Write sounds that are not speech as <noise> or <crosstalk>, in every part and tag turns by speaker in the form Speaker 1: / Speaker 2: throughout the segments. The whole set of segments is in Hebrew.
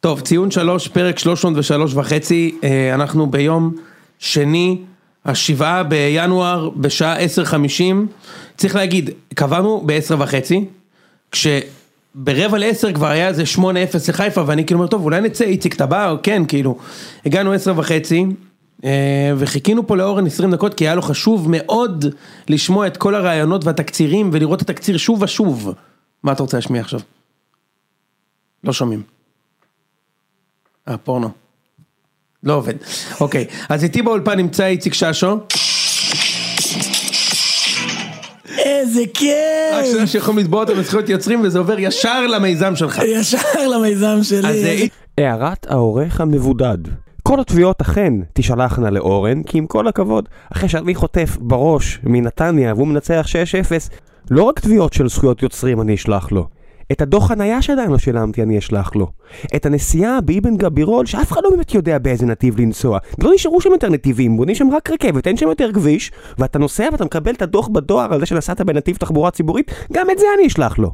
Speaker 1: טוב, ציון שלוש, פרק 303 וחצי, אה, אנחנו ביום שני, השבעה בינואר, בשעה 10:50. צריך להגיד, קבענו ב-10 וחצי, כשברבע ל-10 כבר היה איזה 8-0 לחיפה, ואני כאילו אומר, טוב, אולי נצא, איציק, אתה בא? כן, כאילו. הגענו 10 וחצי. אה, וחיכינו פה לאורן 20 דקות כי היה לו חשוב מאוד לשמוע את כל הרעיונות והתקצירים ולראות את התקציר שוב ושוב. מה אתה רוצה להשמיע עכשיו? לא שומעים. אה, פורנו. לא עובד. אוקיי, אז איתי באולפן נמצא איציק ששו.
Speaker 2: איזה
Speaker 1: רק
Speaker 2: כיף!
Speaker 1: שאלה שיכולים לתבוע אותם בזכויות יוצרים וזה עובר ישר למיזם שלך.
Speaker 2: אה, ישר למיזם
Speaker 1: אז אה,
Speaker 2: שלי.
Speaker 1: איציק
Speaker 3: הערת העורך המבודד. כל התביעות אכן תישלחנה לאורן, כי עם כל הכבוד, אחרי שאני חוטף בראש מנתניה והוא מנצח 6-0, לא רק תביעות של זכויות יוצרים אני אשלח לו. את הדוח חנייה שעדיין לא שילמתי אני אשלח לו. את הנסיעה באבן גבירול שאף אחד לא באמת יודע באיזה נתיב לנסוע. לא נשארו שם יותר נתיבים, בונים שם רק רכבת, אין שם יותר כביש, ואתה נוסע ואתה מקבל את הדוח בדואר על זה שנסעת בנתיב תחבורה ציבורית, גם את זה אני אשלח לו.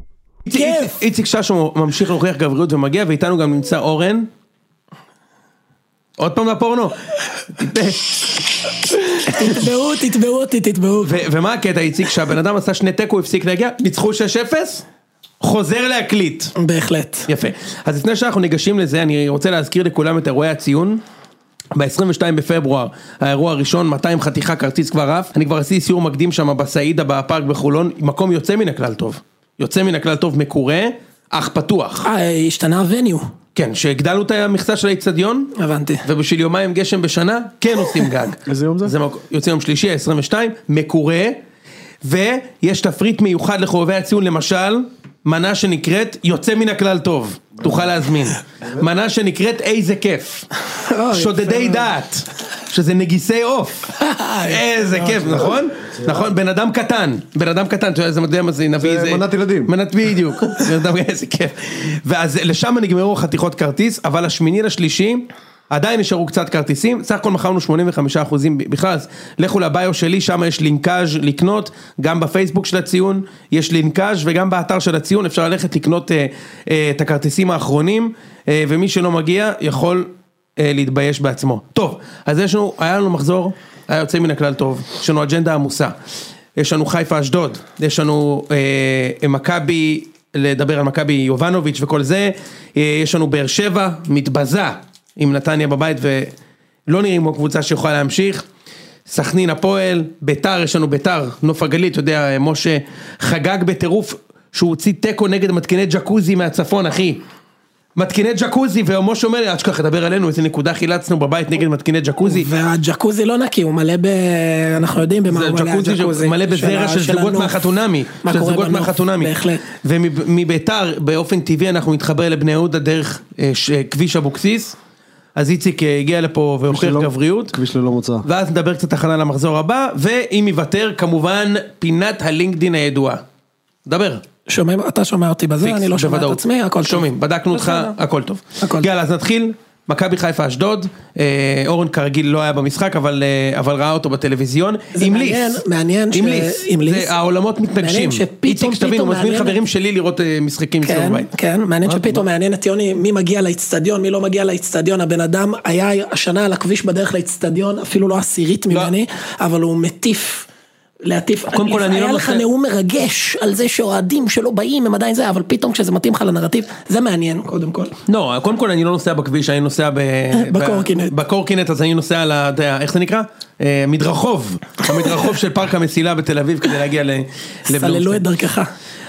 Speaker 1: איציק- איציק ששו ממשיך להוכיח גבריות ומגיע ואיתנו גם נמצא אורן. עוד פעם לפורנו.
Speaker 2: תתבעו, תתבעו אותי, תתבעו.
Speaker 1: ו- ומה הקטע איציק? שהבן אדם עשה שני תיקו, הפסיק להגיע, ניצחו 6-0, חוזר להקליט.
Speaker 2: בהחלט.
Speaker 1: יפה. אז לפני שאנחנו ניגשים לזה, אני רוצה להזכיר לכולם את אירועי הציון. ב-22 בפברואר, האירוע הראשון, 200 חתיכה כרטיס כבר עף. אני כבר עשיתי סיור מקדים שם בסעידה בפארק בחולון, מקום יוצא מן הכלל טוב. יוצא מן הכלל טוב מקורה, אך פתוח.
Speaker 2: אה, השתנה הווניו.
Speaker 1: כן, שהגדלנו את המכסה של האיצטדיון,
Speaker 2: הבנתי.
Speaker 1: ובשביל יומיים גשם בשנה, כן עושים גג.
Speaker 4: <laughs> איזה יום זה?
Speaker 1: זה מק- יוצא יום שלישי, ה-22, מקורה, ויש תפריט מיוחד לחובבי הציון, למשל, מנה שנקראת יוצא מן הכלל טוב, תוכל
Speaker 4: <laughs>
Speaker 1: להזמין. מנה שנקראת איזה כיף.
Speaker 4: אה,
Speaker 1: שודדי דעת, שזה נגיסי עוף. איזה
Speaker 4: לא,
Speaker 1: כיף, נכון? נכון, בן אדם קטן, בן אדם קטן, אתה יודע, זה יודע מה זה, נביא
Speaker 4: זה
Speaker 1: איזה...
Speaker 4: מנת ילדים.
Speaker 1: מנת
Speaker 4: <laughs>
Speaker 1: בדיוק, בן אדם, איזה כיף. ואז לשם נגמרו חתיכות כרטיס, אבל השמיני לשלישי, עדיין נשארו קצת כרטיסים, סך הכל מכרנו 85% בכלל, אז לכו לביו שלי, שם יש לינקאז' לקנות, גם בפייסבוק של הציון יש לינקאז' וגם באתר של הציון אפשר ללכת לקנות אה, אה, את הכרטיסים האחרונים, אה, ומי שלא מגיע יכול אה, להתבייש בעצמו. טוב, אז יש לנו, היה לנו מחזור, היה יוצא מן הכלל טוב, יש לנו אג'נדה עמוסה. יש לנו חיפה אשדוד, יש לנו אה, מכבי, לדבר על מכבי יובנוביץ' וכל זה, אה, יש לנו באר שבע, מתבזה עם נתניה בבית ולא נראים כמו קבוצה שיכולה להמשיך. סכנין הפועל, ביתר, יש לנו ביתר, נוף הגליל, אתה יודע, אה, משה חגג בטירוף שהוא הוציא תיקו נגד מתקיני ג'קוזי מהצפון, אחי. מתקיני ג'קוזי, ומשה אומר לי, אל תשכח לדבר עלינו, איזה נקודה חילצנו בבית נגד מתקיני ג'קוזי.
Speaker 2: והג'קוזי לא נקי, הוא מלא ב... אנחנו יודעים במה
Speaker 1: זה
Speaker 2: הוא מלא
Speaker 1: ג'קוזי
Speaker 2: הג'קוזי.
Speaker 1: מלא בזרע של זוגות
Speaker 2: הנוף.
Speaker 1: מהחתונמי,
Speaker 2: מה
Speaker 1: של
Speaker 2: קורה
Speaker 1: זוגות
Speaker 2: בנוף,
Speaker 1: מהחתונמי.
Speaker 2: בהחלט.
Speaker 1: ומביתר באופן טבעי אנחנו נתחבר לבני יהודה דרך אה, ש- אה, כביש אבוקסיס, אז איציק אה, הגיע לפה והוכיח
Speaker 4: ללא-
Speaker 1: גבריות,
Speaker 4: לא- כביש ללא מוצא.
Speaker 1: ואז נדבר קצת הכנה למחזור הבא, ואם ייוותר כמובן פינת הלינקדין הידועה. דבר.
Speaker 2: שומעים, אתה שומע אותי בזה,
Speaker 1: פיקס,
Speaker 2: אני לא שומע את
Speaker 1: בוודאות.
Speaker 2: עצמי, הכל טוב.
Speaker 1: שומעים, בדקנו אותך,
Speaker 2: בסדר.
Speaker 1: הכל טוב.
Speaker 2: הכל טוב.
Speaker 1: יאללה, אז נתחיל. מכבי חיפה אשדוד, אה, אורן כרגיל לא היה במשחק, אבל, אה, אבל ראה אותו בטלוויזיון.
Speaker 2: זה
Speaker 1: עם
Speaker 2: מעניין,
Speaker 1: ליס.
Speaker 2: מעניין ש-
Speaker 1: עם ליס.
Speaker 2: עם ליס.
Speaker 1: זה, העולמות מתנגשים.
Speaker 2: מעניין שפתאום-
Speaker 1: איציק, שתבין, הוא
Speaker 2: פתאום
Speaker 1: מזמין
Speaker 2: מעניין.
Speaker 1: חברים שלי לראות אה, משחקים אצלו
Speaker 2: כן,
Speaker 1: בבית.
Speaker 2: כן, מעניין שפתאום מעניין את יוני מי מגיע לאיצטדיון, מי לא מגיע לאיצטדיון, הבן אדם היה השנה על הכביש בדרך לאיצטדיון, אפילו לא עשירית ממני, אבל הוא מטיף. להטיף,
Speaker 1: קודם כל, אני לא
Speaker 2: היה לך
Speaker 1: נותן-
Speaker 2: נאום מרגש על זה שאוהדים שלא באים הם עדיין זה, אבל פתאום כשזה מתאים לך לנרטיב, זה מעניין קודם כל.
Speaker 1: לא, קודם כל אני לא נוסע בכביש, אני נוסע ב...
Speaker 2: בקורקינט.
Speaker 1: ב- בקורקינט, אז אני נוסע על ה... אתה יודע, איך זה נקרא? אה, מדרחוב. המדרחוב של פארק המסילה בתל אביב כדי להגיע ל...
Speaker 2: סללו
Speaker 1: לבלומפילד.
Speaker 2: את דרכך.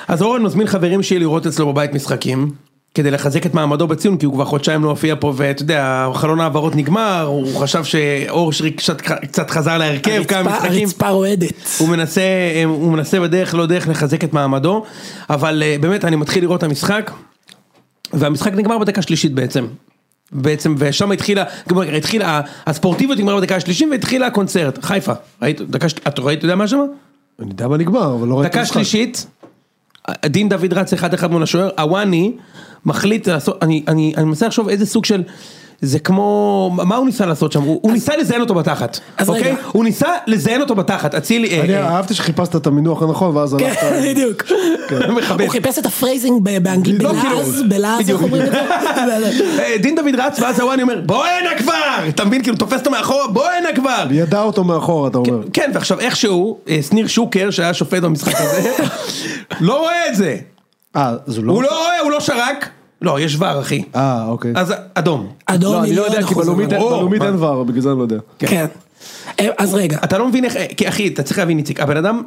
Speaker 1: אז אורן מזמין חברים שלי לראות אצלו בבית משחקים, כדי לחזק את מעמדו בציון, כי הוא כבר חודשיים לא הופיע פה, ואתה יודע, חלון ההעברות נגמר, הוא חשב שאור שרי קצת, קצת חזר להרכב כן, כמה
Speaker 2: הרצפה-
Speaker 1: משחקים.
Speaker 2: הרצפה
Speaker 1: <laughs>
Speaker 2: רועדת.
Speaker 1: הוא מנסה, אה, הוא מנסה בדרך לא דרך לחזק את מעמדו, אבל אה, באמת אני מתחיל לראות את המשחק, והמשחק נגמר בדקה השלישית בעצם. בעצם, ושם התחילה, גם רגע, התחילה, הספורטיביות נגמרה בדקה השלישית והתחילה הקונצרט, חיפה, ראית, דקה, של- את ראית, אתה יודע מה שמה?
Speaker 4: אני יודע מה נגמר, אבל לא ראיתי את
Speaker 1: דקה
Speaker 4: המשחק.
Speaker 1: שלישית, דין דוד רץ אחד אחד מול השוער, הוואני מחליט לעשות, אני, אני, אני מנסה לחשוב איזה סוג של, זה כמו, מה הוא ניסה לעשות שם? הוא הוא ניסה לזיין אותו בתחת,
Speaker 2: אז
Speaker 1: אוקיי?
Speaker 2: רגע.
Speaker 1: הוא ניסה לזיין אותו בתחת, אצילי... אה,
Speaker 4: אני
Speaker 1: אה,
Speaker 4: אהבתי שחיפשת את המינוח הנכון
Speaker 1: <laughs>
Speaker 4: ואז הלכת.
Speaker 2: כן, בדיוק.
Speaker 1: אה, מכבד.
Speaker 2: הוא
Speaker 4: אוקיי,
Speaker 2: חיפש את הפרייזינג ב- באנגלית,
Speaker 1: לא,
Speaker 2: בלעז,
Speaker 1: כאילו,
Speaker 2: בלעז, איך
Speaker 1: בדיוק.
Speaker 2: אומרים את זה?
Speaker 1: <laughs>
Speaker 2: <laughs>
Speaker 1: אה, דין דוד רץ ואז הוואני אומר בוא הנה כבר! אתה מבין? כאילו תופס אותו מאחורה בוא הנה כבר!
Speaker 4: ידע אותו מאחורה, אתה אומר.
Speaker 1: כן, ועכשיו איכשהו, אה, שניר שוקר שהיה שופט במשחק
Speaker 4: <laughs>
Speaker 1: הזה, לא רואה את זה.
Speaker 4: אה, אז הוא לא?
Speaker 1: הוא לא רואה, הוא לא שרק. לא, יש ור אחי.
Speaker 4: אה, אוקיי.
Speaker 1: אז אדום.
Speaker 2: אדום
Speaker 4: לא, אני לא
Speaker 2: מיליון
Speaker 4: יודע, כי
Speaker 2: אחוז.
Speaker 4: בלאומית
Speaker 1: ברור.
Speaker 4: בלאומית אין ור, בגלל זה אני לא יודע.
Speaker 2: כן. אה, אז רגע,
Speaker 1: אתה לא מבין איך, אה, כי אחי, אתה צריך להבין איציק, הבן אדם,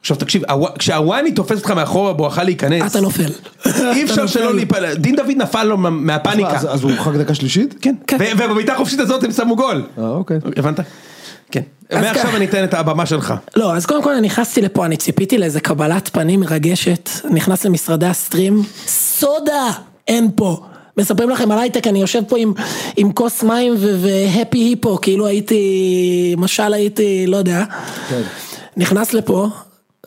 Speaker 1: עכשיו תקשיב, הוו- כשהוואני תופס אותך מאחורה בואכה להיכנס,
Speaker 2: אתה נופל.
Speaker 1: אי אפשר
Speaker 2: אתה
Speaker 1: שלא
Speaker 2: נופל.
Speaker 1: להיפל, דין דוד נפל לו מה- מהפאניקה,
Speaker 4: אז- אז הוא הורחק דקה שלישית?
Speaker 1: כן, ו- ובבעיטה החופשית הזאת הם שמו גול,
Speaker 4: אה, אוקיי.
Speaker 1: הבנת? כן.
Speaker 2: אז
Speaker 1: מעכשיו
Speaker 2: ככה.
Speaker 1: אני אתן את הבמה שלך.
Speaker 2: לא, אז קודם כל אני נכנסתי לפה, אני ציפיתי לאיזה קבלת פנים מרגשת, נכנס למשרדי הסטרים, סודה אין פה. מספרים לכם על הייטק, אני יושב פה עם, עם כוס מים ו- והפי היפו, כאילו הייתי, משל הייתי, לא יודע.
Speaker 1: כן.
Speaker 4: כן.
Speaker 2: נכנס לפה,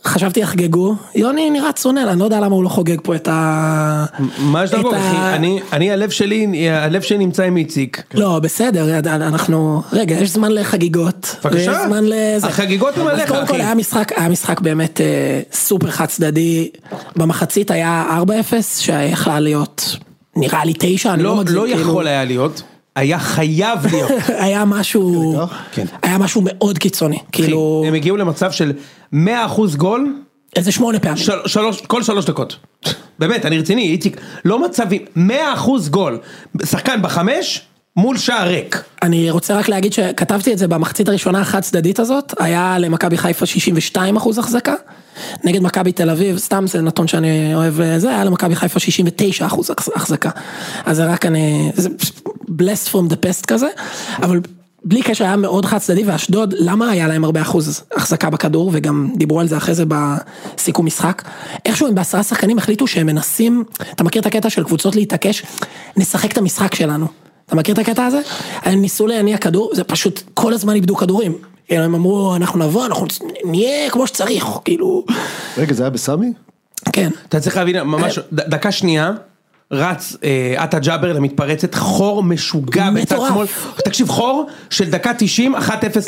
Speaker 2: חשבתי יחגגו, יוני נראה צונן, אני לא יודע למה הוא לא חוגג פה את ה...
Speaker 1: מה יש לך,
Speaker 2: את ה-
Speaker 1: אחי? אני- אני, הלב שלי, הלב שלי נמצא עם איציק.
Speaker 2: לא, בסדר, אנחנו... רגע, יש זמן לחגיגות.
Speaker 1: בבקשה.
Speaker 2: ויש זמן לזה.
Speaker 1: החגיגות הם
Speaker 2: אז
Speaker 1: עליך,
Speaker 2: קודם כל
Speaker 1: אחי.
Speaker 2: היה משחק, היה משחק באמת אה, סופר חד צדדי. במחצית היה 4-0, שיכלה להיות, נראה לי 9, אני לא
Speaker 1: לא
Speaker 2: מגזים.
Speaker 1: לא
Speaker 2: כאילו.
Speaker 1: יכול היה להיות, היה חייב להיות.
Speaker 2: <laughs> היה משהו,
Speaker 1: כן.
Speaker 2: היה משהו מאוד קיצוני,
Speaker 1: אחי,
Speaker 2: כאילו,
Speaker 1: הם הגיעו למצב של 100% גול,
Speaker 2: איזה שמונה פעמים.
Speaker 1: של- שלוש, כל שלוש דקות. באמת, אני רציני, איציק, לא מצבים, 100% גול. שחקן בחמש, מול שער ריק.
Speaker 2: אני רוצה רק להגיד שכתבתי את זה במחצית הראשונה החד צדדית הזאת, היה למכבי חיפה 62 אחוז החזקה, נגד מכבי תל אביב, סתם זה נתון שאני אוהב, אה, זה היה למכבי חיפה 69 אחוז החזקה. אז זה רק אני, זה blessed from the past כזה, אבל בלי קשר היה מאוד חד צדדי, ואשדוד, למה היה להם הרבה אחוז החזקה בכדור, וגם דיברו על זה אחרי זה בסיכום משחק, איכשהו הם בעשרה שחקנים החליטו שהם מנסים, אתה מכיר את הקטע של קבוצות להתעקש, נשחק את המשחק שלנו. אתה מכיר את הקטע הזה? הם ניסו להניע כדור, זה פשוט כל הזמן איבדו כדורים. כאילו, הם אמרו, אנחנו נבוא, אנחנו נהיה כמו שצריך, כאילו,
Speaker 4: רגע, זה היה בסמי?
Speaker 2: כן.
Speaker 1: אתה צריך להבין,
Speaker 2: אה,
Speaker 1: ממש, ד- דקה שנייה. רץ אה, עטה ג'אבר למתפרצת, חור משוגע בצד
Speaker 2: מטורף.
Speaker 1: שמאל, תקשיב חור של דקה 90, 1-0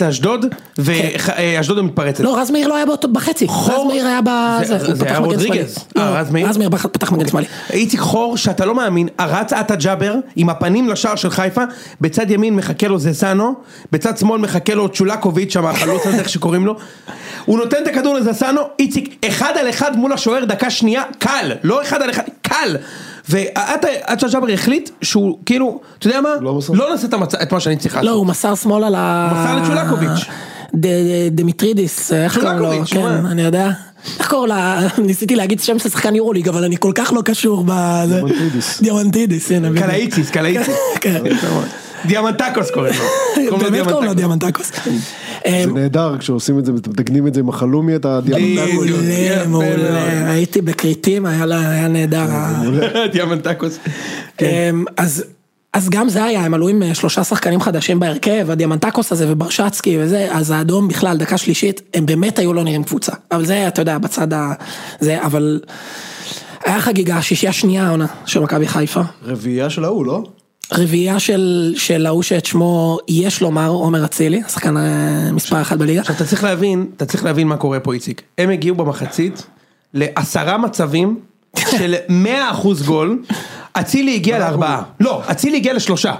Speaker 1: לאשדוד, אה, ואשדוד המתפרצת.
Speaker 2: כן. לא, רז מאיר לא היה באותו בחצי, רז מאיר היה
Speaker 1: זה-
Speaker 2: בזה, הוא
Speaker 1: זה
Speaker 2: פתח
Speaker 1: היה
Speaker 2: מגן שמאלי.
Speaker 1: רודריגז.
Speaker 2: לא,
Speaker 1: אה, רז מאיר?
Speaker 2: רז מאיר פח- פתח מגן שמאלי.
Speaker 1: איציק חור שאתה לא מאמין, רץ עטה ג'אבר עם הפנים לשער של חיפה, בצד ימין מחכה לו זסנו, בצד שמאל מחכה לו צ'ולקוביץ' שם החלוץ הזה איך שקוראים לו, הוא נותן את הכדור לזסנו, איציק אחד על אחד מול השוער דקה שנייה, קל, לא אחד על אחד, קל, ועטה ג'אבר החליט שהוא כאילו, אתה יודע מה,
Speaker 4: לא מסר.
Speaker 1: לא נעשה את המצ- את מה שאני צריך
Speaker 2: לא,
Speaker 1: לעשות,
Speaker 2: הוא מסר שמאלה ל...
Speaker 1: מסר לצ'ולקוביץ'.
Speaker 2: ד- ד- דמיטרידיס, איך קוראים לו?
Speaker 1: צ'ולקוביץ',
Speaker 2: כן,
Speaker 1: מה?
Speaker 2: אני יודע. איך קוראים לה? <laughs> ניסיתי להגיד שם של שחקן יורוליג, אבל אני כל כך לא קשור ב... זה-
Speaker 4: דיאמנטידיס. נכון.
Speaker 2: דיאמנטידיס, הנה. בדיוק.
Speaker 1: קלאיציס, קלאיציס,
Speaker 2: <laughs> כן.
Speaker 1: דיאמנטקוס קוראים לו, קוראים לו
Speaker 2: באמת קוראים לו
Speaker 1: דיאמנטקוס.
Speaker 2: דיאמנטקוס.
Speaker 1: אה,
Speaker 4: זה נהדר כשעושים את זה, מתקנים את זה עם החלומי, את הדיאמנטקו.
Speaker 1: יפה
Speaker 2: אה, מעולה,
Speaker 1: מאוד.
Speaker 2: מעולה, הייתי בכרתים, היה לה- היה נהדר.
Speaker 1: <laughs> דיאמנטקוס. כן.
Speaker 2: אמ, אז... אז גם זה היה, הם עלו עם אה, שלושה שחקנים חדשים בהרכב, הדיאמנטקוס הזה וברשצקי וזה, אז האדום בכלל, דקה שלישית, הם באמת היו לא נראים קבוצה. אבל זה, אתה יודע, בצד ה... זה, אבל... היה חגיגה, שישייה שנייה העונה של מכבי חיפה.
Speaker 4: רביעייה של ההוא, לא?
Speaker 2: רביעייה של, של ההוא שאת שמו יש לומר, עומר אצילי, השחקן אה, מספר אחת בליגה.
Speaker 1: עכשיו אתה צריך להבין, אתה צריך להבין מה קורה פה איציק. הם הגיעו במחצית לעשרה מצבים של 100% גול, אצילי הגיע לארבעה, לא, אצילי הגיע לשלושה.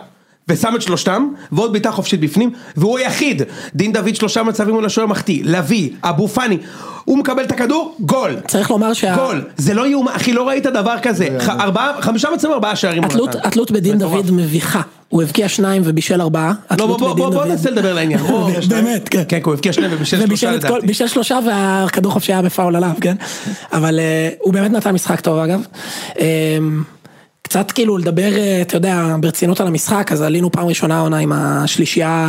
Speaker 1: ושם את שלושתם, ועוד בעיטה חופשית בפנים, והוא היחיד. דין דוד שלושה מצבים מול השוער מחטיא, לביא, אבו פאני, הוא מקבל את הכדור, גול.
Speaker 2: צריך לומר שה...
Speaker 1: גול. זה לא יאומן, אחי, לא ראית דבר כזה. ח- ארבעה, חמישה מצבים, ארבעה שערים. הוא
Speaker 2: התלות,
Speaker 1: נתן.
Speaker 2: התלות בדין
Speaker 1: מטורף.
Speaker 2: דוד מביכה, הוא הבקיע שניים ובישל ארבעה,
Speaker 1: לא,
Speaker 2: התלות
Speaker 1: בוא- בוא-
Speaker 2: בדין
Speaker 1: בוא בוא
Speaker 2: דוד.
Speaker 1: ננסה לדבר לעניין. בוא.
Speaker 2: <laughs> באמת, כן.
Speaker 1: כן, כי הוא הבקיע שניים ובישל שלושה
Speaker 2: ובישל את כל,
Speaker 1: לדעתי.
Speaker 2: בישל שלושה והכדור חופשי היה בפאול עליו, כן? אבל אה, הוא באמת נתן משחק טוב אגב. אה, קצת כאילו לדבר, אה, אתה יודע, ברצינות על המשחק, אז עלינו פעם ראשונה העונה עם השלישייה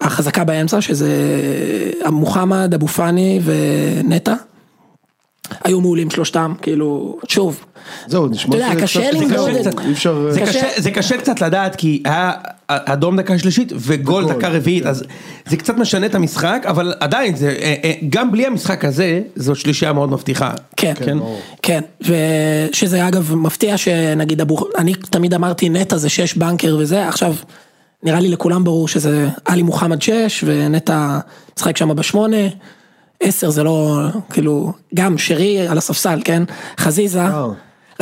Speaker 2: החזקה באמצע, שזה מוחמד, אבו פאני ונטע. היו מעולים שלושתם, כאילו, שוב,
Speaker 4: זהו, נשמע
Speaker 2: אתה יודע,
Speaker 4: שזה
Speaker 2: קשה
Speaker 4: קצת- זה
Speaker 2: למדוד
Speaker 4: קשה
Speaker 1: את
Speaker 4: קצת,
Speaker 1: זה.
Speaker 4: אי אפשר... אה,
Speaker 1: זה
Speaker 2: קשה.
Speaker 1: קשה, זה קשה קצת לדעת כי היה אדום דקה שלישית וגול
Speaker 4: וגול, כן.
Speaker 1: דקה רביעית אז זה קצת משנה את המשחק אבל עדיין זה אה, אה, גם בלי המשחק הזה זו שלישייה מאוד מבטיחה.
Speaker 2: כן,
Speaker 1: כן.
Speaker 2: כן, ושזה אגב מפתיע שנגיד אבו, אני תמיד אמרתי נטע זה שש בנקר וזה, עכשיו נראה לי לכולם ברור שזה עלי מוחמד שש ונטע משחק שם בשמונה, עשר זה לא, כאילו, גם שרי על הספסל, כן, חזיזה,
Speaker 1: אה.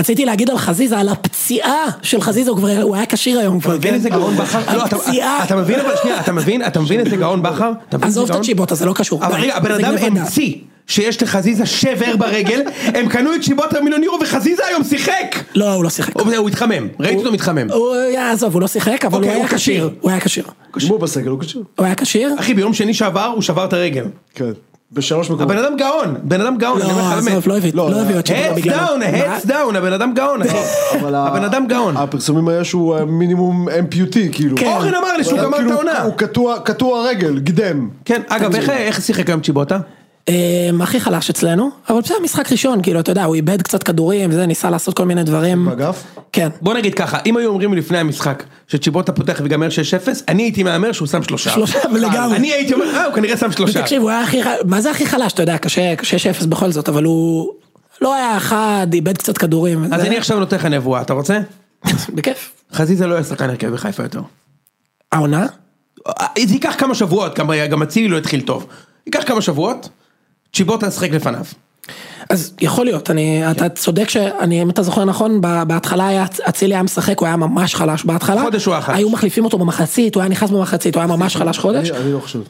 Speaker 2: רציתי להגיד על חזיזה, על הפציעה של חזיזה, הוא כבר, הוא היה כשיר היום
Speaker 1: אתה
Speaker 2: כבר,
Speaker 1: מבין
Speaker 2: כן,
Speaker 1: איזה גאון בכר? לא, אתה-
Speaker 2: הפציעה.
Speaker 1: אתה מבין אבל שנייה, אתה מבין, אתה מבין איזה גאון בכר? אתה מבין איזה
Speaker 2: עזוב את
Speaker 1: גאון?
Speaker 2: הצ'יבוטה, זה לא קשור,
Speaker 1: אבל
Speaker 2: די,
Speaker 1: רגע, הבן
Speaker 2: זה
Speaker 1: אדם
Speaker 2: גניבת דעת.
Speaker 1: המציא שיש לחזיזה שבר ברגל, הם קנו את שיבוטה מיליון יורו וחזיזה היום שיחק!
Speaker 2: לא, הוא לא שיחק,
Speaker 1: הוא הוא התחמם, ראיתי אותו מתחמם.
Speaker 2: הוא, היה- עזוב, הוא לא שיחק, אבל הוא
Speaker 1: אוקיי,
Speaker 2: היה
Speaker 1: הוא
Speaker 2: כשיר,
Speaker 1: כשיר.
Speaker 2: הוא היה כשיר,
Speaker 4: אם הוא בסגל הוא קשור.
Speaker 2: הוא היה כשיר,
Speaker 1: אחי, ביום שני שעבר הוא שבר את הרגל.
Speaker 4: כן. בשלוש מקומות.
Speaker 1: הבן אדם גאון, בן אדם גאון, אני אומר
Speaker 2: לא,
Speaker 1: לך באמת.
Speaker 2: עזוב, לא הביא-
Speaker 4: לא,
Speaker 2: לא הביאו את שיבוטה
Speaker 1: הדס
Speaker 2: בגללו.
Speaker 1: דאון,
Speaker 2: מה?
Speaker 1: הדס דאון, הבן אדם גאון, אחי.
Speaker 4: אבל ה-
Speaker 1: הבן אדם גאון.
Speaker 4: הפרסומים היה שהוא היה מינימום MPUT, כאילו.
Speaker 2: כן.
Speaker 1: אורן אמר לי שהוא
Speaker 4: הוא
Speaker 1: גמר את
Speaker 4: כאילו-
Speaker 1: העונה.
Speaker 4: הוא קטוע- קטוע רגל, גידם.
Speaker 1: כן, אגב, איך- איך שיחק היום צ'יבוטה?
Speaker 2: אמ, הכי חלש אצלנו, אבל בסדר, משחק ראשון, כאילו, אתה יודע, הוא איבד קצת כדורים, זה, ניסה לעשות כל מיני דברים.
Speaker 4: באגף?
Speaker 2: כן.
Speaker 1: בוא נגיד ככה, אם היו אומרים לי לפני המשחק שצ'יבוטה פותח ויגמר 6-0, אני הייתי מהמר שהוא שם שלושה.
Speaker 2: שלושה, לגמרי.
Speaker 1: אני הייתי אומר, אה, הוא כנראה שם שלושה.
Speaker 2: ותקשיב, הוא היה הכי, ח- מה זה הכי חלש, אתה יודע, קשה, קשה 6-0 בכל זאת, אבל הוא לא היה אחד, איבד קצת כדורים.
Speaker 1: אז
Speaker 2: זה-
Speaker 1: אני עכשיו נותן לך נבואה, אתה רוצה?
Speaker 2: <laughs> בכיף.
Speaker 1: חזיזה לא יהיה שחקן הרכב בחיפה יותר.
Speaker 2: העונה?
Speaker 1: אה, זה ייקח כמה שבועות, גם- גם אצילי לא התחיל טוב. ייקח כמה שבועות, צ'יבוטה ישחק לפניו.
Speaker 2: אז יכול להיות, אני, אתה צודק שאני, אם אתה זוכר נכון, ב- בהתחלה היה, אצילי היה משחק, הוא היה ממש חלש בהתחלה.
Speaker 1: חודש הוא היה חלש.
Speaker 2: היו מחליפים אותו במחצית, הוא היה נכנס במחצית, הוא היה ממש חלש חודש.
Speaker 4: אני אני לא חושב.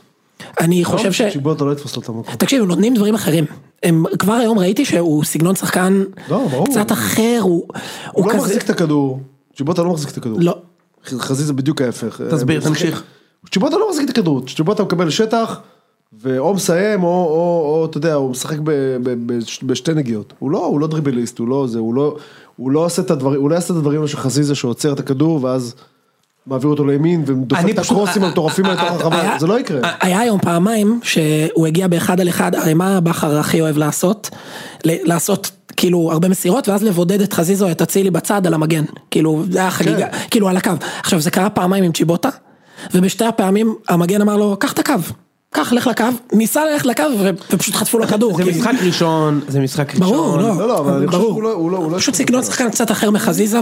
Speaker 2: אני חושב ש...
Speaker 4: שיבוטה לא יתפוס לו את המקום.
Speaker 2: תקשיב, הם נותנים דברים אחרים. הם, כבר היום ראיתי שהוא סגנון שחקן
Speaker 4: לא, ברור.
Speaker 2: קצת אחר, הוא,
Speaker 4: הוא לא מחזיק את הכדור. שיבוטה לא מחזיק את הכדור.
Speaker 2: לא.
Speaker 4: חזיזה בדיוק ההפך.
Speaker 1: תסביר,
Speaker 4: הם משחקים-
Speaker 1: תמשיך.
Speaker 4: צ'יבוטה לא מחזיק את הכדור, צ'יבוטה מקבל שטח, ואו מסיים, או, או, או אתה יודע, הוא משחק ב, ב, ב, בשתי נגיעות. הוא לא, הוא לא דריבליסט, הוא לא זה, הוא לא, הוא לא עושה את הדברים, הוא לא יעשה את הדברים האלה של חזיזה שעוצר את הכדור, ואז מעביר אותו לימין, ודופק
Speaker 1: אני
Speaker 4: את
Speaker 1: פשוט-
Speaker 4: הקרוסים
Speaker 1: אה,
Speaker 4: המטורפים האלה לתוך
Speaker 1: אה,
Speaker 4: הרחבה,
Speaker 2: היה-
Speaker 4: זה לא יקרה.
Speaker 2: היה היום פעמיים שהוא הגיע באחד על אחד, הרי מה בכר הכי אוהב לעשות? ל- לעשות כאילו הרבה מסירות ואז לבודד את חזיזו או את אצילי בצד על המגן, כאילו זה היה חגיגה,
Speaker 4: כן.
Speaker 2: כאילו על הקו. עכשיו זה קרה פעמיים עם צ'יבוטה, ובשתי הפעמים המגן אמר לו, קח את הקו, קח, לך לקו, ניסה ללכת לקו ו- ופשוט חטפו לו כדור.
Speaker 1: זה
Speaker 2: כאילו.
Speaker 1: משחק ראשון, זה משחק ראשון.
Speaker 2: ברור, לא,
Speaker 4: לא, לא, אבל אני חושב
Speaker 2: ברור.
Speaker 4: שהוא לא- הוא לא- הוא לא
Speaker 2: פשוט
Speaker 4: ישחק לא
Speaker 2: סגנון
Speaker 4: בפלייאוף.
Speaker 2: שחקן קצת אחר מחזיזה,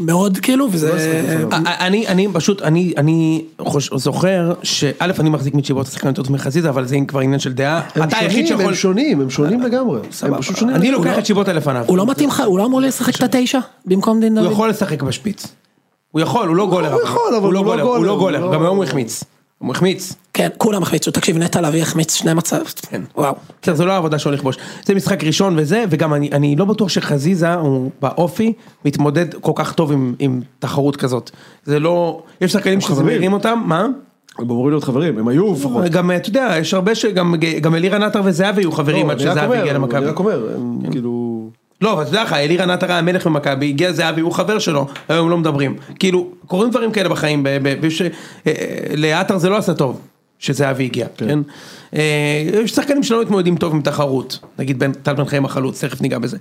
Speaker 2: מאוד כאילו, וזה...
Speaker 1: אה, אני אני פשוט אני אני חוש- זוכר שא' אני מחזיק מצ'יבוטה שחקן יותר טוב מחזיזה אבל זה כבר עניין של דעה.
Speaker 4: הם
Speaker 1: אתה היחיד
Speaker 4: שונים,
Speaker 1: שיכול...
Speaker 4: הם שונים, הם שונים לגמרי. הם
Speaker 1: סבבה.
Speaker 4: פשוט שונים.
Speaker 1: אני
Speaker 4: לגמרי.
Speaker 1: לוקח את צ'יבוטה לפניו.
Speaker 2: הוא לא מתאים לך, הוא לא אמור לשחק את התשע במקום דין
Speaker 1: הוא
Speaker 2: דוד.
Speaker 1: יכול לשחק בשפיץ. הוא יכול, הוא לא גולר.
Speaker 4: הוא יכול,
Speaker 1: הוא
Speaker 4: אבל
Speaker 1: לא
Speaker 4: הוא לא
Speaker 1: גולר. הוא לא
Speaker 4: גולר,
Speaker 1: גולר,
Speaker 4: הוא לא-
Speaker 1: גם היום הוא החמיץ. הוא החמיץ.
Speaker 2: כן, כולם החמיצו, תקשיב, נטע לביא החמיץ שני מצבים.
Speaker 1: כן.
Speaker 2: וואו.
Speaker 1: בסדר, זו לא העבודה שהוא הולך לכבוש. זה משחק ראשון וזה, וגם אני, אני לא בטוח שחזיזה הוא באופי מתמודד כל כך טוב עם, עם תחרות כזאת. זה לא, יש שחקנים שזה
Speaker 4: חברים.
Speaker 1: מעירים אותם, מה?
Speaker 4: הם אמורים להיות חברים, הם היו לפחות.
Speaker 1: גם אתה יודע, יש הרבה שגם גם אלירן עטר וזהבי היו חברים
Speaker 4: לא,
Speaker 1: עד
Speaker 4: אני רק
Speaker 1: שזהבי
Speaker 4: אומר,
Speaker 1: הגיע למכבי.
Speaker 4: אני רק אומר, הם כאילו...
Speaker 1: לא, אבל אתה יודע לך, אלירן עטר היה המלך במכבי, הגיע זהבי, הוא חבר שלו, היום לא מדברים. כאילו, קורים דברים כאלה בחיים, ב- ב- ויש- אה, אה, לעטר זה לא עשה טוב, שזהבי הגיע, כן? אה, יש שחקנים שלא מתמודדים טוב עם תחרות, נגיד בן- טל בן חיים החלוץ, תכף ניגע בזה.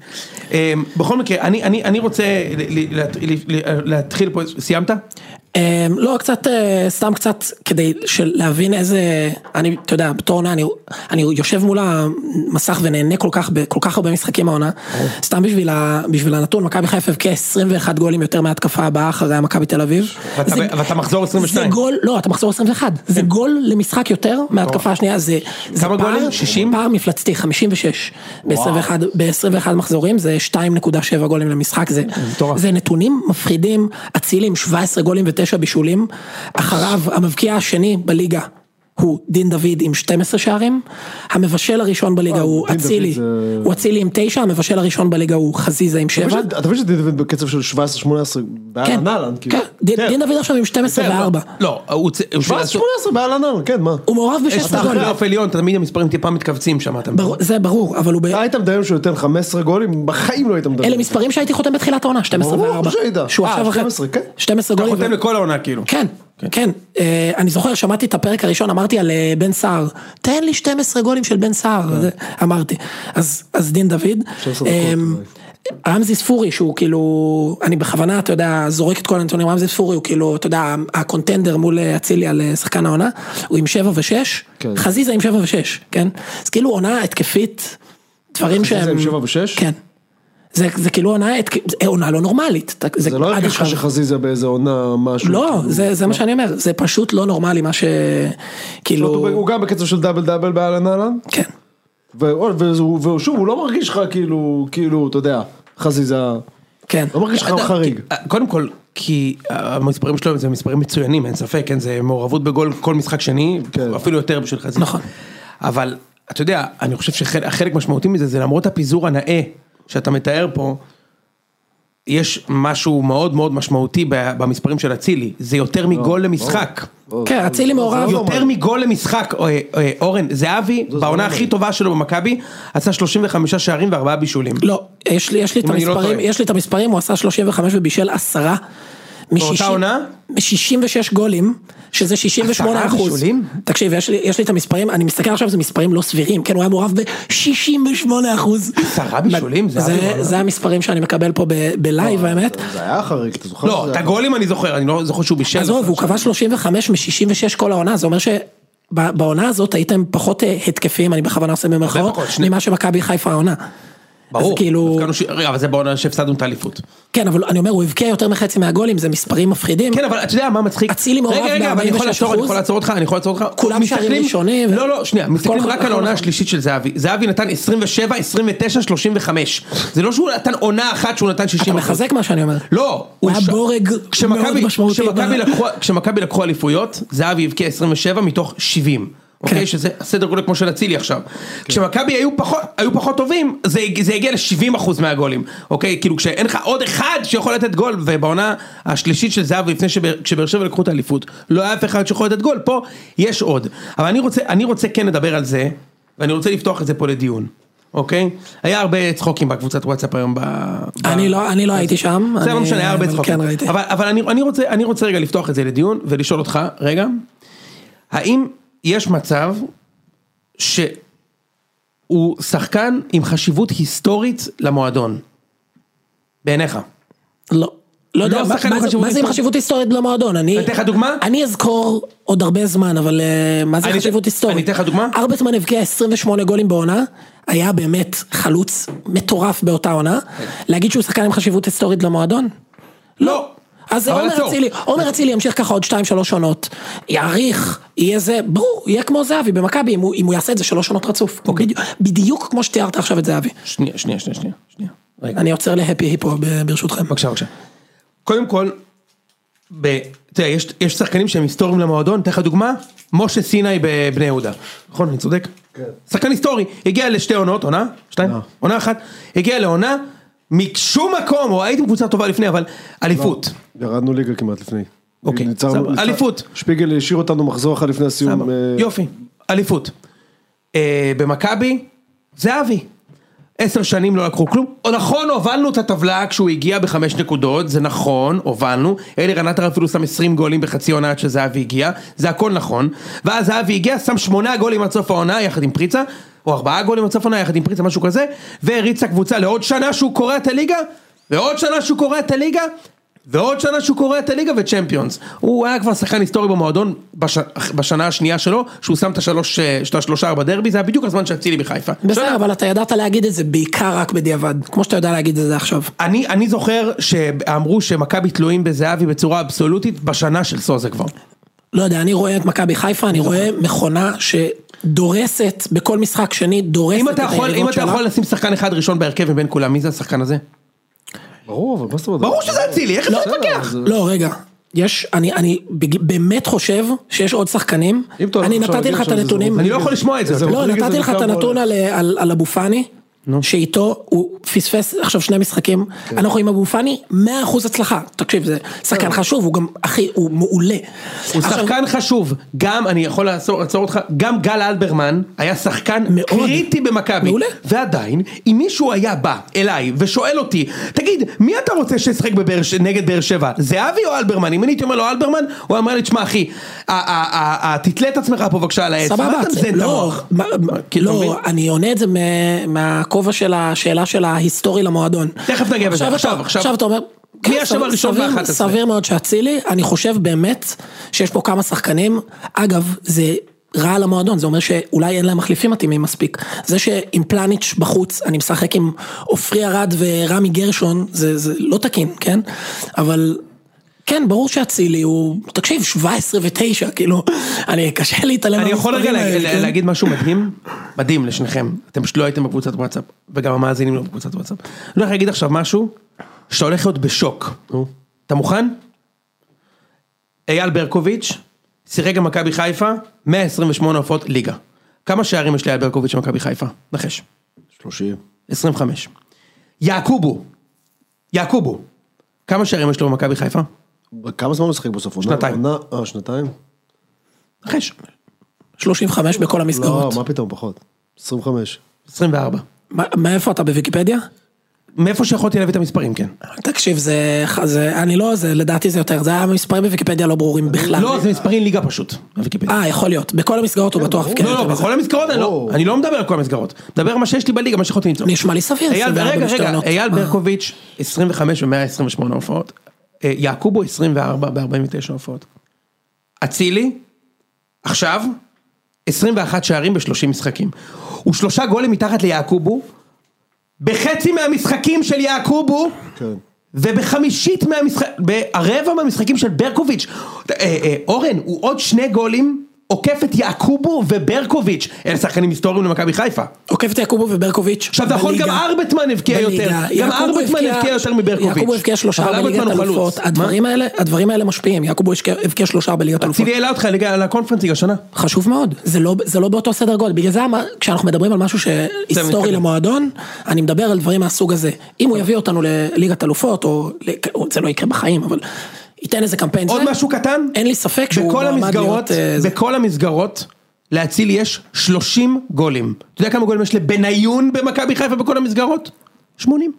Speaker 1: אה, בכל מקרה, אני- אני אני רוצה ל- ל- להת- ל- ל- להתחיל פה, סיימת?
Speaker 2: אמ, לא, קצת, אה, סתם קצת, כדי של- להבין איזה, אני, אתה יודע, בתור עונה, אני- אני יושב מול המסך ונהנה כל כך, בכל כך הרבה משחקים העונה. סתם בשביל ה- בשביל הנתון, מכבי חיפה הבקיעה 21 גולים יותר מההתקפה הבאה אחרי מכבי תל אביב.
Speaker 1: ואתה
Speaker 2: זה-
Speaker 1: ב- ואתה מחזור 22.
Speaker 2: זה גול, לא, אתה מחזור 21, זה גול למשחק יותר מההתקפה השנייה, זה זה
Speaker 1: כמה
Speaker 2: פער-
Speaker 1: גולים? 60?
Speaker 2: פער מפלצתי, 56 ב-21 ב-21 מחזורים, זה 2.7 גולים למשחק, זה
Speaker 1: מטורף.
Speaker 2: זה נתונים מפחידים, אצילי עם 17 גולים ותשע בישולים, אחריו המבקיע השני בליגה. הוא דין דוד עם 12 שערים, המבשל הראשון בליגה הוא
Speaker 4: דין דוד
Speaker 2: אצילי,
Speaker 4: זה-
Speaker 2: הוא אצילי עם 9, המבשל הראשון בליגה הוא חזיזה עם 7.
Speaker 4: אתה מבין שדין דוד בקצב של 17-18 באלן אלן, כאילו. כן,
Speaker 2: כן, דין דין דוד עכשיו עם 12 ו-4.
Speaker 1: לא, הוא צ- הוא-
Speaker 4: 17-18 באלן אלן, כן, מה?
Speaker 2: הוא מעורב
Speaker 1: אתה
Speaker 2: ב-16 גולים.
Speaker 1: אחרי הפליון, תמיד המספרים טיפה מתכווצים שם, אתה מבין?
Speaker 2: ברור- זה ברור, אבל הוא ב...
Speaker 4: אתה היית מדמיין שהוא ייתן 15 גולים? בחיים לא היית מדמיין.
Speaker 2: אלה מספרים שהייתי חותם בתחילת העונה, 12
Speaker 4: ברור
Speaker 2: ו-4.
Speaker 4: שהיית. אה, 12, כן.
Speaker 2: 12
Speaker 1: אתה
Speaker 2: גולים.
Speaker 1: חותם לכל העונה כאילו.
Speaker 2: כן, כן. אה, אני זוכר, שמעתי את הפרק הראשון, אמרתי על אה, בן סער, תן לי 12 גולים של בן סער, זה אמרתי. אז אז דין דוד.
Speaker 4: 12 אה. דקות,
Speaker 2: אה,
Speaker 4: אולי.
Speaker 2: רמזי ספורי שהוא כאילו, אני בכוונה, אתה יודע, זורק את כל הנתונים, רמזי ספורי הוא כאילו, אתה יודע, הקונטנדר מול אצילי על אה, שחקן העונה, הוא עם שבע ושש,
Speaker 4: כן.
Speaker 2: חזיזה עם שבע ושש, כן? אז כאילו עונה התקפית, דברים שהם...
Speaker 4: חזיזה עם שבע ושש?
Speaker 2: כן. זה, זה כאילו עונה, התק- זה עונה לא נורמלית. אתה-
Speaker 4: זה לא
Speaker 2: עד
Speaker 4: הרגיש לך
Speaker 2: עכשיו-
Speaker 4: שחזיזה באיזה עונה משהו.
Speaker 2: לא,
Speaker 4: כאילו.
Speaker 2: זה, זה מה שאני אומר, זה פשוט לא נורמלי מה ש...
Speaker 1: לא.
Speaker 4: הוא
Speaker 2: כאילו...
Speaker 4: לא, הוא גם בקצב של דאבל דאבל באהלן אהלן.
Speaker 2: כן.
Speaker 4: ושוב, הוא לא מרגיש לך כאילו, כאילו, אתה יודע, חזיזה,
Speaker 2: כן.
Speaker 4: לא מרגיש לך
Speaker 1: אתה-
Speaker 4: חריג.
Speaker 1: אה, קודם כל, כי אה, המספרים שלו זה מספרים מצוינים, אין ספק, כן, זה מעורבות בגול כל משחק שני,
Speaker 4: כן.
Speaker 1: אפילו יותר בשביל חזיזה.
Speaker 2: נכון.
Speaker 1: אבל, אתה יודע, אני חושב שחלק משמעותי מזה, זה למרות הפיזור הנאה שאתה מתאר פה, יש משהו מאוד מאוד משמעותי ב- במספרים של אצילי, זה יותר מגול למשחק.
Speaker 2: כן, אצילי מעורב.
Speaker 4: לא
Speaker 1: יותר מגול למשחק, אה, אה, אורן, זהבי, בעונה הכי טובה שלו במכבי, עשה 35 שערים וארבעה בישולים.
Speaker 2: לא, יש לי, יש לי את
Speaker 1: אם אני לא
Speaker 2: המספרים,
Speaker 1: טועה.
Speaker 2: יש לי את המספרים, הוא עשה 35 ובישל עשרה. משישים-
Speaker 1: עונה?
Speaker 2: מ-66 גולים, שזה 68
Speaker 1: עשרה
Speaker 2: אחוז.
Speaker 1: בישולים?
Speaker 2: תקשיב, יש לי, יש לי את המספרים, אני מסתכל עכשיו, זה מספרים לא סבירים, כן, הוא היה מעורב ב-68 אחוז.
Speaker 1: עשרה בישולים? זה
Speaker 2: זה,
Speaker 1: אבי,
Speaker 2: זה המספרים שאני מקבל פה ב- בלייב, האמת.
Speaker 4: זה היה חריג, אתה זוכר?
Speaker 1: לא,
Speaker 4: שזה
Speaker 1: את
Speaker 4: היה-
Speaker 1: הגולים אני זוכר, אני לא זוכר שהוא בישל.
Speaker 2: עזוב, הוא קבע 35 מ-66 כל העונה, זה אומר שבעונה הזאת הייתם פחות אה, התקפיים, אני בכוונה עושה במרכאות,
Speaker 1: פחות, שני-
Speaker 2: ממה שמכבי חיפה העונה.
Speaker 1: ברור.
Speaker 2: אז כאילו,
Speaker 1: הבקענו ש- רגע, אבל זה בעונה שהפסדנו את האליפות.
Speaker 2: כן, אבל אני אומר, הוא הבקיע יותר מחצי מהגולים, זה מספרים מפחידים.
Speaker 1: כן, אבל אתה יודע מה מצחיק?
Speaker 2: אצילי מעורב
Speaker 1: רגע, רגע, אבל אני יכול
Speaker 2: ב- 46%.
Speaker 1: לעצור, אני יכול לעצור אותך, אני יכול לעצור אותך.
Speaker 2: כולם שערים
Speaker 1: מסתכלים-
Speaker 2: ראשונים ו-
Speaker 1: לא, לא, שנייה, מסתכלים
Speaker 2: הכל-
Speaker 1: רק
Speaker 2: הכל
Speaker 1: על העונה
Speaker 2: נכון.
Speaker 1: השלישית של זהבי. זהבי נתן 27, 29, 35. זה לא שהוא נתן עונה אחת שהוא נתן 60.
Speaker 2: אתה מחזק מה שאני אומר.
Speaker 1: לא,
Speaker 2: הוא
Speaker 1: ש-
Speaker 2: היה בורג מאוד
Speaker 1: כשמכבי-
Speaker 2: משמעותי.
Speaker 1: כשמכבי
Speaker 2: ב-
Speaker 1: לקחו- כשמכבי לקחו אליפויות, זהבי הבקיע 27 מתוך 70.
Speaker 2: כן.
Speaker 1: אוקיי? שזה הסדר גודל כמו של אצילי עכשיו. כשמכבי היו פחות- היו פחות טובים, זה זה הגיע ל-70% מהגולים. אוקיי? כאילו כשאין לך עוד אחד שיכול לתת גול, ובעונה השלישית של זהבי לפני שבאר- כשבאר שבע לקחו את האליפות, לא היה אף אחד שיכול לתת גול, פה יש עוד. אבל אני רוצה- אני רוצה כן לדבר על זה, ואני רוצה לפתוח את זה פה לדיון. אוקיי? היה הרבה צחוקים בקבוצת וואטסאפ היום ב... ב-
Speaker 2: אני לא, אני לא הייתי שם.
Speaker 1: זה לא
Speaker 2: אני-
Speaker 1: משנה, היה הרבה
Speaker 2: אבל
Speaker 1: צחוקים.
Speaker 2: כן, ראיתי.
Speaker 1: אבל, אבל אני, אני, רוצה, אני רוצה רגע לפתוח את זה לדיון ולשאול אותך, רגע, האם יש מצב שהוא שחקן עם חשיבות היסטורית למועדון? בעיניך.
Speaker 2: לא. לא יודע,
Speaker 1: לא
Speaker 2: מה-
Speaker 1: שחקן עם
Speaker 2: מה זה-
Speaker 1: חשיבות
Speaker 2: מה זה עם
Speaker 1: היסטורית?
Speaker 2: חשיבות היסטורית למועדון? אני
Speaker 1: אני אתן לך דוגמה?
Speaker 2: אני אזכור עוד הרבה זמן, אבל אה, מה זה
Speaker 1: אני אתן-
Speaker 2: חשיבות היסטורית?
Speaker 1: אני אתן לך דוגמה?
Speaker 2: ארבטמן הבקיע 28 גולים בעונה, היה באמת חלוץ מטורף באותה עונה.
Speaker 1: כן.
Speaker 2: להגיד שהוא שחקן עם חשיבות היסטורית למועדון?
Speaker 1: לא.
Speaker 2: אז
Speaker 1: אבל
Speaker 2: עומר
Speaker 1: עצור.
Speaker 2: אצילי, עומר אצילי ימשיך ככה עוד 2-3 עונות, יעריך, יהיה זה, ברור, יהיה כמו זהבי במכבי, אם הוא- אם הוא יעשה את זה שלוש עונות רצוף.
Speaker 1: אוקיי.
Speaker 2: בדיוק- בדיוק כמו שתיארת עכשיו את זהבי.
Speaker 1: שנייה, שנייה, שנייה, שנייה. שנייה. רגע.
Speaker 2: אני עוצר להפי היפו ב- ברשותכם.
Speaker 1: בבקשה, בבקשה. קודם כל, ב, תראה, יש, יש שחקנים שהם היסטוריים למועדון, אתן לך דוגמה, משה סיני בבני יהודה. נכון, אני צודק? כן. שחקן היסטורי, הגיע לשתי עונות, עונה? שתיים?
Speaker 4: לא.
Speaker 1: עונה אחת. הגיע לעונה, משום מקום, או הייתם קבוצה טובה לפני, אבל אליפות.
Speaker 4: לא. ירדנו ליגה כמעט לפני.
Speaker 1: אוקיי,
Speaker 4: ניצרנו-
Speaker 1: סבבה.
Speaker 4: ניצר-
Speaker 1: אליפות.
Speaker 4: שפיגל השאיר אותנו מחזור אחד לפני הסיום.
Speaker 1: סבבה.
Speaker 4: אה,
Speaker 1: יופי, אליפות. אה, במכבי, זהבי. עשר שנים לא לקחו כלום. או נכון, הובלנו את הטבלה כשהוא הגיע בחמש נקודות, זה נכון, הובלנו. אלי רנטר אפילו שם 20 גולים בחצי עונה עד שזהבי הגיע, זה הכל נכון. ואז זהבי הגיע, שם שמונה גולים עד סוף העונה יחד עם פריצה, או ארבעה גולים עד סוף העונה יחד עם פריצה, משהו כזה, והריץ את הקבוצה לעוד שנה שהוא קורע את הליגה, ועוד שנה שהוא קורע את הליגה, ועוד שנה שהוא קורע את הליגה וצ'מפיונס. הוא היה כבר שחקן היסטורי במועדון בש... בשנה השנייה שלו, שהוא שם את השלוש, אה, את השלושה ארבע דרבי, זה היה בדיוק הזמן שאצילי בחיפה.
Speaker 2: בסדר, אבל אתה ידעת להגיד את זה בעיקר רק בדיעבד, כמו שאתה יודע להגיד את זה עכשיו.
Speaker 1: אני, אני זוכר שאמרו שמכבי תלויים בזהבי בצורה אבסולוטית בשנה של סוזה כבר.
Speaker 2: לא יודע, אני רואה את מכבי חיפה, אני רואה מכונה שדורסת בכל משחק שני, דורסת
Speaker 1: אם
Speaker 2: את
Speaker 1: אתה יכול, אם
Speaker 2: היריבות
Speaker 1: אתה
Speaker 2: שלה.
Speaker 1: יכול לשים שחקן אחד ראשון בהרכב מבין כולם, מי זה השחקן הזה?
Speaker 4: ברור, אבל מה זאת אומרת?
Speaker 1: ברור שזה אצילי, איך אפשר
Speaker 2: לא,
Speaker 1: להתווכח?
Speaker 4: זה-
Speaker 2: לא, רגע. יש, אני, אני בג- באמת חושב שיש עוד שחקנים,
Speaker 4: אם אתה הולך
Speaker 2: אני
Speaker 4: עכשיו
Speaker 2: נתתי
Speaker 4: להגיד
Speaker 2: לך את
Speaker 4: שזה
Speaker 2: הנתונים,
Speaker 4: זורק.
Speaker 1: אני לא יכול לשמוע את זה.
Speaker 4: זה
Speaker 1: אתה-
Speaker 4: לא-
Speaker 2: לא,
Speaker 4: רודריגז
Speaker 2: נתתי לך
Speaker 4: בעיקר
Speaker 2: את הנתון
Speaker 4: בעולם.
Speaker 2: על, על, על אבו פאני, שאיתו הוא פספס עכשיו שני משחקים,
Speaker 1: כן.
Speaker 2: אנחנו עם אבו פאני 100% הצלחה, תקשיב זה שחקן חשוב, הוא גם אחי, הוא מעולה.
Speaker 1: הוא
Speaker 2: עכשיו,
Speaker 1: שחקן חשוב, גם, אני יכול לעצור לעצור אותך, גם גל אלברמן היה שחקן
Speaker 2: מאוד.
Speaker 1: קריטי במכבי.
Speaker 2: מעולה.
Speaker 1: ועדיין, אם מישהו היה בא אליי ושואל אותי, תגיד, מי אתה רוצה שישחק בבאר ש- נגד באר שבע? זהבי או אלברמן? אם אני הייתי אומר לו אלברמן, הוא היה אומר לי, תשמע אחי, ה- ה- ה- ה- תתלה את עצמך פה בבקשה על העץ, מה
Speaker 2: סבבה,
Speaker 1: אתה מזיין את
Speaker 2: לא,
Speaker 1: המוח?
Speaker 2: מה- מה-
Speaker 1: כאילו, אתה
Speaker 2: לא,
Speaker 1: מבין?
Speaker 2: אני עונה את זה מה- מהכובע בכובע של השאלה של ההיסטורי למועדון.
Speaker 1: תכף נגיע לזה,
Speaker 2: אתה-
Speaker 1: עכשיו, עכשיו.
Speaker 2: אתה אומר,
Speaker 1: מי
Speaker 2: כן,
Speaker 1: השם
Speaker 2: סביר-
Speaker 1: הראשון
Speaker 2: סביר-
Speaker 1: ב-11?
Speaker 2: סביר מאוד שאצילי, אני חושב באמת שיש פה כמה שחקנים, אגב, זה רע למועדון, זה אומר שאולי אין להם מחליפים מתאימים מספיק. זה שעם פלניץ' בחוץ, אני משחק עם עופרי ארד ורמי גרשון, זה, זה לא תקין, כן? אבל... כן, ברור שאצילי הוא, תקשיב, 17 ו-9, כאילו, אני, קשה להתעלם
Speaker 1: אני יכול רגע
Speaker 2: מהמספרים
Speaker 1: להגיד-
Speaker 2: האלה, כן?
Speaker 1: להגיד משהו מדהים, מדהים לשניכם, אתם פשוט לא הייתם בקבוצת וואטסאפ, וגם המאזינים לא בקבוצת וואטסאפ. אני הולך להגיד עכשיו משהו, שאתה הולך להיות בשוק. אתה מוכן? אייל ברקוביץ', שיחק במכבי חיפה, 128 הופעות ליגה. כמה שערים יש לאייל ברקוביץ' במכבי חיפה? נחש.
Speaker 4: 30.
Speaker 1: 25. יעקובו, יעקובו, כמה שערים יש לו במכבי חיפה?
Speaker 4: כמה זמן הוא משחק בסוף? עונה-
Speaker 1: שנתיים.
Speaker 4: עונה- אה, שנתיים?
Speaker 1: נחש.
Speaker 2: 35 בכל
Speaker 4: לא,
Speaker 2: המסגרות.
Speaker 4: מה פתאום, פחות. 25.
Speaker 1: 24.
Speaker 2: מה- מאיפה אתה בוויקיפדיה?
Speaker 1: מאיפה שיכולתי להביא את המספרים, כן.
Speaker 2: תקשיב, זה, זה, אני לא, זה, לדעתי זה יותר, זה היה מספרים בוויקיפדיה לא ברורים בכלל.
Speaker 1: לא, זה מספרים ליגה פשוט. בוויקיפדיה.
Speaker 2: אה, יכול להיות, בכל המסגרות הוא בטוח, כן,
Speaker 1: לא, לא,
Speaker 2: יותר מזה.
Speaker 1: בכל המסגרות אני לא,
Speaker 4: ברור.
Speaker 1: אני לא מדבר על כל המסגרות. מדבר מה שיש לי בליגה, מה שיכולתי למצוא.
Speaker 2: נשמע לי סביר,
Speaker 1: אייל,
Speaker 2: 24
Speaker 1: רגע,
Speaker 2: בשתי
Speaker 1: רגע,
Speaker 2: עונות.
Speaker 1: אייל
Speaker 2: אה.
Speaker 1: ברקוביץ', 25 ו-128 הופעות. אה, יעקובו, 24 ב-49 הופעות. אצילי, עכשיו, 21 שערים ב-30 משחקים. הוא שלושה גולים מתחת ליעקובו, בחצי מהמשחקים של יעקובו,
Speaker 4: כן.
Speaker 1: ובחמישית מהמשחק, ברבע מהמשחקים של ברקוביץ', אה, אה, אורן, הוא עוד שני גולים, עוקף את יעקובו וברקוביץ', אלה שחקנים היסטוריים למכבי חיפה.
Speaker 2: עוקב את יעקובו וברקוביץ'.
Speaker 1: עכשיו, אתה יכול,
Speaker 2: בליגה.
Speaker 1: גם ארבטמן הבקיע
Speaker 2: בליגה.
Speaker 1: יותר, גם
Speaker 2: יעקובו
Speaker 1: ארבטמן
Speaker 2: הבקיע-
Speaker 1: הבקיע יותר מברקוביץ'.
Speaker 2: יעקובו הבקיע שלושה
Speaker 1: אבל
Speaker 2: בליגת
Speaker 1: ארבטמן הוא חלוץ.
Speaker 2: אלופות,
Speaker 1: מה?
Speaker 2: הדברים האלה, הדברים האלה משפיעים, יעקובו הבקיע- הבקיע שלושה בליגת אלופות.
Speaker 1: צילי העלה אותך לליגה- לקונפרנסינג
Speaker 2: כן.
Speaker 1: השנה.
Speaker 2: חשוב מאוד, זה לא, זה לא באותו סדר גודל, בגלל זה אמר- כשאנחנו מדברים על משהו שהיסטורי
Speaker 1: מתקדם. כן.
Speaker 2: למועדון, אני מדבר על דברים מהסוג הזה. אם הוא יביא אותנו לליגת אלופות, או ל- או זה לא יקרה בחיים, אבל ייתן איזה קמפיין.
Speaker 1: עוד
Speaker 2: זה,
Speaker 1: משהו קטן?
Speaker 2: אין לי ספק שהוא
Speaker 1: בכל
Speaker 2: מועמד
Speaker 1: המסגרות,
Speaker 2: להיות... אה, זה-
Speaker 1: בכל המסגרות, לאצילי יש 30 גולים. אתה יודע כמה גולים יש לבניון במכבי חיפה בכל המסגרות? 80.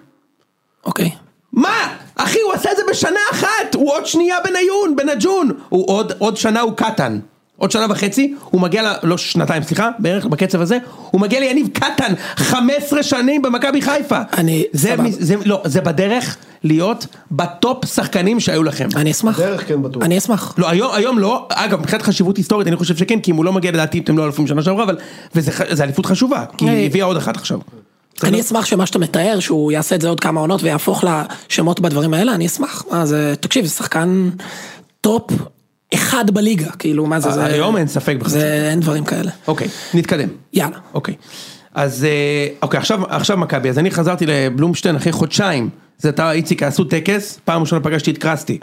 Speaker 2: אוקיי.
Speaker 1: מה? אחי, הוא עשה את זה בשנה אחת! הוא עוד שנייה בניון, בנג'ון! הוא עוד, עוד שנה הוא קטן. עוד שנה וחצי, הוא מגיע ל... לא, שנתיים, סליחה, בערך בקצב הזה, הוא מגיע ליניב קטן, 15 שנים במכבי חיפה.
Speaker 2: אני-
Speaker 1: זה,
Speaker 2: סבבה.
Speaker 1: מ- זה, לא, זה בדרך להיות בטופ שחקנים שהיו לכם.
Speaker 2: אני אשמח.
Speaker 4: בדרך כן בטוח.
Speaker 2: אני אשמח.
Speaker 1: לא, היום, היום לא, אגב, מבחינת חשיבות היסטורית, אני חושב שכן, כי אם הוא לא מגיע לדעתי, אתם לא אלופים שנה שעברה, אבל... וזה ח- זה אליפות חשובה, כי
Speaker 2: אה.
Speaker 1: היא הביאה עוד אחת עכשיו.
Speaker 2: אני אשמח שמה שאתה מתאר, שהוא יעשה את זה עוד כמה עונות ויהפוך לשמות בדברים האלה, אני אשמח. מה זה, תקשיב, שחקן טופ אחד בליגה, כאילו, מה זה, זה...
Speaker 1: היום אין ספק בכלל.
Speaker 2: זה, אין דברים כאלה.
Speaker 1: אוקיי, נתקדם.
Speaker 2: יאללה.
Speaker 1: אוקיי. אז אה, אוקיי, עכשיו, עכשיו מכבי, אז אני חזרתי לבלומשטיין אחרי חודשיים. זה אתה, איציק, עשו טקס, פעם ראשונה פגשתי את קרסטי.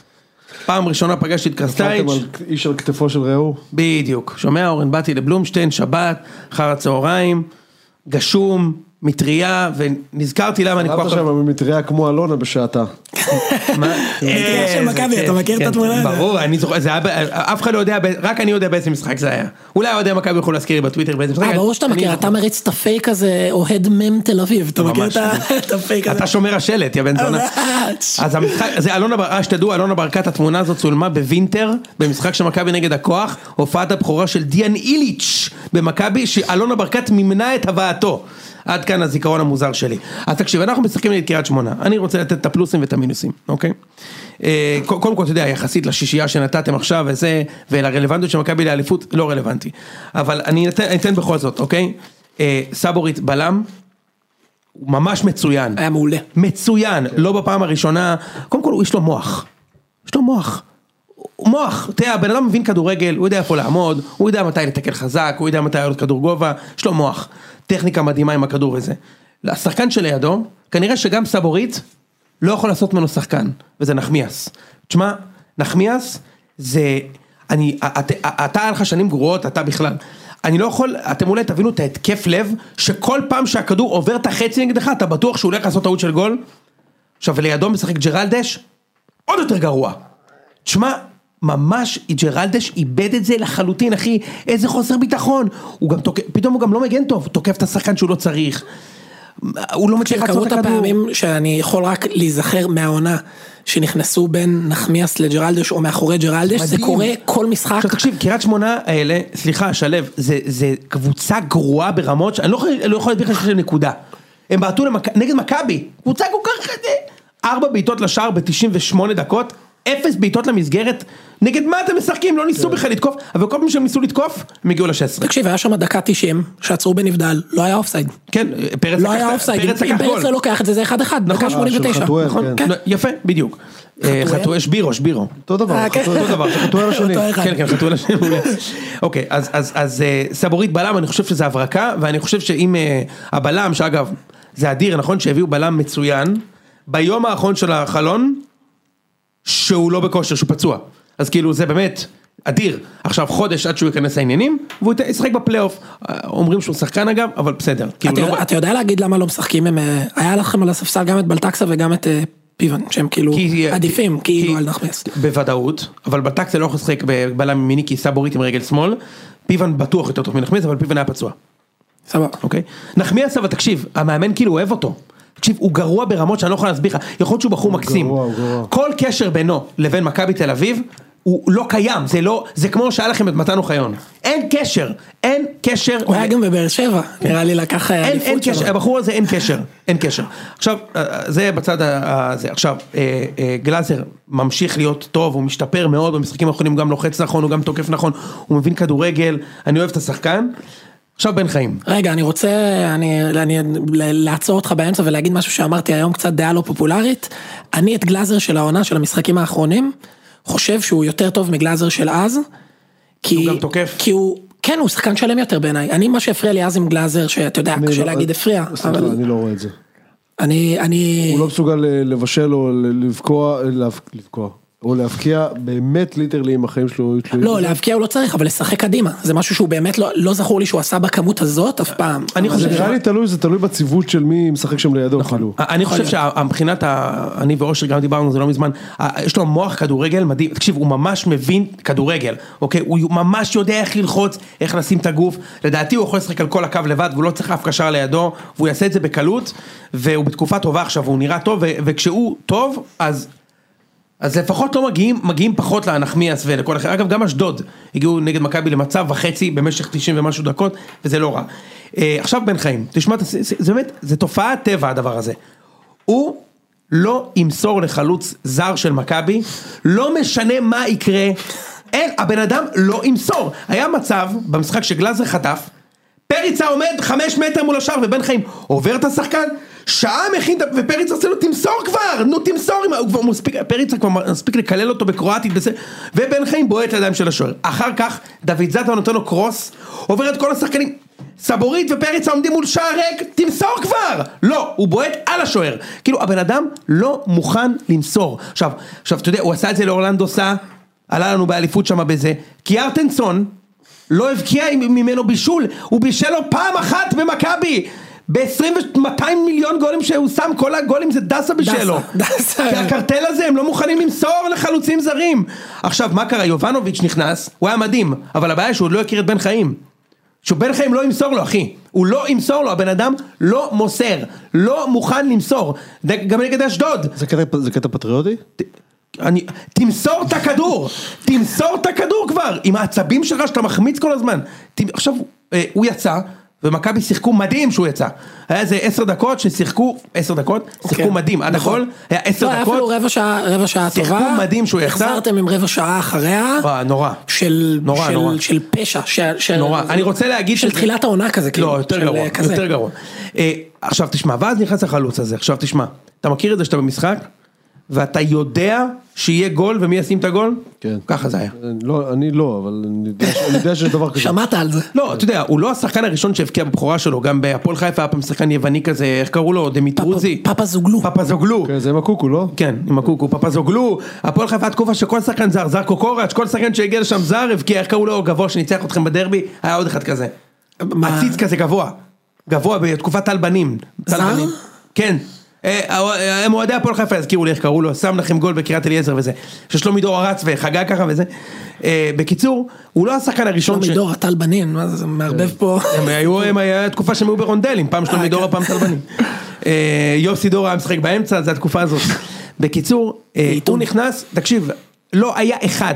Speaker 1: <laughs> פעם ראשונה פגשתי את קרסטייץ',
Speaker 4: נפלתם על איש על כתפו של רעהו?
Speaker 1: בדיוק. שומע אורן, באתי לבלומשטיין, שבת, אחר הצהריים, גשום, מטריה, ונזכרתי למה אני כל
Speaker 4: נפלת
Speaker 1: כך...
Speaker 4: שם במטריה כמו אלונה
Speaker 2: <laughs>
Speaker 4: בשעתה.
Speaker 1: מה?
Speaker 2: המטריה של
Speaker 1: איזה
Speaker 2: מכבי,
Speaker 1: כיף,
Speaker 2: אתה מכיר את
Speaker 1: כן,
Speaker 2: התמונה?
Speaker 1: ברור, אני זוכר, זה היה, ב- אף אחד לא יודע, ב- רק אני יודע באיזה משחק זה היה. אולי אוהדי מכבי יוכלו להזכיר לי בטוויטר באיזה משחק.
Speaker 2: אה, ברור שאתה
Speaker 1: אני
Speaker 2: מכיר,
Speaker 1: זוכר.
Speaker 2: אתה מריץ את הפייק הזה, אוהד מ"ם תל אביב, אתה מכיר
Speaker 1: ממש.
Speaker 2: את ה- <laughs> את הפייק הזה?
Speaker 1: אתה שומר השלט, יא בן
Speaker 2: אה, <laughs>
Speaker 1: זונה. אז המשחק, זה אלונה, בר- אה שתדעו, אלונה ברקת התמונה הזאת צולמה בווינטר, במשחק של מכבי נגד הכוח, הופעת הבכורה של דיאן איליץ' במכבי, שאלונה ברקת מימנה את הבאתו. עד כאן הזיכרון המוזר שלי. אז תקשיב, אנחנו משחקים נגד קריית שמונה, אני רוצה לתת את הפלוסים ואת המינוסים, אוקיי? אה, ק- קודם כל, אתה יודע, יחסית לשישייה שנתתם עכשיו וזה, ולרלוונטיות של מכבי לאליפות, לא רלוונטי. אבל אני אתן, אני אתן בכל זאת, אוקיי? אה, סבורית בלם, הוא ממש מצוין.
Speaker 2: היה מעולה.
Speaker 1: מצוין, לא בפעם הראשונה, קודם כל הוא- יש לו מוח, יש לו מוח, הוא מוח, אתה יודע, הבן אדם מבין כדורגל, הוא יודע איפה לעמוד, הוא יודע מתי לתקל חזק, הוא יודע מתי לעלות כדור גובה, יש לו מוח, טכניקה מדהימה עם הכדור הזה. השחקן שלידו, כנראה שגם סבורית לא יכול לעשות ממנו שחקן, וזה נחמיאס. תשמע, נחמיאס זה, אני, את- אתה היה לך שנים גרועות, אתה בכלל. אני לא יכול, אתם אולי תבינו את ההתקף לב, שכל פעם שהכדור עובר את החצי נגדך, אתה בטוח שהוא הולך לעשות טעות של גול? עכשיו, ולידו משחק ג'רלדש, עוד יותר גרוע. תשמע, ממש ג'רלדש איבד את זה לחלוטין, אחי, איזה חוסר ביטחון. הוא גם תוקף, פתאום הוא גם לא מגן טוב, תוקף את השחקן שהוא לא צריך. הוא לא מצליח לעצור את
Speaker 2: כמות
Speaker 1: הכדור.
Speaker 2: הפעמים שאני יכול רק להיזכר מהעונה שנכנסו בין נחמיאס לג'רלדש או מאחורי ג'רלדש, זה
Speaker 1: מדהים.
Speaker 2: קורה כל משחק.
Speaker 1: עכשיו תקשיב, קריית שמונה האלה, סליחה, שלו, זה, זה קבוצה גרועה ברמות, שאני לא יכול, לא יכול להסביר לך שיש להם נקודה. הם בעטו למק... נגד מכבי, קבוצה כל כך... אה, ארבע בעיטות לשער ב-98 דקות, אפס בעיטות למסגרת, נגד מה אתם משחקים? לא
Speaker 2: כן.
Speaker 1: ניסו בכלל לתקוף, אבל כל פעם שהם ניסו לתקוף, הם הגיעו ל-16.
Speaker 2: תקשיב, היה שם דקה 90 שעצרו בנבדל, לא היה אופסייד.
Speaker 1: כן, פרץ לקח-
Speaker 2: לא היה אופסייד, אם
Speaker 1: פרץ
Speaker 2: אם
Speaker 1: לקח גול.
Speaker 2: פרץ לא לוקח את זה, זה 1-1, דקה
Speaker 1: נכון.
Speaker 2: 89.
Speaker 4: של חתואל,
Speaker 2: נכון?
Speaker 4: כן.
Speaker 2: כן.
Speaker 1: לא, יפה, בדיוק. אה, חתואל, שבירו, שבירו.
Speaker 4: אותו דבר,
Speaker 2: אה, כן.
Speaker 4: חתואל-
Speaker 1: אותו דבר.
Speaker 4: חתואל השני.
Speaker 2: אותו אחד.
Speaker 1: כן, כן, חתול השם. מעולה. אוקיי, אז- אז- אז אה, סבורית בלם, אני חושב שזה הברקה, ואני חושב שאם אה, הבלם, שאגב, זה אדיר, נכון? שהביאו בלם מצוין, ביום האחרון של החלון, שהוא לא בכושר, שהוא פצוע. אז כאילו זה באמת אדיר. עכשיו חודש עד שהוא ייכנס לעניינים, והוא ית- ישחק בפלייאוף. אה, אומרים שהוא שחקן אגב, אבל בסדר. כאילו
Speaker 2: אתה
Speaker 1: לא-
Speaker 2: יודע- אתה יודע להגיד למה לא משחקים? הם, אה, היה לכם על הספסל גם את בלטקסה וגם את אה, פיבן, שהם כאילו
Speaker 1: כי-
Speaker 2: עדיפים,
Speaker 1: כי-
Speaker 2: כאילו על נחמיאס.
Speaker 1: בוודאות, אבל בטק זה לא יכול לשחק בבלם ימיני כי סבורית עם רגל שמאל. פיבן בטוח יותר טוב מנחמיאס, אבל פיבן היה פצוע.
Speaker 2: סבבה.
Speaker 1: אוקיי? נחמיאס אבל תקשיב, המאמן כאילו אוהב אותו. תקשיב, הוא גרוע ברמות שאני לא יכול להסביר לך, יכול להיות שהוא בחור מקסים.
Speaker 4: גרוע, הוא גרוע.
Speaker 1: כל קשר בינו לבין מכבי תל אביב, הוא לא קיים, זה לא, זה כמו שהיה לכם את מתן אוחיון. אין קשר, אין קשר.
Speaker 2: הוא היה גם בבאר שבע, נראה לי לקח אה,
Speaker 1: אין, אין
Speaker 2: אליפות שלו.
Speaker 1: קשר, הבחור הזה אין קשר, אין קשר. עכשיו, אה, אה, זה בצד ה- הזה. עכשיו, אה, אה, גלאזר ממשיך להיות טוב, הוא משתפר מאוד במשחקים האחרונים, הוא גם לוחץ נכון, הוא גם תוקף נכון, הוא מבין כדורגל, אני אוהב את השחקן. עכשיו בן חיים.
Speaker 2: רגע, אני רוצה אני, אני, ל- לעצור אותך באמצע ולהגיד משהו שאמרתי היום, קצת דעה לא פופולרית. אני את גלאזר של העונה של המשחקים האחרונים, חושב שהוא יותר טוב מגלאזר של אז. כי,
Speaker 1: הוא גם תוקף.
Speaker 2: כי הוא, כן, הוא שחקן שלם יותר בעיניי. אני, מה שהפריע לי אז עם גלאזר, שאתה יודע,
Speaker 4: אני
Speaker 2: קשה
Speaker 4: לא-
Speaker 2: להגיד הפריע,
Speaker 4: סליחה,
Speaker 2: אבל
Speaker 4: אני לא רואה את זה.
Speaker 2: אני, אני,
Speaker 4: הוא לא מסוגל אה, לבשל או ל- לבקוע, אה, להב- לבקוע, או להבקיע באמת ליטרלי אם החיים שלו היו תלויים.
Speaker 2: לא, להבקיע הוא לא צריך, אבל לשחק קדימה. זה משהו שהוא באמת לא, לא זכור לי שהוא עשה בכמות הזאת אף פעם.
Speaker 1: אני
Speaker 2: אבל-
Speaker 4: זה
Speaker 1: חושב
Speaker 4: נראה לי תלוי, זה תלוי בציוות של מי משחק שם לידו, כאילו.
Speaker 1: אני חושב שמבחינת, ה- אני ואושר גם דיברנו על זה לא מזמן, ה- יש לו מוח כדורגל מדהים, תקשיב, הוא ממש מבין כדורגל, אוקיי? הוא ממש יודע איך ללחוץ, איך לשים את הגוף, לדעתי הוא יכול לשחק על כל הקו לבד, והוא לא צריך אף קשר לידו, והוא יעשה את זה בקלות, והוא בתקופה טובה עכשיו, והוא נראה טוב, ו- וכשהוא טוב, אז... אז לפחות לא מגיעים, מגיעים פחות לנחמיאס ולכל אחר, אגב גם אשדוד הגיעו נגד מכבי למצב וחצי במשך 90 ומשהו דקות וזה לא רע. אה, עכשיו בן חיים, תשמע, את הס- זה זה באמת, זה תופעת טבע הדבר הזה. הוא לא ימסור לחלוץ זר של מכבי, לא משנה מה יקרה, אין, הבן אדם לא ימסור. היה מצב במשחק שגלאזר חטף, פריצה עומד חמש מטר מול השער ובן חיים עובר את השחקן, שעה מכין, את ה- ופריצה עושה לו תמסור כבר, נו תמסור, עם ה-" הוא כבר מספיק, פריצה כבר מספיק לקלל אותו בקרואטית, בסדר, ובן חיים בועט לידיים של השוער. אחר כך דוד זאטה נותן לו קרוס, עובר את כל השחקנים. סבורית ופרץ עומדים מול שער ריק, תמסור כבר! לא, הוא בועט על השוער. כאילו, הבן אדם לא מוכן למסור. עכשיו, עכשיו, אתה יודע, הוא עשה את זה לאורלנדו סא, עלה לנו באליפות שם בזה. קיארטנסון לא הבקיע עם- ממנו בישול, הוא בישל לו פעם אחת במכבי! ב-20-200 מיליון גולים שהוא שם, כל הגולים זה דסה בישל לו.
Speaker 2: דסה, דסה.
Speaker 1: כי הקרטל הזה, הם לא מוכנים למסור לחלוצים זרים. עכשיו, מה קרה? יובנוביץ' נכנס, הוא היה מדהים, אבל הבעיה היא שהוא עוד לא הכיר את בן חיים. שבן חיים לא ימסור לו אחי, הוא לא ימסור לו, הבן אדם לא מוסר, לא מוכן למסור, ד- גם נגד אשדוד,
Speaker 4: זה קטע- זה קטע פטריוטי?
Speaker 1: אני, תמסור את הכדור, תמסור את הכדור כבר, עם העצבים שלך שאתה מחמיץ כל הזמן, ת, עכשיו אה, הוא יצא, ומכבי שיחקו מדהים שהוא יצא, היה איזה עשר דקות ששיחקו, עשר דקות, שיחקו
Speaker 2: כן.
Speaker 1: מדהים, עד הכל, היה עשר
Speaker 2: לא, היה אפילו
Speaker 1: דקות,
Speaker 2: רבע שעה, רבע שעה
Speaker 1: שיחקו
Speaker 2: טובה.
Speaker 1: מדהים שהוא יצא.
Speaker 2: החזרתם עם רבע שעה אחריה.
Speaker 1: וואי, נורא,
Speaker 2: של,
Speaker 1: נורא,
Speaker 2: של,
Speaker 1: נורא.
Speaker 2: של פשע, של, של,
Speaker 1: נורא. אני רוצה להגיד
Speaker 2: של
Speaker 1: שזה-
Speaker 2: תחילת העונה כזה, כאילו,
Speaker 1: לא, יותר
Speaker 2: של,
Speaker 1: גרוע,
Speaker 2: אה, כזה.
Speaker 1: יותר גרוע. אה, עכשיו תשמע, ואז נכנס החלוץ הזה, עכשיו תשמע, אתה מכיר את זה שאתה במשחק, ואתה יודע שיהיה גול ומי ישים את הגול?
Speaker 4: כן.
Speaker 1: ככה זה היה.
Speaker 4: לא, אני לא, אבל אני יודע ש- אני יודע שיש דבר כזה.
Speaker 2: שמעת על זה.
Speaker 1: לא, אתה יודע, הוא לא השחקן הראשון שהבקיע בבכורה שלו, גם בהפועל חיפה היה פעם שחקן יווני כזה, איך קראו לו? דמיטרוזי?
Speaker 2: פאפה- פאפה זוגלו.
Speaker 1: פאפה זוגלו.
Speaker 4: כן, זה עם הקוקו, לא?
Speaker 1: כן, עם הקוקו, פאפה זוגלו, הפועל חיפה התקופה שכל שחקן זר, זר קוקורץ', כל שחקן שהגיע לשם זר הבקיע, איך קראו לו? גבוה שניצח אתכם בדרבי, היה עוד אחד כזה.
Speaker 2: מה?
Speaker 1: עציץ כזה גבוה, גבוה בתקופת טל בנים. טל
Speaker 2: זר?
Speaker 1: בנים. כן. אה, אה, הם אוהדי הפועל חיפה יזכירו לי איך קראו לו, שם לכם גול בקריית אליעזר וזה. ששלומי דור רץ וחגג ככה וזה. אה, בקיצור, הוא לא השחקן הראשון
Speaker 2: שלומי דור, טל בנין, מה זה, זה מערבב
Speaker 1: כן. <laughs>
Speaker 2: פה.
Speaker 1: הם היו, הם היה תקופה שהם היו ברונדלים, פעם שלומי דורה, פעם טלבנים. אה, יוסי דורה היה משחק באמצע, זה התקופה הזאת. בקיצור, אה, הוא נכנס, תקשיב, לא היה אחד,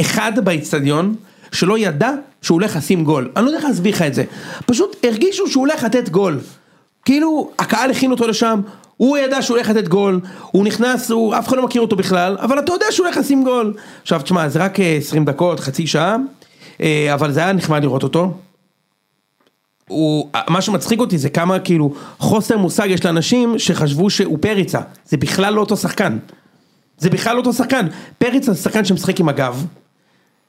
Speaker 1: אחד באיצטדיון, שלא ידע שהוא הולך לשים גול. אני לא יודע איך להסביר לך את זה. פשוט הרגישו שהוא הולך לתת גול. כאילו, הקהל הכין אותו לשם, הוא ידע שהוא הולך לתת גול, הוא נכנס, הוא, אף אחד לא מכיר אותו בכלל, אבל אתה יודע שהוא הולך לשים גול. עכשיו, תשמע, זה רק אה, 20 דקות, חצי שעה, אה, אבל זה היה נחמד לראות אותו. הוא, מה שמצחיק אותי זה כמה כאילו חוסר מושג יש לאנשים שחשבו שהוא פריצה, זה בכלל לא אותו שחקן. זה בכלל לא אותו שחקן, פריצה זה שחקן שמשחק עם הגב,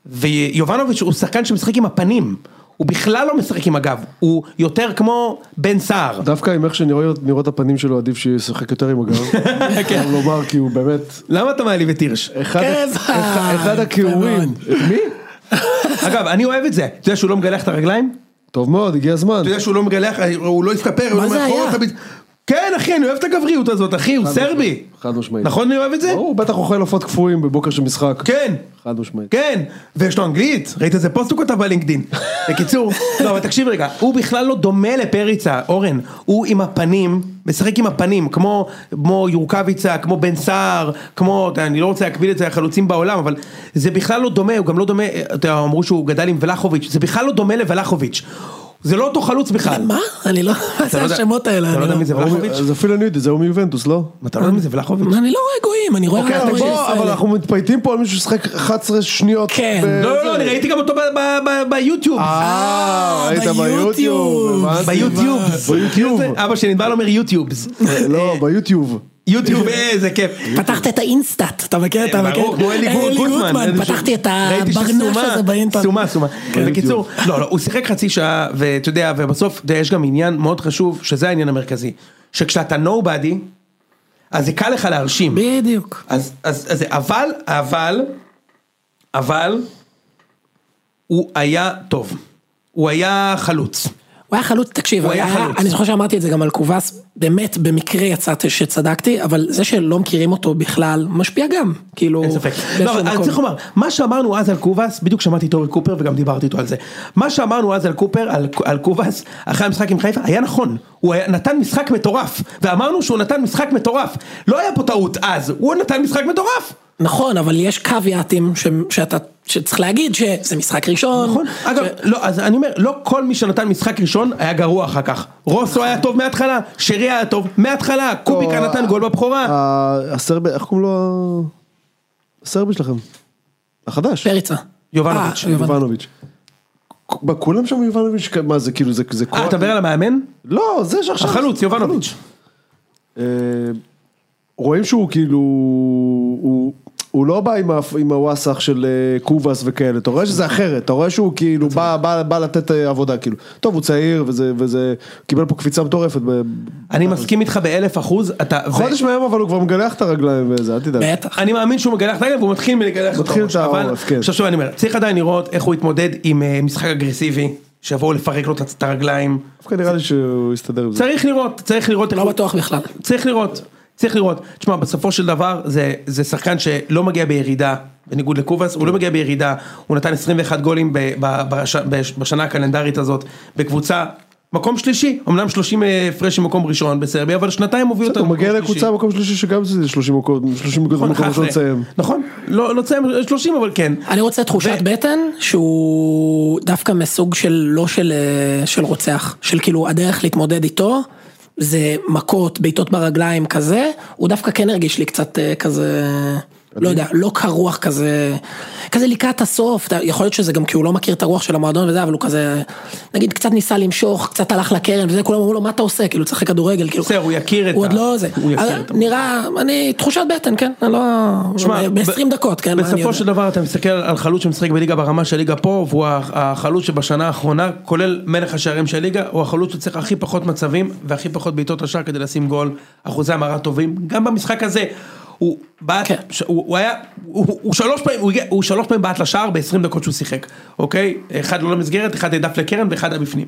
Speaker 1: ויובנוביץ' הוא שחקן שמשחק עם הפנים, הוא בכלל לא משחק עם הגב, הוא יותר כמו בן סער.
Speaker 4: דווקא עם איך שנראות נראות הפנים שלו, עדיף שישחק יותר
Speaker 1: <laughs>
Speaker 4: עם הגב.
Speaker 1: כן.
Speaker 4: אפשר לומר, כי הוא באמת,
Speaker 1: למה אתה מעליב את הירש?
Speaker 4: אחד-
Speaker 1: כן,
Speaker 2: גזע!
Speaker 4: אחד- אחד הכיעורים. את מי?
Speaker 1: אגב, אני אוהב את זה, אתה יודע שהוא לא מגלח את הרגליים?
Speaker 4: טוב מאוד, הגיע הזמן.
Speaker 1: אתה יודע שהוא לא מגלח, הוא לא הסתפר, הוא
Speaker 2: מה זה
Speaker 1: מאחורה,
Speaker 2: היה?
Speaker 1: תמיד... כן אחי, אני אוהב את הגבריות הזאת, אחי, הוא סרבי.
Speaker 4: חד משמעית.
Speaker 1: נכון אני אוהב את זה?
Speaker 4: הוא בטח אוכל עופות קפואים בבוקר של משחק.
Speaker 1: כן.
Speaker 4: חד משמעית.
Speaker 1: כן, ויש לו אנגלית, ראית איזה פוסט הוא כתב בלינקדין. בקיצור, לא, אבל תקשיב רגע, הוא בכלל לא דומה לפריצה, אורן, הוא עם הפנים, משחק עם הפנים, כמו, כמו יורקביצה, כמו בן סער, כמו, אתה יודע, אני לא רוצה להקביל את זה לחלוצים בעולם, אבל זה בכלל לא דומה, הוא גם לא דומה, אתה יודע, אמרו שהוא גדל עם ולחוביץ', זה בכלל לא דומה לוולחוביץ', זה לא אותו חלוץ בכלל.
Speaker 2: מה? אני לא... מה
Speaker 1: אתה
Speaker 2: זה
Speaker 1: לא יודע-
Speaker 2: השמות האלה?
Speaker 1: אתה לא
Speaker 2: אני
Speaker 1: יודע
Speaker 2: לא-
Speaker 1: מי זה ולחוביץ'?
Speaker 4: אז אפילו אני יודע, זה הוא מיובנטוס, לא?
Speaker 1: אתה לא יודע מי זה ולחוביץ'?
Speaker 2: אני לא רואה גויים, אני רואה רק
Speaker 4: אוקיי, אז
Speaker 2: גויים
Speaker 4: בוא, אבל
Speaker 2: ישראלים.
Speaker 4: אנחנו מתפייטים פה על מישהו ששחק 11 שניות.
Speaker 2: כן.
Speaker 4: ב-
Speaker 1: לא, לא, לא, אני ראיתי גם אותו ב- ב- ב- ביוטיוב.
Speaker 4: אה, ראית
Speaker 2: ביוטיוב.
Speaker 4: ביוטיוב. הבנתי.
Speaker 1: ביוטיובס.
Speaker 4: ביוטיוב.
Speaker 1: אבא שלי נדבר אומר יוטיובס.
Speaker 4: לא, ביוטיוב.
Speaker 1: יוטיוב, איזה כיף.
Speaker 2: פתחת את האינסטאט, אתה מכיר? אתה מכיר?
Speaker 1: כן, ברור, כמו אלי גוט- גוטמן.
Speaker 2: פתחתי את
Speaker 1: ראיתי
Speaker 2: הברנש
Speaker 1: שסומה,
Speaker 2: הזה באינטרנט. כן,
Speaker 1: סומה, סומה. בקיצור, לא, לא, הוא שיחק חצי שעה, ואתה יודע, ובסוף אתה יודע, יש גם עניין מאוד חשוב, שזה העניין המרכזי. שכשאתה nobody, אז זה קל לך להרשים.
Speaker 2: בדיוק.
Speaker 1: אז, אז, אז, זה- אבל, אבל, אבל, הוא היה טוב. הוא היה חלוץ.
Speaker 2: הוא היה חלוץ, תקשיב,
Speaker 1: הוא
Speaker 2: היה,
Speaker 1: היה חלוץ.
Speaker 2: אני זוכר שאמרתי את זה גם על קובס, באמת במקרה יצאתי שצדקתי, אבל זה שלא מכירים אותו בכלל, משפיע גם, כאילו,
Speaker 1: אין ספק.
Speaker 2: באיזשהו
Speaker 1: לא, אבל אני
Speaker 2: מקום.
Speaker 1: צריך לומר, מה שאמרנו אז על קובאס, בדיוק שמעתי את אורי קופר וגם דיברתי איתו על זה. מה שאמרנו אז על קופר, על- על קובאס, אחרי המשחק עם חיפה, היה נכון. הוא היה- נתן משחק מטורף, ואמרנו שהוא נתן משחק מטורף. לא היה פה טעות אז, הוא נתן משחק מטורף.
Speaker 2: נכון, אבל יש קוויאטים ש, שאתה, שצריך להגיד שזה משחק ראשון.
Speaker 1: נכון. אגב, לא, אז אני אומר, לא כל מי שנתן משחק ראשון היה גרוע אחר כך. רוסו היה טוב מההתחלה, שרי היה טוב מההתחלה, קוביקה
Speaker 4: או,
Speaker 1: נתן גול
Speaker 4: אה,
Speaker 1: בבכורה. אה,
Speaker 4: ה- הסרבי, איך קוראים לו? ה- הסרבי שלכם. החדש.
Speaker 2: פריצה.
Speaker 1: יובנוביץ'.
Speaker 2: אה, יובנוביץ'.
Speaker 4: יובנוביץ'. מה, כולם שם יובנוביץ', כ- מה זה כאילו זה זה
Speaker 1: אה,
Speaker 4: כל-
Speaker 1: אתה מדבר על המאמן?
Speaker 4: לא, זה שעכשיו.
Speaker 1: החלוץ, יובנוביץ'.
Speaker 4: אה, רואים שהוא כאילו, הוא- הוא לא בא עם ה- עם הוואסך של אה, קובאס וכאלה, אתה רואה שזה אחרת, אתה רואה שהוא כאילו בא- בא בא לתת אה, עבודה כאילו. טוב, הוא צעיר וזה, וזה, קיבל פה קפיצה מטורפת. ב-
Speaker 1: אני מסכים איתך באלף אחוז, אתה...
Speaker 4: חודש מהיום אבל הוא כבר מגלח את הרגליים וזה, אל תדאג.
Speaker 2: בטח.
Speaker 1: אני מאמין שהוא מגלח את הרגל והוא מתחיל מלגלח את
Speaker 4: מתחיל
Speaker 1: הראש,
Speaker 4: את
Speaker 1: אבל
Speaker 4: הראש, כן.
Speaker 1: עכשיו שוב אני אומר, צריך עדיין לראות איך הוא יתמודד עם אה, משחק אגרסיבי, שיבואו לפרק לו את את הרגליים,
Speaker 4: דווקא נראה לי שהוא יסתדר עם זה.
Speaker 1: צריך לראות, צריך לראות, איך
Speaker 2: לא
Speaker 1: הוא-
Speaker 2: בטוח בכלל.
Speaker 1: צריך לראות, צריך לראות, תשמע בסופו של דבר זה- זה שחקן שלא מגיע בירידה, בניגוד לקובאס, הוא לא מגיע בירידה, הוא נתן 21 גולים ב- ב- בש- בש- בשנה הקלנדרית הזאת, בקבוצה, מקום שלישי, אמנם 30 אה, הפרש ממקום ראשון בסרבי, אבל שנתיים הובילו אותה
Speaker 4: בסדר, הוא
Speaker 1: למקום
Speaker 4: מגיע
Speaker 1: שלישי.
Speaker 4: לקבוצה במקום שלישי שגם זה 30 מקום, 30 מקום במקום
Speaker 1: נכון,
Speaker 4: ראשון
Speaker 1: אחרי.
Speaker 4: לסיים.
Speaker 1: נכון, לא לא תסיים 30 אבל כן.
Speaker 2: אני רוצה תחושת
Speaker 1: ו-
Speaker 2: בטן שהוא דווקא מסוג של לא של, אה, של רוצח, של כאילו הדרך להתמודד איתו, זה מכות, בעיטות ברגליים כזה, הוא דווקא כן הרגיש לי קצת אה, כזה, לא יודע, לא קר רוח כזה, כזה לקראת הסוף, אתה- יכול להיות שזה גם כי הוא לא מכיר את הרוח של המועדון וזה, אבל הוא כזה, נגיד קצת ניסה למשוך, קצת הלך לקרן וזה, כולם אמרו לו מה אתה עושה, כאילו תשחק כדורגל, כאילו,
Speaker 1: בסדר, הוא יכיר את
Speaker 2: הוא
Speaker 1: ה-
Speaker 2: עוד לא זה,
Speaker 1: הוא יכיר
Speaker 2: אבל
Speaker 1: את ה-
Speaker 2: נראה, אני, תחושת בטן, כן, אני לא, ב-20 דקות, כן, מה אני
Speaker 1: בסופו
Speaker 2: יודע?
Speaker 1: של דבר אתה מסתכל על חלוץ שמשחק בליגה ברמה של ליגה פה, והוא הח- החלוץ שבשנה האחרונה, כולל מלך השערים של ליגה, הוא החלוץ שצריך הכי פחות מצבים, והכי פחות בעיטות השער כדי לשים גול, אחוזי המרה טובים, גם במשחק הזה. הוא בעט,
Speaker 2: כן.
Speaker 1: ש- הוא הוא היה, הוא הוא שלוש פעמים, הוא הגיע- הוא שלוש פעמים בעט לשער ב-20 דקות שהוא שיחק, אוקיי? אחד לא למסגרת, אחד נעדף לקרן ואחד היה בפנים.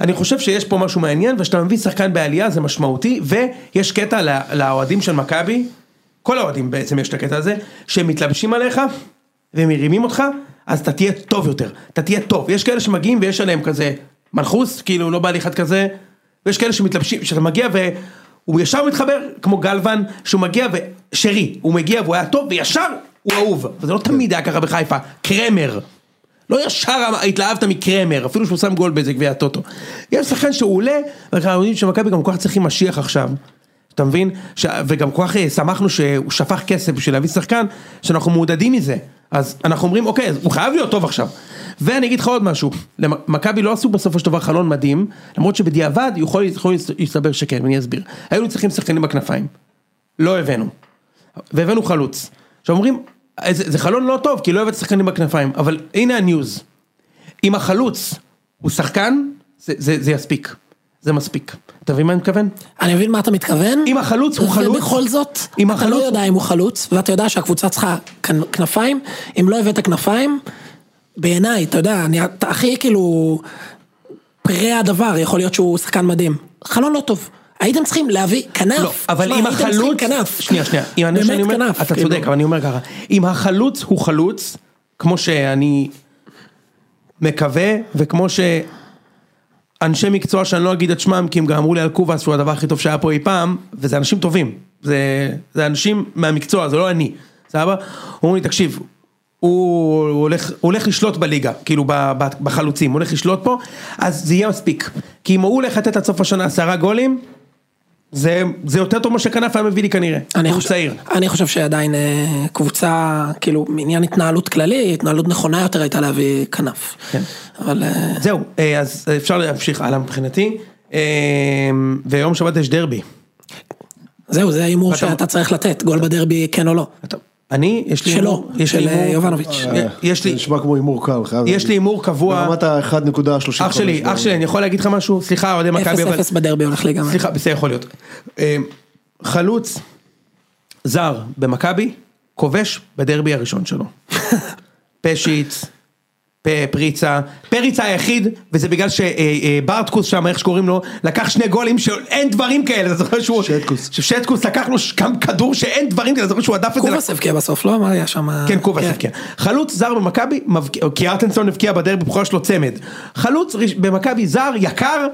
Speaker 1: אני חושב שיש פה משהו מעניין, וכשאתה מביא שחקן בעלייה זה משמעותי, ויש קטע לא- לאוהדים של מכבי, כל האוהדים בעצם יש את הקטע הזה, שהם מתלבשים עליך, ומרימים אותך, אז אתה תהיה טוב יותר, אתה תהיה טוב. יש כאלה שמגיעים ויש עליהם כזה מנחוס, כאילו לא בא לי אחד כזה, ויש כאלה שמתלבשים, שאתה מגיע והוא ישר מתחבר, כמו גלוון, שהוא מגיע ו... שרי, הוא מגיע והוא היה טוב, וישר הוא אהוב. וזה לא תמיד היה ככה בחיפה, קרמר. לא ישר התלהבת מקרמר, אפילו שהוא שם גול באיזה גביע הטוטו. יש שחקן שהוא עולה, ואנחנו יודעים שמכבי גם כל כך צריכים משיח עכשיו. אתה מבין? ש... וגם כל כך אה, שמחנו שהוא שפך כסף בשביל להביא שחקן, שאנחנו מעודדים מזה. אז אנחנו אומרים, אוקיי, אז הוא חייב להיות טוב עכשיו. ואני אגיד לך עוד משהו, למ- מכבי לא עשו בסופו של דבר חלון מדהים, למרות שבדיעבד יכול, יכול להסתבר שכן, ואני אסביר. היינו צריכים שחקנים בכנפיים. לא הבאנו. והבאנו חלוץ. עכשיו אומרים, "אה, זה, זה חלון לא טוב, כי לא הבאת שחקנים בכנפיים, אבל הנה הניוז. אם החלוץ הוא שחקן, זה, זה, זה יספיק. זה מספיק. אתה מבין מה אני מתכוון?
Speaker 2: אני מבין מה אתה מתכוון.
Speaker 1: אם החלוץ הוא חלוץ,
Speaker 2: ובכל זאת,
Speaker 1: אם
Speaker 2: אתה
Speaker 1: החלוץ-
Speaker 2: לא יודע אם הוא חלוץ, ואתה יודע שהקבוצה צריכה כנ- כנפיים, אם לא הבאת כנפיים, בעיניי, אתה יודע, אני אתה הכי כאילו, פרה הדבר, יכול להיות שהוא שחקן מדהים. חלון לא טוב. הייתם צריכים להביא כנף.
Speaker 1: לא, אבל
Speaker 2: שמע,
Speaker 1: אם
Speaker 2: הייתם צריכים
Speaker 1: החלוץ,
Speaker 2: כנף.
Speaker 1: שנייה שנייה, אם אני, שאני
Speaker 2: באמת
Speaker 1: אומר,
Speaker 2: כנף.
Speaker 1: אתה
Speaker 2: כאילו.
Speaker 1: צודק, אבל אני אומר ככה, אם החלוץ הוא חלוץ, כמו שאני מקווה, וכמו שאנשי מקצוע שאני לא אגיד את שמם, כי הם גם אמרו לי על קובאס שהוא הדבר הכי טוב שהיה פה אי פעם, וזה אנשים טובים, זה, זה אנשים מהמקצוע, זה לא אני, סבבה? אומרים לי, תקשיב, הוא, הוא, הולך, הוא הולך לשלוט בליגה, כאילו ב- ב- בחלוצים, הוא הולך לשלוט פה, אז זה יהיה מספיק. כי אם הוא הולך לתת עד סוף השנה עשרה גולים, זה, זה יותר טוב מה שכנף היה מביא לי כנראה,
Speaker 2: אני
Speaker 1: הוא
Speaker 2: חושב-
Speaker 1: צעיר.
Speaker 2: אני חושב שעדיין אה, קבוצה, כאילו, מעניין התנהלות כללי, התנהלות נכונה יותר הייתה להביא כנף.
Speaker 1: כן.
Speaker 2: אבל... אה,
Speaker 1: זהו, אה, אז אפשר להמשיך הלאה מבחינתי, אה, ויום שבת יש דרבי.
Speaker 2: זהו, זה ההימור
Speaker 1: ואתה-
Speaker 2: שאתה צריך לתת, גול בדרבי כן או לא.
Speaker 1: אתה- אני, יש לי
Speaker 2: שלו,
Speaker 1: הימור- יש לי
Speaker 2: של
Speaker 1: הימור-
Speaker 2: אה, יובנוביץ'.
Speaker 1: אה, יש לי-
Speaker 4: זה נשמע כמו הימור קל, חייב
Speaker 1: יש לי הימור קבוע.
Speaker 4: ברמת ה-1.35.
Speaker 1: אח שלי, אח שלי, אני יכול להגיד לך משהו? סליחה, אוהדי מכבי, אבל...
Speaker 2: 0-0 בדרבי הולך להיגמר.
Speaker 1: סליחה, בסדר, יכול להיות. אה, חלוץ זר במכבי, כובש בדרבי הראשון שלו. פשיץ, פ- פריצה, פריצה היחיד, וזה בגלל שברטקוס שם, איך שקוראים לו, לקח שני גולים שאין דברים כאלה, אתה זוכר שהוא...
Speaker 4: שטקוס.
Speaker 1: שטקוס לקח לו ש- גם כדור שאין דברים כאלה, אתה זוכר שהוא הדף את זה.
Speaker 2: קובאס הבקיע בסוף, לא? מה היה שם?
Speaker 1: כן, קובאס הבקיע. חלוץ זר במכבי, מבקיע- כי ארטנסון הבקיע בדרבי בכורה שלו צמד. חלוץ ראש- במכבי זר, יקר,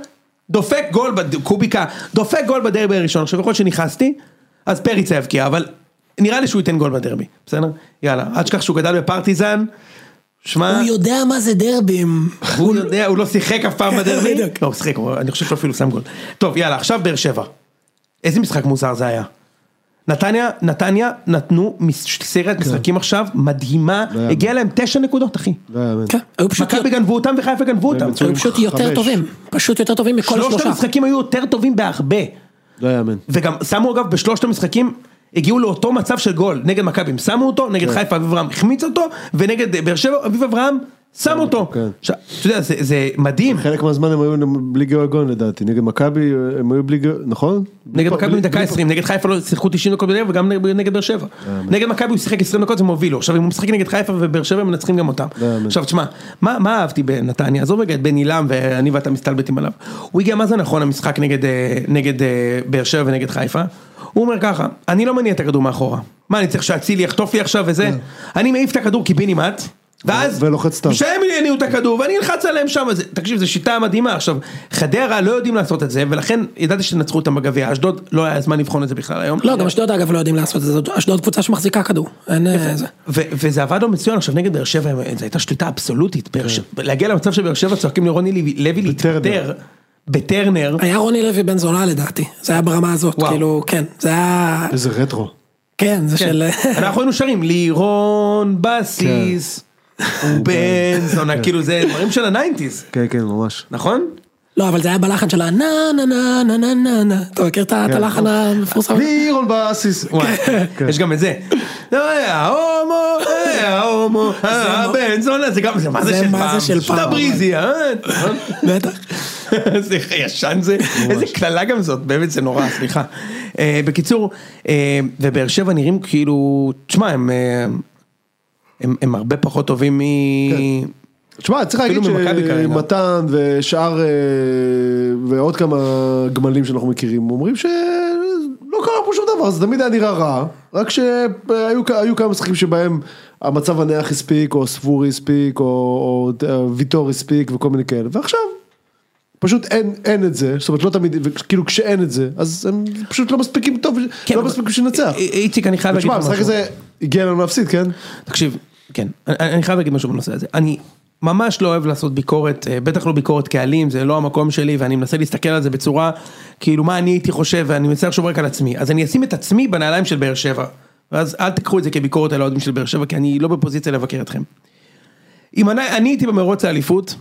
Speaker 1: דופק גול, בד- קוביקה, דופק גול בדרבי הראשון. עכשיו יכול להיות שנכנסתי, אז פריצה הבקיע, אבל נראה לי שהוא ייתן גול בדרבי, בסדר? יאללה, אל תשכח שהוא גדל בפרטיזן, שמע,
Speaker 2: הוא יודע מה זה דרבים.
Speaker 1: הוא יודע, הוא לא שיחק אף פעם בדרבי.
Speaker 2: בדיוק.
Speaker 1: לא, הוא שיחק, הוא- אני חושב שהוא אפילו שם גול. טוב, יאללה, עכשיו באר שבע. איזה משחק מוזר זה היה. נתניה, נתניה נתנו מס- סרט משחקים עכשיו, מדהימה,
Speaker 4: יאמן.
Speaker 1: הגיע להם תשע נקודות אחי.
Speaker 4: לא יאמן.
Speaker 2: כן, היו פשוט-
Speaker 1: מכבי גנבו אותם וחיפה גנבו אותם.
Speaker 4: מצוין.
Speaker 2: היו פשוט יותר
Speaker 4: חמש.
Speaker 2: טובים. פשוט יותר טובים מכל
Speaker 1: שלושת
Speaker 2: שלושה.
Speaker 1: המשחקים היו יותר טובים בהרבה.
Speaker 4: לא יאמן.
Speaker 1: וגם שמו אגב בשלושת המשחקים, הגיעו לאותו מצב של גול, נגד מכבי הם שמו אותו, נגד חיפה אביב אברהם החמיץ אותו, ונגד אה, באר שבע אביב אברהם שם אותו.
Speaker 4: כן.
Speaker 1: עכשיו, אתה יודע, זה- זה מדהים.
Speaker 4: חלק מהזמן הם היו בלי גאוגון לדעתי, נגד מכבי אה, הם היו בלי גאוגון, נכון?
Speaker 1: נגד
Speaker 4: בלי-
Speaker 1: מכבי
Speaker 4: בלי-
Speaker 1: מדקה
Speaker 4: בלי- אה,
Speaker 1: 20, נגד חיפה לא שיחקו 90 דקות בדרך וגם נגד- נגד באר שבע. נגד מכבי הוא שיחק 20 דקות זה מוביל לו. עכשיו אם הוא משחק נגד חיפה ובאר שבע הם מנצחים גם אותם.
Speaker 4: אמן.
Speaker 1: עכשיו תשמע, מה מה אהבתי בנתניה? עזוב רגע את בן עילם ואני ואתה מסתלבטים עליו. הוא הגיע מה זה נכון המשחק נגד, אה, נגד אה, באר שבע ונגד חיפה? הוא אומר ככה, אני לא מניע את הכדור מאחורה. מה אני צריך שאצילי יחטוף לי עכשיו וזה? אני מעיף את הכדור קיבינימט. ואז,
Speaker 4: אה. ולוחץ סתם.
Speaker 1: שהם יניעו את הכדור ואני אלחץ עליהם שם, זה, תקשיב זו שיטה מדהימה, עכשיו חדרה לא יודעים לעשות את זה ולכן ידעתי שתנצחו אותם בגביע, אשדוד לא היה זמן לבחון את זה בכלל היום.
Speaker 2: לא, גם אשדוד אגב לא יודעים לעשות את זה. זאת- אשדוד קבוצה שמחזיקה כדור. אין אה, זה.
Speaker 1: ו- וזה עבד לו מצוין, עכשיו נגד באר שבע זו הייתה שליטה אבסולוטית, באר ש-
Speaker 2: כן.
Speaker 1: להגיע למצב שבאר שבע צועקים לרוני לוי- לוי
Speaker 4: בטרנר.
Speaker 1: להתפטר,
Speaker 2: <laughs>
Speaker 1: בטרנר,
Speaker 2: היה רוני לוי בן זונה לדעתי. זה היה ברמה הזאת.
Speaker 1: וואו.
Speaker 2: כאילו, כן. זה היה...
Speaker 4: איזה רטרו.
Speaker 2: כן, זה של... <laughs>
Speaker 1: אנחנו היינו שרים
Speaker 2: כן.
Speaker 1: לירון בסיס,
Speaker 2: אוקיי.
Speaker 1: ובן זונה, כאילו זה דברים של הניינטיז,
Speaker 4: כן כן ממש.
Speaker 1: נכון?
Speaker 2: לא, אבל זה היה בלחן של הנה נה נה נה נה נה נה. אתה מכיר את
Speaker 1: כן.
Speaker 2: ה- את הלחן המפורסם?
Speaker 4: לירון באסיס.
Speaker 1: וואי,
Speaker 4: כן.
Speaker 1: יש גם את זה. אה, ההומו, אה, ההומו, אה, הבן זונה, זה גם, זה מה זה
Speaker 2: זה
Speaker 1: של
Speaker 2: מה
Speaker 1: פעם,
Speaker 2: זה של פעם.
Speaker 1: שאתה בריזי, אה?
Speaker 2: בטח.
Speaker 1: איזה ישן <laughs> זה, איזה קללה גם זאת, באמת זה נורא, סליחה. אה, בקיצור, אה, ובאר שבע נראים כאילו, תשמע, הם, אה, הם, הם הרבה פחות טובים מ...
Speaker 4: תשמע, צריך להגיד
Speaker 1: אפילו ממכבי כרגע.
Speaker 4: שמתן ושאר אה, ועוד כמה גמלים שאנחנו מכירים אומרים שלא קרה פה שום דבר, זה תמיד היה נראה רע, רק שהיו כ- היו כמה משחקים שבהם המצב הנייח הספיק, או ספורי הספיק, או, או אה, ויטור הספיק וכל מיני כאלה, ועכשיו פשוט אין, אין את זה, זאת אומרת לא תמיד, כאילו כשאין את זה, אז הם פשוט לא מספיקים טוב,
Speaker 1: כן,
Speaker 4: לא
Speaker 1: אבל-
Speaker 4: מספיקים שננצח.
Speaker 1: אי- איציק, אני חייב להגיד
Speaker 4: תשמע,
Speaker 1: לך משהו.
Speaker 4: המשחק הזה הגיע לנו להפסיד, כן?
Speaker 1: תקשיב, כן, אני, אני חייב להגיד משהו בנושא הזה. אני ממש לא אוהב לעשות ביקורת, אה, בטח לא ביקורת קהלים, זה לא המקום שלי, ואני מנסה להסתכל על זה בצורה, כאילו מה אני הייתי חושב, ואני מנסה לחשוב רק על עצמי. אז אני אשים את עצמי בנעליים של באר שבע. ואז אל תיקחו את זה כביקורת על האוהדים של באר שבע, כי אני לא בפוזיציה לבקר אתכם. אם אני, אני הייתי במרוץ האליפות,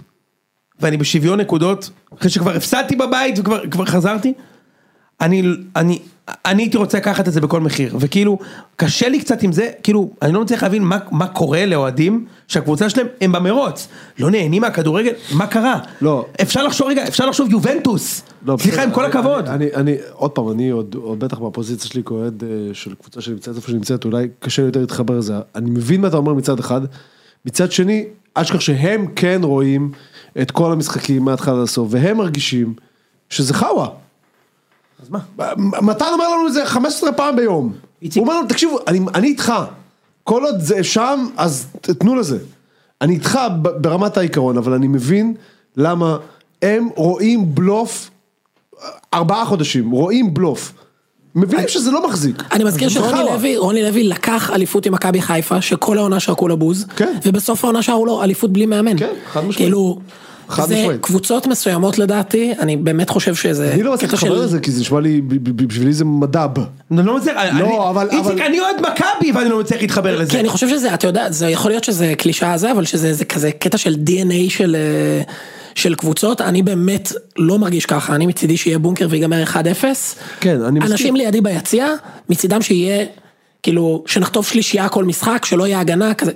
Speaker 1: ואני בשוויון נקודות, אחרי שכבר הפסדתי בבית וכבר כבר חזרתי, אני, אני, אני הייתי רוצה לקחת את זה בכל מחיר, וכאילו, קשה לי קצת עם זה, כאילו, אני לא מצליח להבין מה, מה קורה לאוהדים שהקבוצה שלהם הם במרוץ, לא נהנים מהכדורגל, מה קרה?
Speaker 4: לא.
Speaker 1: אפשר לחשוב, רגע, אפשר לחשוב יובנטוס,
Speaker 4: לא,
Speaker 1: סליחה,
Speaker 4: בסדר,
Speaker 1: עם כל
Speaker 4: אני-
Speaker 1: הכבוד.
Speaker 4: אני, אני, אני, עוד פעם, אני עוד, עוד בטח בפוזיציה שלי כאוהד אה, של קבוצה שנמצאת איפה שנמצאת, אולי קשה לי יותר להתחבר לזה. אני מבין מה אתה אומר מצד אחד, מצד שני, אשכח שהם כן רואים את כל המשחקים מההתחלה לסוף, והם מרגישים שזה חאווה.
Speaker 1: אז מה?
Speaker 4: מתן אומר לנו את זה 15 פעם ביום.
Speaker 1: איציק.
Speaker 4: הוא אומר לנו, תקשיבו, אני, אני איתך. כל עוד זה שם, אז ת- תנו לזה. אני איתך ב- ברמת העיקרון, אבל אני מבין למה הם רואים בלוף ארבעה חודשים, רואים בלוף. מבינים שזה לא מחזיק.
Speaker 2: אני מזכיר
Speaker 4: זה
Speaker 2: שרוני
Speaker 4: חרא.
Speaker 2: לוי, רוני לוי לקח אליפות עם מכבי חיפה, שכל העונה שרקו לו בוז,
Speaker 4: כן.
Speaker 2: ובסוף העונה שרו לו אליפות בלי מאמן.
Speaker 4: כן, חד משמעית.
Speaker 2: כאילו,
Speaker 4: חד
Speaker 2: זה
Speaker 4: משמעית.
Speaker 2: קבוצות מסוימות לדעתי, אני באמת חושב שזה...
Speaker 4: אני לא מצליח
Speaker 2: קטע
Speaker 4: לחבר
Speaker 2: של-
Speaker 4: לזה, כי זה נשמע לי, ב- ב- בשבילי זה מדב.
Speaker 1: אני לא מצליח, אני-
Speaker 4: לא, אבל-
Speaker 1: איציק,
Speaker 4: אבל-
Speaker 1: אני אוהד מכבי ואני לא מצליח להתחבר לזה.
Speaker 2: כי אני חושב שזה, אתה יודע, זה יכול להיות שזה קלישאה זה, אבל שזה זה כזה קטע של DNA של, אה, של קבוצות, אני באמת לא מרגיש ככה, אני מצידי שיהיה בונקר ויגמר 1-0.
Speaker 4: כן, אני מסכים.
Speaker 2: אנשים לידי ביציע, מצידם שיהיה, כאילו, שנחטוף שלישייה כל משחק, שלא יהיה הגנה, כזה.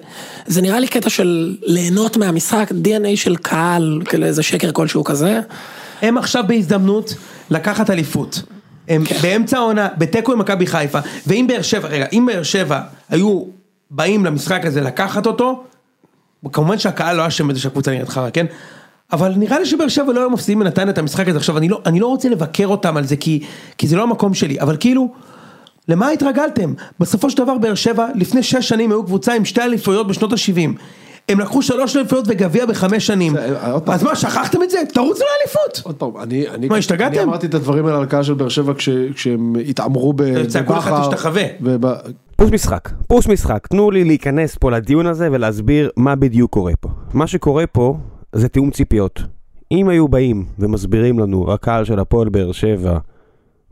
Speaker 2: זה נראה לי קטע של ליהנות מהמשחק, DNA של קהל, כאילו איזה שקר כלשהו כזה.
Speaker 1: הם עכשיו בהזדמנות לקחת אליפות. הם
Speaker 4: כן.
Speaker 1: באמצע העונה, בתיקו עם מכבי חיפה, ואם באר שבע, רגע, אם באר שבע היו באים למשחק הזה לקחת אותו, כמובן שהקהל לא אשם בזה שהקבוצה נראית חרא, כן? אבל נראה לי שבאר שבע לא היו מפסידים מנתניה את המשחק הזה. עכשיו, אני לא, אני לא רוצה לבקר אותם על זה, כי, כי זה לא המקום שלי, אבל כאילו, למה התרגלתם? בסופו של דבר באר שבע, לפני שש שנים היו קבוצה עם שתי אליפויות בשנות ה-70. הם לקחו שלוש אליפויות וגביע בחמש שנים.
Speaker 4: זה- עוד פעם.
Speaker 1: אז מה, שכחתם את זה? תרוצו לאליפות!
Speaker 4: עוד פעם, אני, אני,
Speaker 1: מה, השתגעתם?
Speaker 4: אני אמרתי את הדברים האלה על הקהל של באר שבע כש, כשהם התעמרו ב- בבכר.
Speaker 1: צעקו לך, "תשתחווה".
Speaker 4: וב-
Speaker 3: פוס משחק, פוס משחק. תנו לי להיכנס פה לדיון הזה ולהסביר מה בדיוק קורה פה. מה שקורה פה זה תיאום ציפיות. אם היו באים ומסבירים לנו, הקהל של הפועל באר שבע,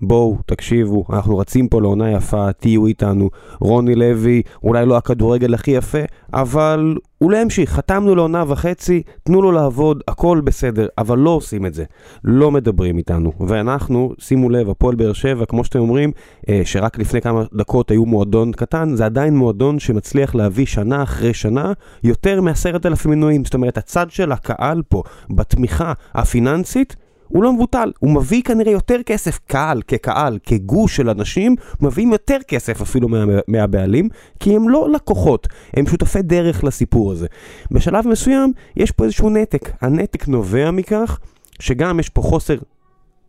Speaker 3: בואו, תקשיבו, אנחנו רצים פה לעונה יפה, תהיו איתנו, רוני לוי, אולי לא הכדורגל הכי יפה, אבל הוא לא ימשיך, חתמנו לעונה וחצי, תנו לו לעבוד, הכל בסדר, אבל לא עושים את זה, לא מדברים איתנו. ואנחנו, שימו לב, הפועל באר שבע, כמו שאתם אומרים, אה, שרק לפני כמה דקות היו מועדון קטן, זה עדיין מועדון שמצליח להביא שנה אחרי שנה יותר מעשרת אלפים מנויים, זאת אומרת, הצד של הקהל פה, בתמיכה הפיננסית, הוא לא מבוטל, הוא מביא כנראה יותר כסף, קהל כקהל, כגוש של אנשים, מביאים יותר כסף אפילו מה, מהבעלים, כי הם לא לקוחות, הם שותפי דרך לסיפור הזה. בשלב מסוים יש פה איזשהו נתק, הנתק נובע מכך שגם יש פה חוסר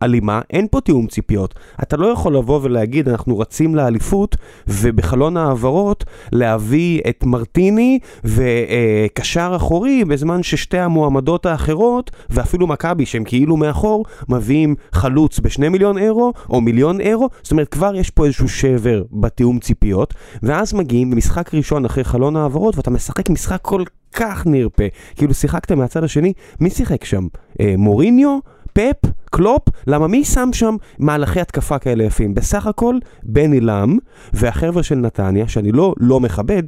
Speaker 3: אלימה, אין פה תיאום ציפיות. אתה לא יכול לבוא ולהגיד, אנחנו רצים לאליפות, ובחלון ההעברות להביא את מרטיני וקשר אחורי, בזמן ששתי המועמדות האחרות, ואפילו מכבי, שהם כאילו מאחור, מביאים חלוץ בשני מיליון אירו, או מיליון אירו, זאת אומרת, כבר יש פה איזשהו שבר בתיאום ציפיות, ואז מגיעים במשחק ראשון אחרי חלון ההעברות, ואתה משחק משחק כל כך נרפה. כאילו שיחקת מהצד השני, מי שיחק שם? אה, מוריניו? פפ, קלופ, למה מי שם שם מהלכי התקפה כאלה יפים? בסך הכל, בני לם והחבר'ה של נתניה, שאני לא לא מכבד,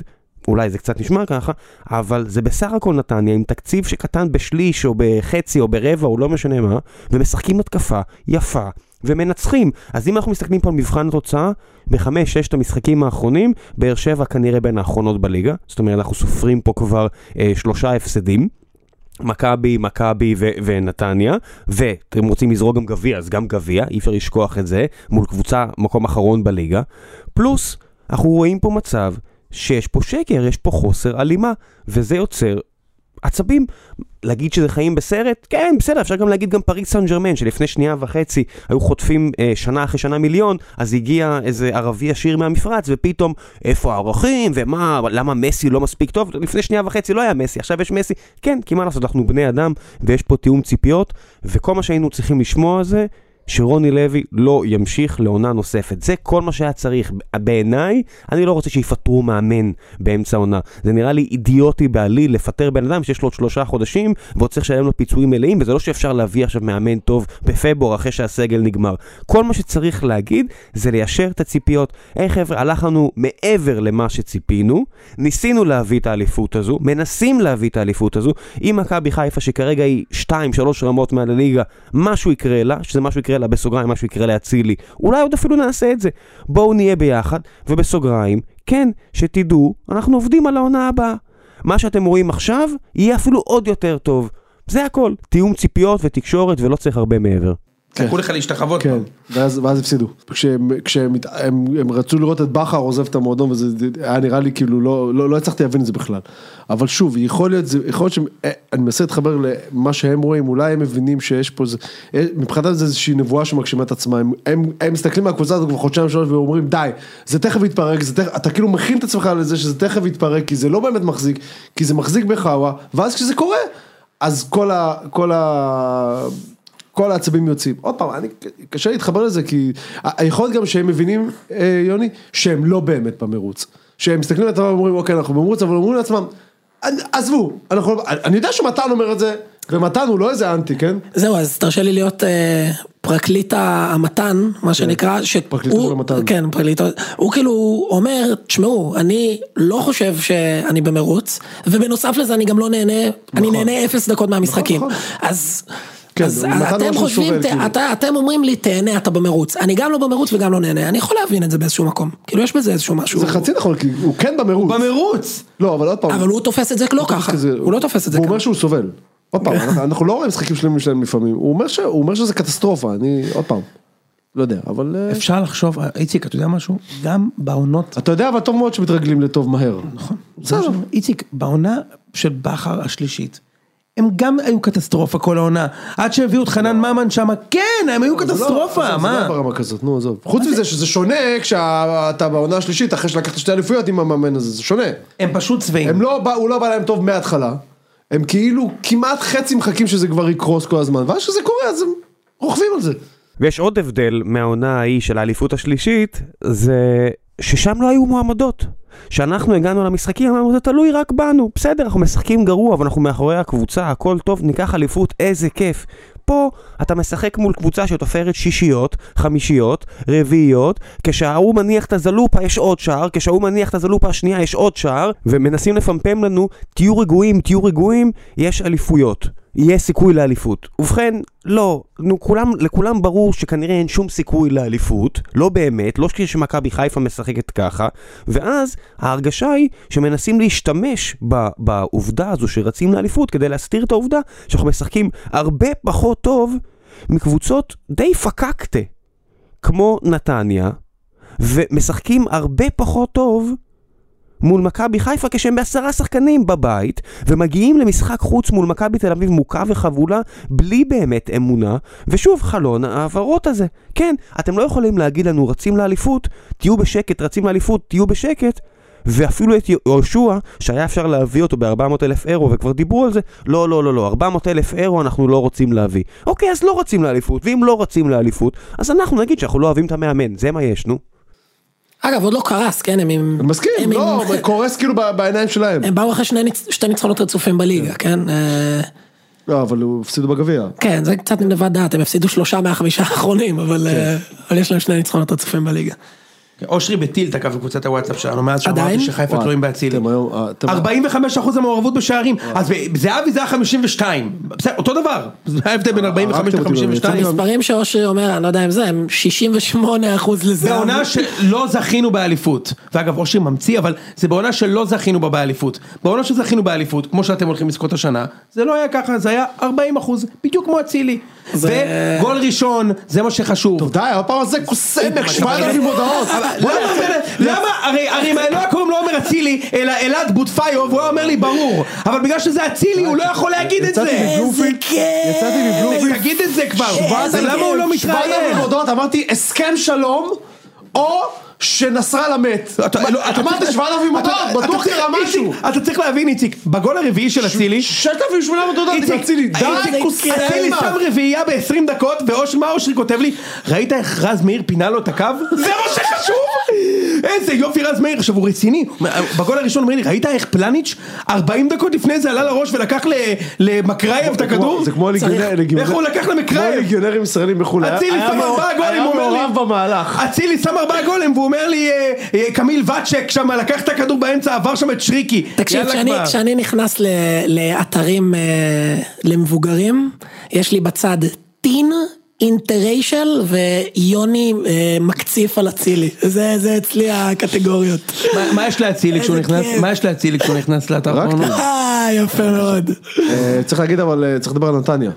Speaker 3: אולי זה קצת נשמע ככה, אבל זה בסך הכל נתניה עם תקציב שקטן בשליש או בחצי או ברבע או לא משנה מה, ומשחקים התקפה יפה. ומנצחים, אז אם אנחנו מסתכלים פה על מבחן התוצאה, בחמש, ששת המשחקים האחרונים, באר שבע כנראה בין האחרונות בליגה, זאת אומרת אנחנו סופרים פה כבר אה, שלושה הפסדים, מכבי, מכבי ו- ונתניה, ואתם רוצים לזרוק גם גביע, אז גם גביע, אי אפשר לשכוח את זה, מול קבוצה מקום אחרון בליגה. פלוס, אנחנו רואים פה מצב שיש פה שקר, יש פה חוסר הלימה, וזה יוצר עצבים, להגיד שזה חיים בסרט, כן, בסדר, אפשר גם להגיד גם פריס סן ג'רמן, שלפני שנייה וחצי היו חוטפים אה, שנה אחרי שנה מיליון, אז הגיע איזה ערבי עשיר מהמפרץ, ופתאום, איפה הערכים, ומה, למה מסי לא מספיק טוב, לפני שנייה וחצי לא היה מסי, עכשיו יש מסי, כן, כי מה לעשות, אנחנו בני אדם, ויש פה תיאום ציפיות, וכל מה שהיינו צריכים לשמוע זה... שרוני לוי לא ימשיך לעונה נוספת. זה כל מה שהיה צריך. בעיניי, אני לא רוצה שיפטרו מאמן באמצע עונה. זה נראה לי אידיוטי בעליל לפטר בן אדם שיש לו עוד שלושה חודשים, ועוד צריך לשלם לו פיצויים מלאים, וזה לא שאפשר להביא עכשיו מאמן טוב בפברואר אחרי שהסגל נגמר. כל מה שצריך להגיד זה ליישר את הציפיות. היי חבר'ה, הלך לנו מעבר למה שציפינו, ניסינו להביא את האליפות הזו, מנסים להביא את האליפות הזו. אם מכבי חיפה, שכרגע היא 2-3 רמות מעל הליגה, משהו יקרה לה, שזה משהו יקרה לה בסוגריים, משהו יקרה לאצילי, אולי עוד אפילו נעשה את זה. בואו נהיה ביחד, ובסוגריים, כן, שתדעו, אנחנו עובדים על העונה הבאה. מה שאתם רואים עכשיו, יהיה אפילו עוד יותר טוב. זה הכל, תיאום ציפיות ותקשורת ולא צריך הרבה מעבר.
Speaker 1: תקחו לך להשתחוות.
Speaker 4: כן,
Speaker 1: פעם.
Speaker 4: ואז, ואז הפסידו. כשהם, כשהם הת- הם, הם רצו לראות את בכר עוזב את המועדון, וזה היה נראה לי כאילו, לא, לא, לא הצלחתי להבין את זה בכלל. אבל שוב, יכול להיות, זה, יכול להיות שהם, אה, אני מנסה להתחבר למה שהם רואים, אולי הם מבינים שיש פה, איזה- אה, מבחינתם זה איזושהי נבואה שמגשימה את עצמה, הם, הם, הם מסתכלים על הקבוצה הזאת כבר חודשיים שלוש ואומרים, די, זה תכף יתפרק, זה תכף, אתה כאילו מכין את עצמך לזה שזה תכף יתפרק, כי זה לא באמת מחזיק, כי זה מחזיק בחאווה, ואז כשזה קורה, אז כל ה... כל ה... כל העצבים יוצאים. עוד פעם, אני, קשה להתחבר לזה כי ה- יכול להיות גם שהם מבינים, אה, יוני, שהם לא באמת במרוץ. שהם מסתכלים על עצמם ואומרים, אוקיי, אנחנו במרוץ, אבל אומרים לעצמם, "אני- עזבו, אנחנו, לא- אני, אני יודע שמתן אומר את זה, ומתן הוא לא איזה אנטי, כן?
Speaker 2: זהו, אז תרשה לי להיות אה, פרקליט המתן,
Speaker 4: כן.
Speaker 2: מה שנקרא, ש...
Speaker 4: פרקליטו
Speaker 2: הוא-
Speaker 4: של המתן.
Speaker 2: כן, פרקליטו. הוא כאילו אומר, תשמעו, אני לא חושב שאני במרוץ, ובנוסף לזה אני גם לא נהנה, אני נהנה אפס דקות מהמשחקים.
Speaker 4: נכון,
Speaker 2: אז...
Speaker 4: כן,
Speaker 2: אז
Speaker 4: הוא נתן
Speaker 2: אתם
Speaker 4: משהו
Speaker 2: חושבים,
Speaker 4: שובל,
Speaker 2: ת-
Speaker 4: כאילו.
Speaker 2: אתה- אתם אומרים לי תהנה אתה במרוץ, אני גם לא במרוץ וגם לא נהנה, אני יכול להבין את זה באיזשהו מקום, כאילו יש בזה איזשהו משהו,
Speaker 4: זה חצי נכון, כי הוא כן במרוץ.
Speaker 1: במרוץ!
Speaker 4: לא, אבל עוד פעם.
Speaker 2: אבל הוא תופס את זה לא ככה,
Speaker 4: כזה-
Speaker 2: הוא לא תופס את זה
Speaker 4: הוא
Speaker 2: ככה.
Speaker 4: אומר שהוא סובל. עוד פעם, אנחנו- אנחנו לא רואים משחקים שלמים שלהם לפעמים, הוא אומר ש- הוא אומר שזה קטסטרופה, אני, עוד פעם, לא יודע, אבל... אה,
Speaker 1: אפשר לחשוב, איציק, אתה יודע משהו? גם בעונות,
Speaker 4: אתה יודע, אבל טוב מאוד שמתרגלים לטוב מהר.
Speaker 1: נכון,
Speaker 4: בסדר.
Speaker 1: איציק, בעונה של בכר השלישית, הם גם היו קטסטרופה כל העונה, עד שהביאו את חנן ממן שם, כן, הם היו
Speaker 4: זה לא-
Speaker 1: קטסטרופה,
Speaker 4: עזוב, זה לא היה
Speaker 1: מה?
Speaker 4: ברמה כזאת, נו עזוב. חוץ מזה שזה שונה כשאתה בעונה השלישית אחרי שלקחת שתי אליפויות עם המאמן הזה, זה שונה.
Speaker 1: הם פשוט צבעים.
Speaker 4: הם לא, בא- הוא לא בא להם טוב מההתחלה. הם כאילו כמעט חצי מחכים שזה כבר יקרוס כל הזמן, ואז כשזה קורה אז הם רוכבים על זה.
Speaker 3: ויש עוד הבדל מהעונה ההיא של האליפות השלישית, זה ששם לא היו מועמדות. כשאנחנו הגענו למשחקים, אמרנו, זה תלוי רק בנו, בסדר, אנחנו משחקים גרוע, אבל אנחנו מאחורי הקבוצה, הכל טוב, ניקח אליפות, איזה כיף. פה אתה משחק מול קבוצה שתופרת שישיות, חמישיות, רביעיות, כשההוא מניח את הזלופה יש עוד שער, כשההוא מניח את הזלופה השנייה יש עוד שער, ומנסים לפמפם לנו, תהיו רגועים, תהיו רגועים, יש אליפויות. יהיה סיכוי לאליפות. ובכן, לא, נו, כולם, לכולם ברור שכנראה אין שום סיכוי לאליפות, לא באמת, לא כשמכבי חיפה משחקת ככה, ואז ההרגשה היא שמנסים להשתמש ב, בעובדה הזו שרצים לאליפות כדי להסתיר את העובדה שאנחנו משחקים הרבה פחות טוב מקבוצות די פקקטה, כמו נתניה, ומשחקים הרבה פחות טוב מול מכבי חיפה כשהם בעשרה שחקנים בבית ומגיעים למשחק חוץ מול מכבי תל אביב מוכה וחבולה בלי באמת אמונה ושוב חלון ההעברות הזה כן, אתם לא יכולים להגיד לנו רצים לאליפות תהיו בשקט, רצים לאליפות, תהיו בשקט ואפילו את יהושע, שהיה אפשר להביא אותו ב-400 אלף אירו, וכבר דיברו על זה, לא, לא, לא, לא, 400 אלף אירו אנחנו לא רוצים להביא. אוקיי, אז לא רוצים לאליפות, ואם לא רוצים לאליפות, אז אנחנו נגיד שאנחנו לא אוהבים את המאמן, זה מה יש, נו.
Speaker 2: אגב עוד לא קרס, כן, הם עם...
Speaker 4: אני מסכים,
Speaker 2: הם עם-
Speaker 4: לא, אבל קורס כאילו ב- בעיניים שלהם.
Speaker 2: הם באו אחרי שני, ניצ- שתי ניצחונות רצופים בליגה, כן? אה,
Speaker 4: לא, אבל הוא הפסידו בגביע.
Speaker 2: כן, זה קצת מלבד דעת, הם הפסידו שלושה מהחמישה האחרונים, אבל אה, אבל יש להם שני ניצחונות רצופים בליגה.
Speaker 1: אושרי בטיל תקף בקבוצת הוואטסאפ שלנו, מאז
Speaker 2: עדיין?
Speaker 1: שאמרתי שחיפה
Speaker 4: וואי,
Speaker 1: תלויים באצילי.
Speaker 4: אתם היום, אה, אתם-
Speaker 1: 45% המעורבות בשערים, אז זהבי זה היה 52, בסדר, אותו דבר, זה היה הבדל
Speaker 4: אה,
Speaker 1: בין 45
Speaker 4: הרגתם אותי
Speaker 1: ל-52.
Speaker 4: במיץ.
Speaker 2: מספרים שאושרי אומר, אני לא יודע אם זה, הם 68 אחוז לזהב.
Speaker 1: בעונה שלא זכינו באליפות, ואגב אושרי ממציא, אבל זה בעונה שלא זכינו בה באליפות. בעונה שזכינו באליפות, כמו שאתם הולכים לזכות השנה, זה לא היה ככה, זה היה 40 אחוז, בדיוק כמו אצילי.
Speaker 2: זה-
Speaker 1: וגול ראשון, זה מה שחשוב.
Speaker 4: די, הפעם הזה קוסמק, 7,000 הודעות.
Speaker 1: למה באמת? למה, הרי, הרי מה- לא היה קוראים לו עומר אצילי, אלא אלעד בוטפאיו, והוא היה אומר לי ברור, אבל בגלל שזה אצילי הוא לא יכול להגיד את
Speaker 4: יצאתי
Speaker 1: זה.
Speaker 4: מבלומפילד,
Speaker 2: כיף.
Speaker 4: יצאתי מבלומפילד,
Speaker 1: תגיד את זה כבר,
Speaker 2: איזה
Speaker 1: למה הוא לא
Speaker 2: כיף.
Speaker 4: 7,000
Speaker 1: מתראיין?
Speaker 4: הודעות, כאילו אמרתי הסכם שלום, או שנסראללה מת.
Speaker 1: אתה- לא, אתה-
Speaker 4: אמרת 7,000
Speaker 1: אתה-
Speaker 4: הודעות,
Speaker 1: אתה
Speaker 4: בטוח
Speaker 1: צריך-
Speaker 4: קרה משהו.
Speaker 1: איציק, אתה צריך להבין איציק, בגול הרביעי של אצילי,
Speaker 4: 6,800 הודעות, זה אצילי, לא די,
Speaker 1: איציק, אצילי
Speaker 4: קוסמק.
Speaker 1: שם רביעייה ב-20 דקות, ואוש מה אושרי כותב לי, ראית איך רז מאיר פינה לו את הקו? זה מה שחשוב! <laughs> איזה יופי רז מאיר, עכשיו הוא רציני, בגול הראשון אומר לי, ראית איך פלניץ' 40 דקות לפני זה עלה לראש ולקח ל- למקרייב את הכדור?
Speaker 4: זה כמו
Speaker 2: צריך-
Speaker 4: ליגיונרים,
Speaker 1: איך הוא לקח למקרייב?
Speaker 4: כמו ליגיונרים ישראלים בחו"ל, היה-
Speaker 1: אצילי
Speaker 4: היה
Speaker 1: שם
Speaker 4: מעורב-
Speaker 1: ארבעה גולים,
Speaker 4: היה
Speaker 1: הוא אומר לי.
Speaker 4: מעורב במהלך.
Speaker 1: אצילי שם ארבעה גולים והוא אומר לי, אה, אה, קמיל ואצ'ק שם לקח את הכדור באמצע, עבר שם את שריקי.
Speaker 2: תקשיב,
Speaker 1: יאללה
Speaker 2: כשאני-
Speaker 1: כבר.
Speaker 2: כשאני נכנס ל- לאתרים אה, למבוגרים, יש לי בצד טין. אינטריישל ויוני אה, מקציף על אצילי, זה, זה אצלי הקטגוריות.
Speaker 1: מה- מה יש להצילי כשהוא
Speaker 2: איזה
Speaker 1: נכנס,
Speaker 2: כיף.
Speaker 1: מה יש להצילי כשהוא נכנס לאתר
Speaker 4: רק
Speaker 1: פורנו?
Speaker 2: אה, יפה מאוד.
Speaker 4: אה, צריך להגיד אבל, אה, צריך לדבר על נתניה.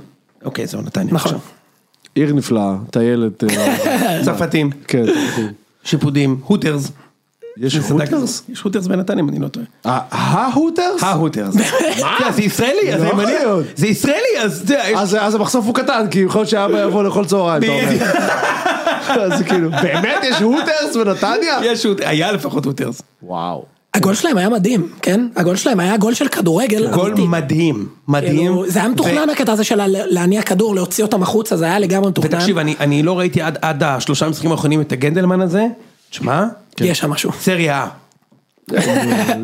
Speaker 1: אוקיי, זהו, נתניה.
Speaker 2: נכון.
Speaker 4: עיר נפלאה, טיילת. אה,
Speaker 1: עכשיו. צרפתים,
Speaker 4: כן.
Speaker 1: שיפודים, הוטרס.
Speaker 4: יש
Speaker 1: צדקת.
Speaker 4: הוטרס?
Speaker 1: יש הוטרס בנתניה, אם אני לא טועה.
Speaker 4: ה- אה, ההוטרס?
Speaker 1: ההוטרס. אה, מה? זה ישראלי, אז
Speaker 4: לא
Speaker 1: ימני.
Speaker 4: יכול להיות.
Speaker 1: זה ישראלי, אז אתה יודע, יש-
Speaker 4: אז אז המחשוף הוא קטן, כי יכול להיות שאבא יבוא לאכול צהריים, אתה
Speaker 1: בדיוק.
Speaker 4: אומר. אז כאילו, באמת יש הוטרס בנתניה?
Speaker 1: יש הוט- היה לפחות הוטרס.
Speaker 4: וואו.
Speaker 2: הגול שלהם היה מדהים, כן? הגול שלהם היה גול של כדורגל.
Speaker 1: גול
Speaker 2: אמיתי.
Speaker 1: מדהים, מדהים.
Speaker 2: כאילו, זה היה מתוכנן הקטע הזה של ה- להניע כדור, להוציא אותם החוצה, זה היה לגמרי מתוכנן.
Speaker 1: ותקשיב, אני, אני לא ראיתי עד, עד השלושה משחקים האחרונים את הגנדלמן הזה, תשמע,
Speaker 4: כן.
Speaker 2: יש שם משהו.
Speaker 1: סריה.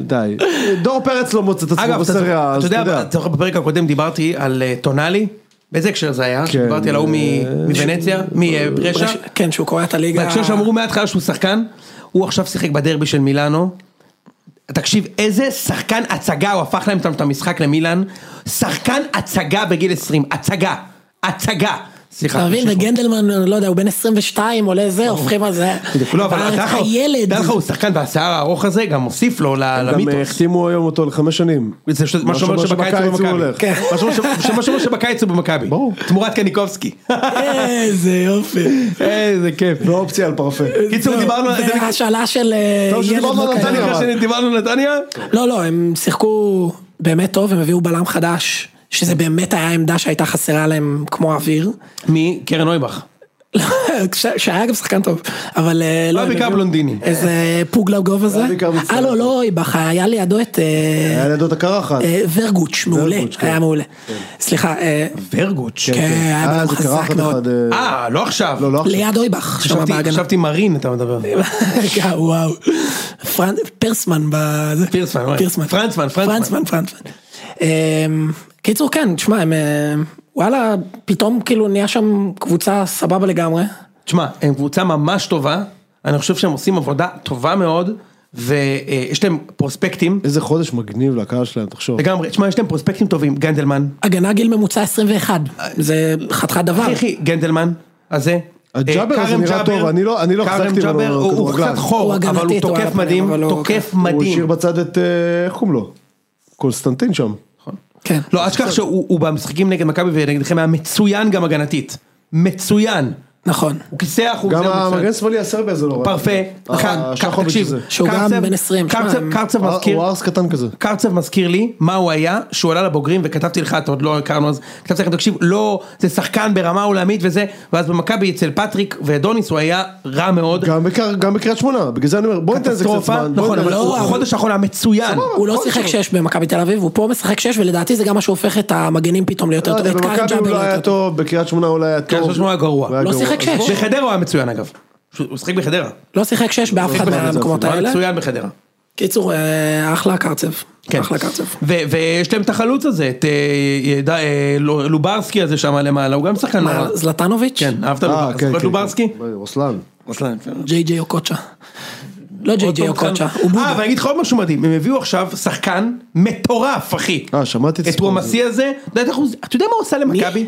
Speaker 4: די. דור פרץ לא מוצא את עצמו
Speaker 1: אגב, אתה
Speaker 4: בסריה,
Speaker 1: אתה
Speaker 4: אז אתה
Speaker 1: יודע,
Speaker 4: יודע.
Speaker 1: אתה זוכר בפרק הקודם דיברתי על אה, טונאלי, באיזה הקשר זה היה?
Speaker 4: כן, אה,
Speaker 1: דיברתי על ההוא מ- מוונציה, מברשה,
Speaker 2: כן, שהוא קורע את הליגה.
Speaker 1: בהקשר שאמרו מההתחלה שהוא שחקן, הוא עכשיו שיחק בדרבי של מילאנו. תקשיב, איזה שחקן הצגה, הוא הפך להם את את המשחק למילאן, שחקן הצגה בגיל 20, הצגה, הצגה. סליחה.
Speaker 2: אתה מבין, וגנדלמן, לא יודע, הוא בן 22, עולה זה, הופכים על זה.
Speaker 1: לא, אבל
Speaker 2: בארץ
Speaker 1: אתה יכול-
Speaker 2: הילד.
Speaker 1: דע לך, הוא שחקן והשיער הארוך הזה גם מוסיף לו ל-
Speaker 4: גם אה,
Speaker 1: למיתוס.
Speaker 4: החתימו היום אותו לחמש שנים.
Speaker 1: זה ש- מה שאומר שבקיץ הוא במכבי.
Speaker 4: כן.
Speaker 1: מה שאומר ש- מה שאומר שבקיץ הוא במכבי.
Speaker 4: ברור.
Speaker 1: תמורת <laughs> קניקובסקי.
Speaker 2: איזה
Speaker 1: <laughs>
Speaker 2: יופי.
Speaker 1: איזה אה, כיף.
Speaker 4: ואופציה על פרפה.
Speaker 1: קיצור, דיברנו על לא, זה. נקרא-
Speaker 2: והשאלה של אה,
Speaker 4: טוב
Speaker 2: ילד
Speaker 4: שדיברנו
Speaker 2: לא
Speaker 4: על
Speaker 1: זה
Speaker 4: נתניה,
Speaker 2: קיים.
Speaker 1: נקרא
Speaker 4: אבל.
Speaker 1: שדיברנו על נתניה?
Speaker 2: לא, לא, הם שיחקו באמת טוב, הם הביאו בלם חדש, שזה באמת היה עמדה שהייתה חסרה להם כמו אוויר. <laughs>
Speaker 1: מקרן נויבך.
Speaker 2: ש- שהיה גם שחקן טוב, אבל אה, לא,
Speaker 1: לא,
Speaker 2: הם
Speaker 1: בעיקר
Speaker 2: הביאו-
Speaker 1: בלונדיני.
Speaker 2: איזה פוגלגוב הזה,
Speaker 4: בעיקר מצטער.
Speaker 2: אה לא לא אייבך, היה לידו את
Speaker 1: כן.
Speaker 2: אה,
Speaker 4: היה לידו את הקרחת.
Speaker 2: אה, ורגוץ', מעולה,
Speaker 4: ורגוץ', כן.
Speaker 2: היה מעולה, סליחה, אה,
Speaker 1: ורגוץ'.
Speaker 2: כן, היה בן
Speaker 4: אה,
Speaker 2: אדם
Speaker 4: זה
Speaker 2: חזק
Speaker 4: קרחת אחד.
Speaker 2: מאוד,
Speaker 4: אה,
Speaker 1: אה, לא עכשיו.
Speaker 4: לא, לא עכשיו.
Speaker 2: ליד אייבך, שם
Speaker 1: חשבתי-
Speaker 2: בהגנה,
Speaker 1: חשבתי מרין אתה מדבר.
Speaker 2: <laughs> כן, וואו, פרנ- פרסמן, בזה.
Speaker 1: פירסמן, וואי.
Speaker 2: פרסמן,
Speaker 1: פרנצמן, פרנצמן.
Speaker 2: פרנצמן, פרנצמן, אמ, קיצור כן, תשמע, הם, אה, וואלה, פתאום כאילו נהיה שם קבוצה סבבה לגמרי,
Speaker 1: תשמע, הם קבוצה ממש טובה, אני חושב שהם עושים עבודה טובה מאוד, ויש להם פרוספקטים.
Speaker 4: איזה חודש מגניב לקהל שלהם, תחשוב.
Speaker 1: לגמרי, תשמע, יש להם פרוספקטים טובים, גנדלמן,
Speaker 2: הגנה גיל ממוצע 21, זה חתיכת דבר.
Speaker 1: אחי אחי, גנדלמן, הזה.
Speaker 4: הג'אבר
Speaker 1: אה,
Speaker 4: הזה
Speaker 1: כרם
Speaker 4: נראה
Speaker 1: ג'אבר,
Speaker 4: טוב, אני לא- אני לא
Speaker 1: כרם
Speaker 4: החזקתי
Speaker 1: ג'אבר,
Speaker 4: ממנו
Speaker 1: הוא- הוא
Speaker 4: כדורגלן.
Speaker 1: קצת חור,
Speaker 2: הוא
Speaker 1: אבל הוא
Speaker 2: הגנתית, הוא על
Speaker 1: תוקף
Speaker 2: הפנים,
Speaker 1: מדהים,
Speaker 2: אבל לא-
Speaker 1: תוקף
Speaker 4: הוא השאיר
Speaker 1: מדהים.
Speaker 4: בצד את, אה, איך קוראים לו? קונסטנטין שם.
Speaker 2: כן.
Speaker 1: לא, אל תשכח שהוא הוא במשחקים נגד מכבי ונגדכם היה מצוין גם הגנתית. מצוין.
Speaker 2: נכון.
Speaker 1: הוא כיסח, הוא
Speaker 4: גם
Speaker 1: זה, הוא
Speaker 4: המגן
Speaker 1: מצוין.
Speaker 4: השמאלי הסרבי הזה לא רע.
Speaker 1: פרפה,
Speaker 4: אה,
Speaker 1: ק- ק-
Speaker 4: שחוביץ'
Speaker 1: תקשיב,
Speaker 4: הזה. אה,
Speaker 2: שהוא גם
Speaker 1: קרצב-
Speaker 2: בן 20,
Speaker 1: קרצב-
Speaker 2: שמע, הם-
Speaker 1: קרצב מזכיר,
Speaker 4: הוא ארס קטן כזה.
Speaker 1: קרצב מזכיר לי מה הוא היה שהוא עלה לבוגרים וכתבתי לך אתה עוד לא הכרנו אז כתבתי לכם תקשיב לא זה שחקן ברמה עולמית וזה ואז במכבי אצל פטריק ואדוניס הוא היה רע מאוד.
Speaker 4: גם בקר- גם בקריית שמונה, בגלל זה אני אומר, בוא ניתן לזה קצת
Speaker 1: קטסטרופה,
Speaker 4: זמן. בוא
Speaker 1: נכון
Speaker 4: ניתן
Speaker 1: אבל
Speaker 4: לזה
Speaker 1: הוא
Speaker 4: קצת
Speaker 1: החודש האחרון היה מצוין.
Speaker 2: הוא לא שיחק שש במכבי תל אביב, הוא פה משחק שש ולדעתי זה גם מה שהופך את המגנים פתאום ליותר
Speaker 4: לא
Speaker 2: טוב.
Speaker 4: יודע,
Speaker 2: את קארם
Speaker 4: במכבי
Speaker 2: ג'אבר
Speaker 4: הוא לא היה
Speaker 2: ליותר
Speaker 4: טוב, בקריית שמונה הוא לא היה טוב.
Speaker 1: קריית שמונה הוא היה גרוע.
Speaker 4: הוא היה
Speaker 2: לא
Speaker 4: גרוע.
Speaker 2: שיחק
Speaker 4: אז
Speaker 2: שש.
Speaker 4: בוא-
Speaker 1: בחדרה הוא היה מצוין אגב. הוא שיחק בחדרה.
Speaker 2: לא שיחק שש באף אחד מהמקומות
Speaker 1: הוא היה
Speaker 2: האלה.
Speaker 1: מצוין בחדרה.
Speaker 2: קיצור, אה, אחלה קרצב.
Speaker 1: כן.
Speaker 2: אחלה קרצב.
Speaker 1: ו- ויש להם את החלוץ הזה את אה, ידע- אה, לו- לוברסקי הזה שם למעלה הוא גם שחקן.
Speaker 2: מה, אה, אוקיי,
Speaker 1: נורא.
Speaker 2: זלטנוביץ'?
Speaker 1: כן אהבת
Speaker 4: אה, כן,
Speaker 1: לוברסקי?
Speaker 4: כן.
Speaker 1: לוברסקי?
Speaker 4: כן. רוסלן.
Speaker 2: ג'יי ג'יי אוקוצ'ה. לא ג'יי ג'יי אוקוצ'ה, הוא
Speaker 1: אה,
Speaker 2: בודה.
Speaker 1: ואני אגיד לך עוד משהו מדהים, הם הביאו עכשיו שחקן מטורף, אחי.
Speaker 4: אה, שמעתי את
Speaker 1: את
Speaker 4: הסיפור
Speaker 1: וואמסי הזה, אתה יודע איך הוא- אתה יודע מה הוא עושה למכבי?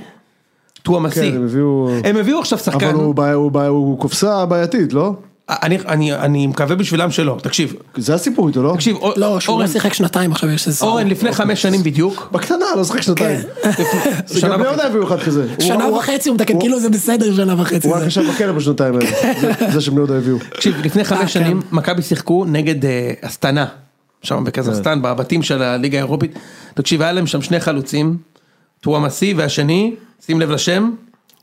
Speaker 1: את וואמסי.
Speaker 4: כן, הם הביאו-
Speaker 1: הם הביאו עכשיו שחקן,
Speaker 4: אבל הוא בעיה- הוא בעיה- הוא קופסה בעייתית, לא?
Speaker 1: אני, אני, אני מקווה בשבילם שלא, תקשיב,
Speaker 4: זה הסיפור איתו, לא?
Speaker 1: תקשיב, אור-
Speaker 2: לא, שהוא לא
Speaker 1: אורן,
Speaker 2: שיחק שנתיים עכשיו, יש איזה...
Speaker 1: אורן לפני חמש שנים בדיוק,
Speaker 4: בקטנה, לא שחק שנתיים. זה
Speaker 1: שנה
Speaker 4: גם
Speaker 1: וחצי.
Speaker 4: ביהודה הביאו אחד כזה. הוא-
Speaker 2: שנה
Speaker 4: הוא-
Speaker 2: וחצי הוא מתקן, כאילו זה בסדר שנה וחצי.
Speaker 4: הוא
Speaker 2: זה.
Speaker 4: היה קשר בכלא בשנתיים האלה. זה- זה שבני יהודה הביאו.
Speaker 1: תקשיב, לפני
Speaker 2: אה, כן.
Speaker 1: חמש שנים מכבי שיחקו נגד אה, אסטנה, שם
Speaker 4: כן.
Speaker 1: בקזחסטן, בבתים של הליגה האירופית, תקשיב, היה להם שם שני חלוצים, טוואמסי והשני, שים לב לשם,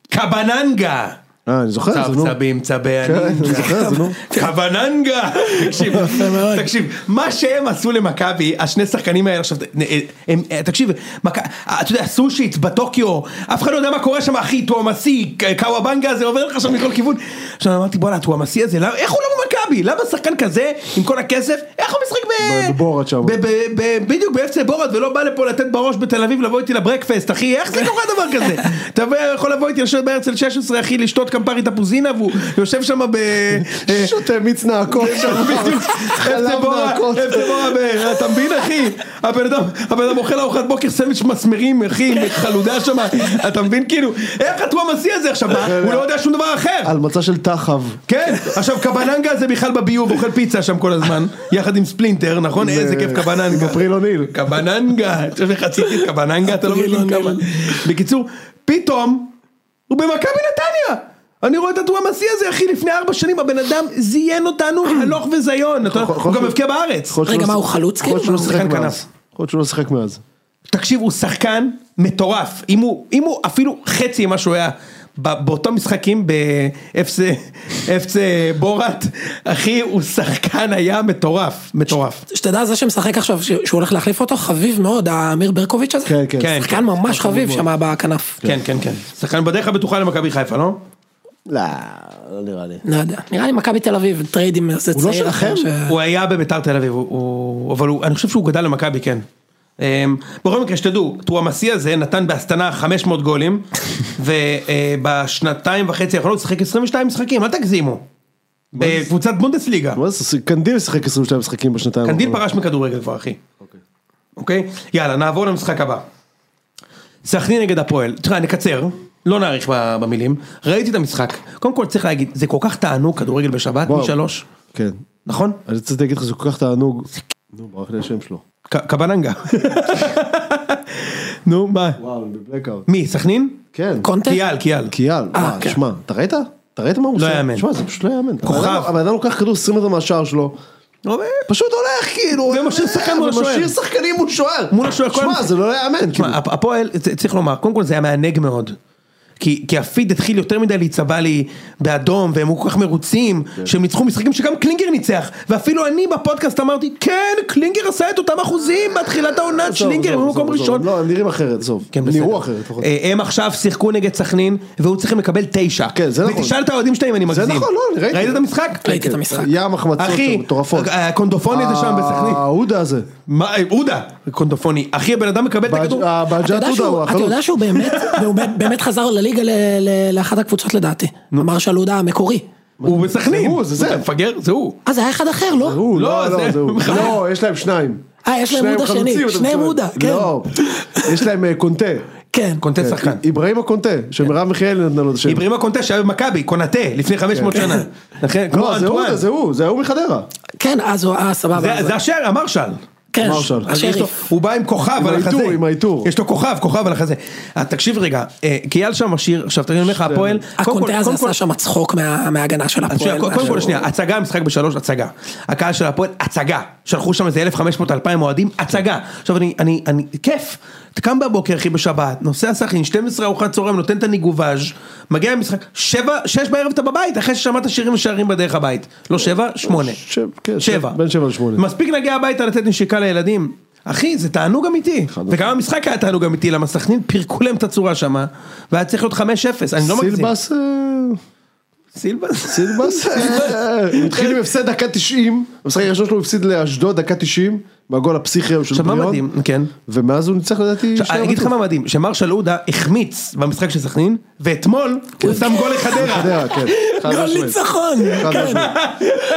Speaker 1: קבננגה.
Speaker 4: אה, אני זוכר את זה, נו.
Speaker 1: צבצבים,
Speaker 4: כן,
Speaker 1: צבענים,
Speaker 4: אני זוכר את זה, נו.
Speaker 1: קבננגה, <laughs> תקשיב,
Speaker 2: מאוד.
Speaker 1: תקשיב, מה שהם עשו למכבי, השני שחקנים האלה עכשיו, אה, הם, תקשיב, מכ- אה, אתה יודע, סושיט בטוקיו, אף אחד לא יודע מה קורה שם, אחי, טועמסי, אה, קאוואבנגה, זה עובר לך שם מכל כיוון. עכשיו אמרתי, בואנה, הטועמסי הזה, למה- איך הוא לא במכבי? למה שחקן כזה, עם כל הכסף, איך הוא משחק ב...
Speaker 4: בבורד שם.
Speaker 1: ב- ב- ב- בדיוק, ב-FC בורד, ולא בא לפה לתת בראש בתל אביב, לבוא איתי לברקפסט, אחי, איך זה קורה דבר כזה? אתה מבין, יכול לבוא איתי לשבת בהרצל 16, אחי, לשתות קמפרי תפוזינה, והוא יושב שם ב... אה,
Speaker 4: שותה מיץ נעקות כן, שם.
Speaker 1: בדיוק,
Speaker 4: חלב
Speaker 1: FC בורה,
Speaker 4: נעקות.
Speaker 1: FC בורה, ב- אה, אתה מבין אחי? הבן אדם, הבן אדם אוכל ארוחת בוקר סנדוויץ' מסמרים אחי, עם חלודה שם, אתה מבין כאילו, איך הטוואם השיא הזה עכשיו, מה? הוא לא יודע שום דבר אחר.
Speaker 4: על מצע של תחב.
Speaker 1: כן, עכשיו קבננגה זה בכלל בביוב, אוכל פיצה שם כל הזמן, יחד עם ספלינטר, נכון? איזה כיף קבננגה.
Speaker 4: עם אפריל אוניל.
Speaker 1: קבננגה, אתה יודע, חציתי את קבננגה, אתה לא
Speaker 2: אפריל
Speaker 1: מבין כמה.
Speaker 2: אוניל.
Speaker 1: בקיצור, פתאום, הוא במכבי נתניה. אני רואה את הטוואמסי הזה, אחי, לפני ארבע שנים הבן אדם זיין אותנו הלוך וזיון, אתה יודע,
Speaker 4: יכול-
Speaker 1: הוא גם הבקיע בארץ.
Speaker 4: יכול להיות
Speaker 2: רגע,
Speaker 4: שהוא
Speaker 2: מה,
Speaker 4: לא-
Speaker 2: הוא חלוץ
Speaker 4: יכול להיות
Speaker 2: כאילו?
Speaker 4: שהוא לא
Speaker 1: מה, הוא
Speaker 4: שיחק
Speaker 1: שחקן
Speaker 4: מאז.
Speaker 1: כנף.
Speaker 4: יכול להיות שהוא לא שיחק מאז.
Speaker 1: תקשיב, הוא שחקן מטורף. אם הוא, אם הוא אפילו חצי ממה שהוא היה ב- באותם משחקים ב-FC בורת, אחי, הוא שחקן היה מטורף, מטורף.
Speaker 2: שתדע, זה שמשחק עכשיו, ש- שהוא הולך להחליף אותו, חביב מאוד, האמיר ברקוביץ' הזה.
Speaker 4: כן, כן.
Speaker 1: כן.
Speaker 2: שחקן ממש חביב שם בכנף.
Speaker 1: כן, כן, כן. שחקן בדרך הבטוחה למכבי חיפה, לא?
Speaker 4: לא, לא נראה לי.
Speaker 2: לא יודע. נראה לי מכבי תל אביב, טריידים, זה
Speaker 4: הוא לא
Speaker 2: צעיר אחר.
Speaker 4: שלכם?
Speaker 2: ש-
Speaker 1: הוא היה בביתר תל אביב, הוא- הוא- אבל הוא- אני חושב שהוא גדל למכבי, כן. אמ, בכל מקרה, שתדעו, טוואמסי הזה נתן בהסתנה 500 גולים, ובשנתיים וחצי האחרונות הוא שיחק 22 משחקים, אל תגזימו. בקבוצת בונדסליגה.
Speaker 4: מה זה, קנדיל שיחק 22 משחקים בשנתיים.
Speaker 1: קנדיל
Speaker 4: האחרונות.
Speaker 1: פרש מכדורגל כבר אחי. אוקיי? יאללה נעבור למשחק הבא. סכנין נגד הפועל. תראה נקצר. לא נאריך ב- במילים, ראיתי את המשחק, קודם כל צריך להגיד, זה כל כך תענוג כדורגל בשבת,
Speaker 4: וואו.
Speaker 1: משלוש,
Speaker 4: כן.
Speaker 1: נכון?
Speaker 4: אני רציתי להגיד לך, זה כל כך תענוג. נו, ברח לי השם שלו.
Speaker 1: ק- קבננגה. <laughs> נו, מה?
Speaker 4: וואו, אני בבלקאוט.
Speaker 1: מי, סכנין?
Speaker 4: כן.
Speaker 2: קונטה?
Speaker 1: קיאל, קיאל.
Speaker 4: קיאל, וואו,
Speaker 2: כן.
Speaker 4: שמע, אתה ראית? אתה ראית מה הוא
Speaker 1: לא
Speaker 4: עושה?
Speaker 1: יאמן.
Speaker 4: שמע, זה פשוט לא יאמן.
Speaker 1: כוכב.
Speaker 4: הבן אדם- הבן אדם לוקח כדור 20 מטר מהשער שלו, פשוט הולך כאילו.
Speaker 1: זה משאיר שחקן מול השוער.
Speaker 4: משאיר שחקנים מול שוער.
Speaker 1: מול השוער, כל
Speaker 4: שמע,
Speaker 1: המשחק.
Speaker 4: זה לא יאמן. כאילו.
Speaker 1: תשמע, הפ- הפועל, צ- צריך לומר, קודם כל זה היה מענג מאוד. כי, כי הפיד התחיל יותר מדי להיצבע לי באדום, והם היו כל כך מרוצים,
Speaker 4: כן.
Speaker 1: שהם ניצחו משחקים שגם קלינגר ניצח. ואפילו אני בפודקאסט אמרתי, כן, קלינגר עשה את אותם אחוזים בתחילת העונת,
Speaker 4: עזוב,
Speaker 1: שלינגר
Speaker 4: עזוב,
Speaker 1: הם במקום
Speaker 4: עזוב, עזוב.
Speaker 1: ראשון.
Speaker 4: לא, הם נראים אחרת, עזוב.
Speaker 1: כן, בסדר.
Speaker 4: נראו אחרת. פחות.
Speaker 1: אה, הם עכשיו שיחקו נגד סכנין, והיו צריכים לקבל תשע.
Speaker 4: כן, זה נכון.
Speaker 1: ותשאל את האוהדים שלהם אם אני
Speaker 4: זה
Speaker 1: מגזים.
Speaker 4: נכון, לא, אני ראיתי.
Speaker 1: ראית את המשחק?
Speaker 2: ראיתי את המשחק.
Speaker 4: ים החמצות
Speaker 1: אחי,
Speaker 4: שם, מטורפות. אה.
Speaker 1: הקונדופוני זה שם בסכנין.
Speaker 4: ההודה הזה.
Speaker 1: מה, אה, עודה, קונדופוני. אחי, הבן אדם מקבל את הכדור.
Speaker 4: אה,
Speaker 2: אתה
Speaker 4: הבאג'ת
Speaker 2: יודע
Speaker 4: הודה הוא
Speaker 2: שהוא- אתה
Speaker 4: החלוץ.
Speaker 2: יודע שהוא
Speaker 4: <laughs>
Speaker 2: באמת, והוא באמת חזר לליגה ל- ל- לאחת הקבוצות לדעתי. אמר שלודה המקורי.
Speaker 1: הוא בסכנין.
Speaker 4: זה הוא, זה זה.
Speaker 1: אתה מפגר? זה הוא.
Speaker 2: אה, זה היה אחד אחר, לא?
Speaker 4: הוא,
Speaker 1: לא,
Speaker 4: לא,
Speaker 1: זה-
Speaker 4: לא,
Speaker 1: <laughs>
Speaker 4: זה הוא. לא, יש להם שניים.
Speaker 2: אה, יש להם
Speaker 4: שניהם
Speaker 2: הודה שני,
Speaker 4: חלוצים, אתה
Speaker 2: שניהם
Speaker 4: מתכוון.
Speaker 2: הודה, כן.
Speaker 4: לא, יש להם אה, קונטה. אה,
Speaker 2: כן.
Speaker 1: קונטה שחקן.
Speaker 4: איברהימה קונטה, שמרב מיכאלי נתנה לו את השם.
Speaker 1: איברימה קונטה שהיה במכבי, קונטה, לפני 500 שנה.
Speaker 4: <laughs>
Speaker 1: לכן, כמו
Speaker 4: כן. לא, זה הוא,
Speaker 1: אנטואן.
Speaker 4: זה הוא, זה הוא מחדרה.
Speaker 2: כן, אז הוא, אה, סבבה.
Speaker 1: זה-
Speaker 2: אז-
Speaker 1: זה השער, המרשל.
Speaker 2: כן,
Speaker 4: מרשל.
Speaker 1: אז יש לו-
Speaker 2: השריף.
Speaker 1: הוא בא עם כוכב
Speaker 4: עם
Speaker 1: על החזה.
Speaker 4: העיטור, עם העיטור.
Speaker 1: יש לו כוכב, כוכב על החזה. אה, תקשיב רגע, אה, קייל שם משאיר, עכשיו תגיד לך הפועל. קודם כל-
Speaker 2: הקונטה הזה
Speaker 1: קודם כל-
Speaker 2: עשה שם צחוק מה- מההגנה של
Speaker 1: אז שנייה,
Speaker 2: הפועל.
Speaker 1: קודם כל
Speaker 2: משהו.
Speaker 1: שנייה, הצגה המשחק בשלוש, הצגה. הקהל של הפועל, הצגה. שלחו שם איזה 1,500-2,000 אוהדים, הצגה. עכשיו אני, אני, אני, כיף. אתה קם בבוקר אחי בשבת, נוסע סכין, 12 ארוחת צהריים, נותן את הניגובז', מגיע למשחק, שבע, שש בערב אתה בבית, אחרי ששמעת שירים ושערים בדרך הבית. לא שבע, שמונה.
Speaker 4: ש- כן, בין שבע לשמונה.
Speaker 1: מספיק להגיע הביתה לתת נשיקה לילדים. אחי, זה תענוג אמיתי. וגם המשחק היה תענוג אמיתי, למה סכנין פירקו להם את הצורה שמה, והיה צריך להיות 5-0, אני לא מגזים.
Speaker 4: סילבס, אה,
Speaker 1: סילבס. <laughs>
Speaker 4: סילבס, אה, הוא התחיל עם הפסד דקה 90, במשחק הראשון שלו הוא הפסיד לאשדוד דקה 90, מהגול הפסיכי ההוא של
Speaker 1: עכשיו, מה מדהים?
Speaker 4: בריון,
Speaker 1: כן.
Speaker 4: ומאז הוא ניצח לדעתי
Speaker 1: עכשיו, אני אגיד לך מה מדהים, שמרשל עודה החמיץ במשחק של סכנין, ואתמול הוא שם גול לחדרה.
Speaker 4: חדרה,
Speaker 1: <laughs>
Speaker 4: כן.
Speaker 1: לא
Speaker 4: חד
Speaker 2: גול
Speaker 4: משמעית.
Speaker 2: לא, ניצחון,
Speaker 4: חד
Speaker 2: כן.
Speaker 4: משמעית.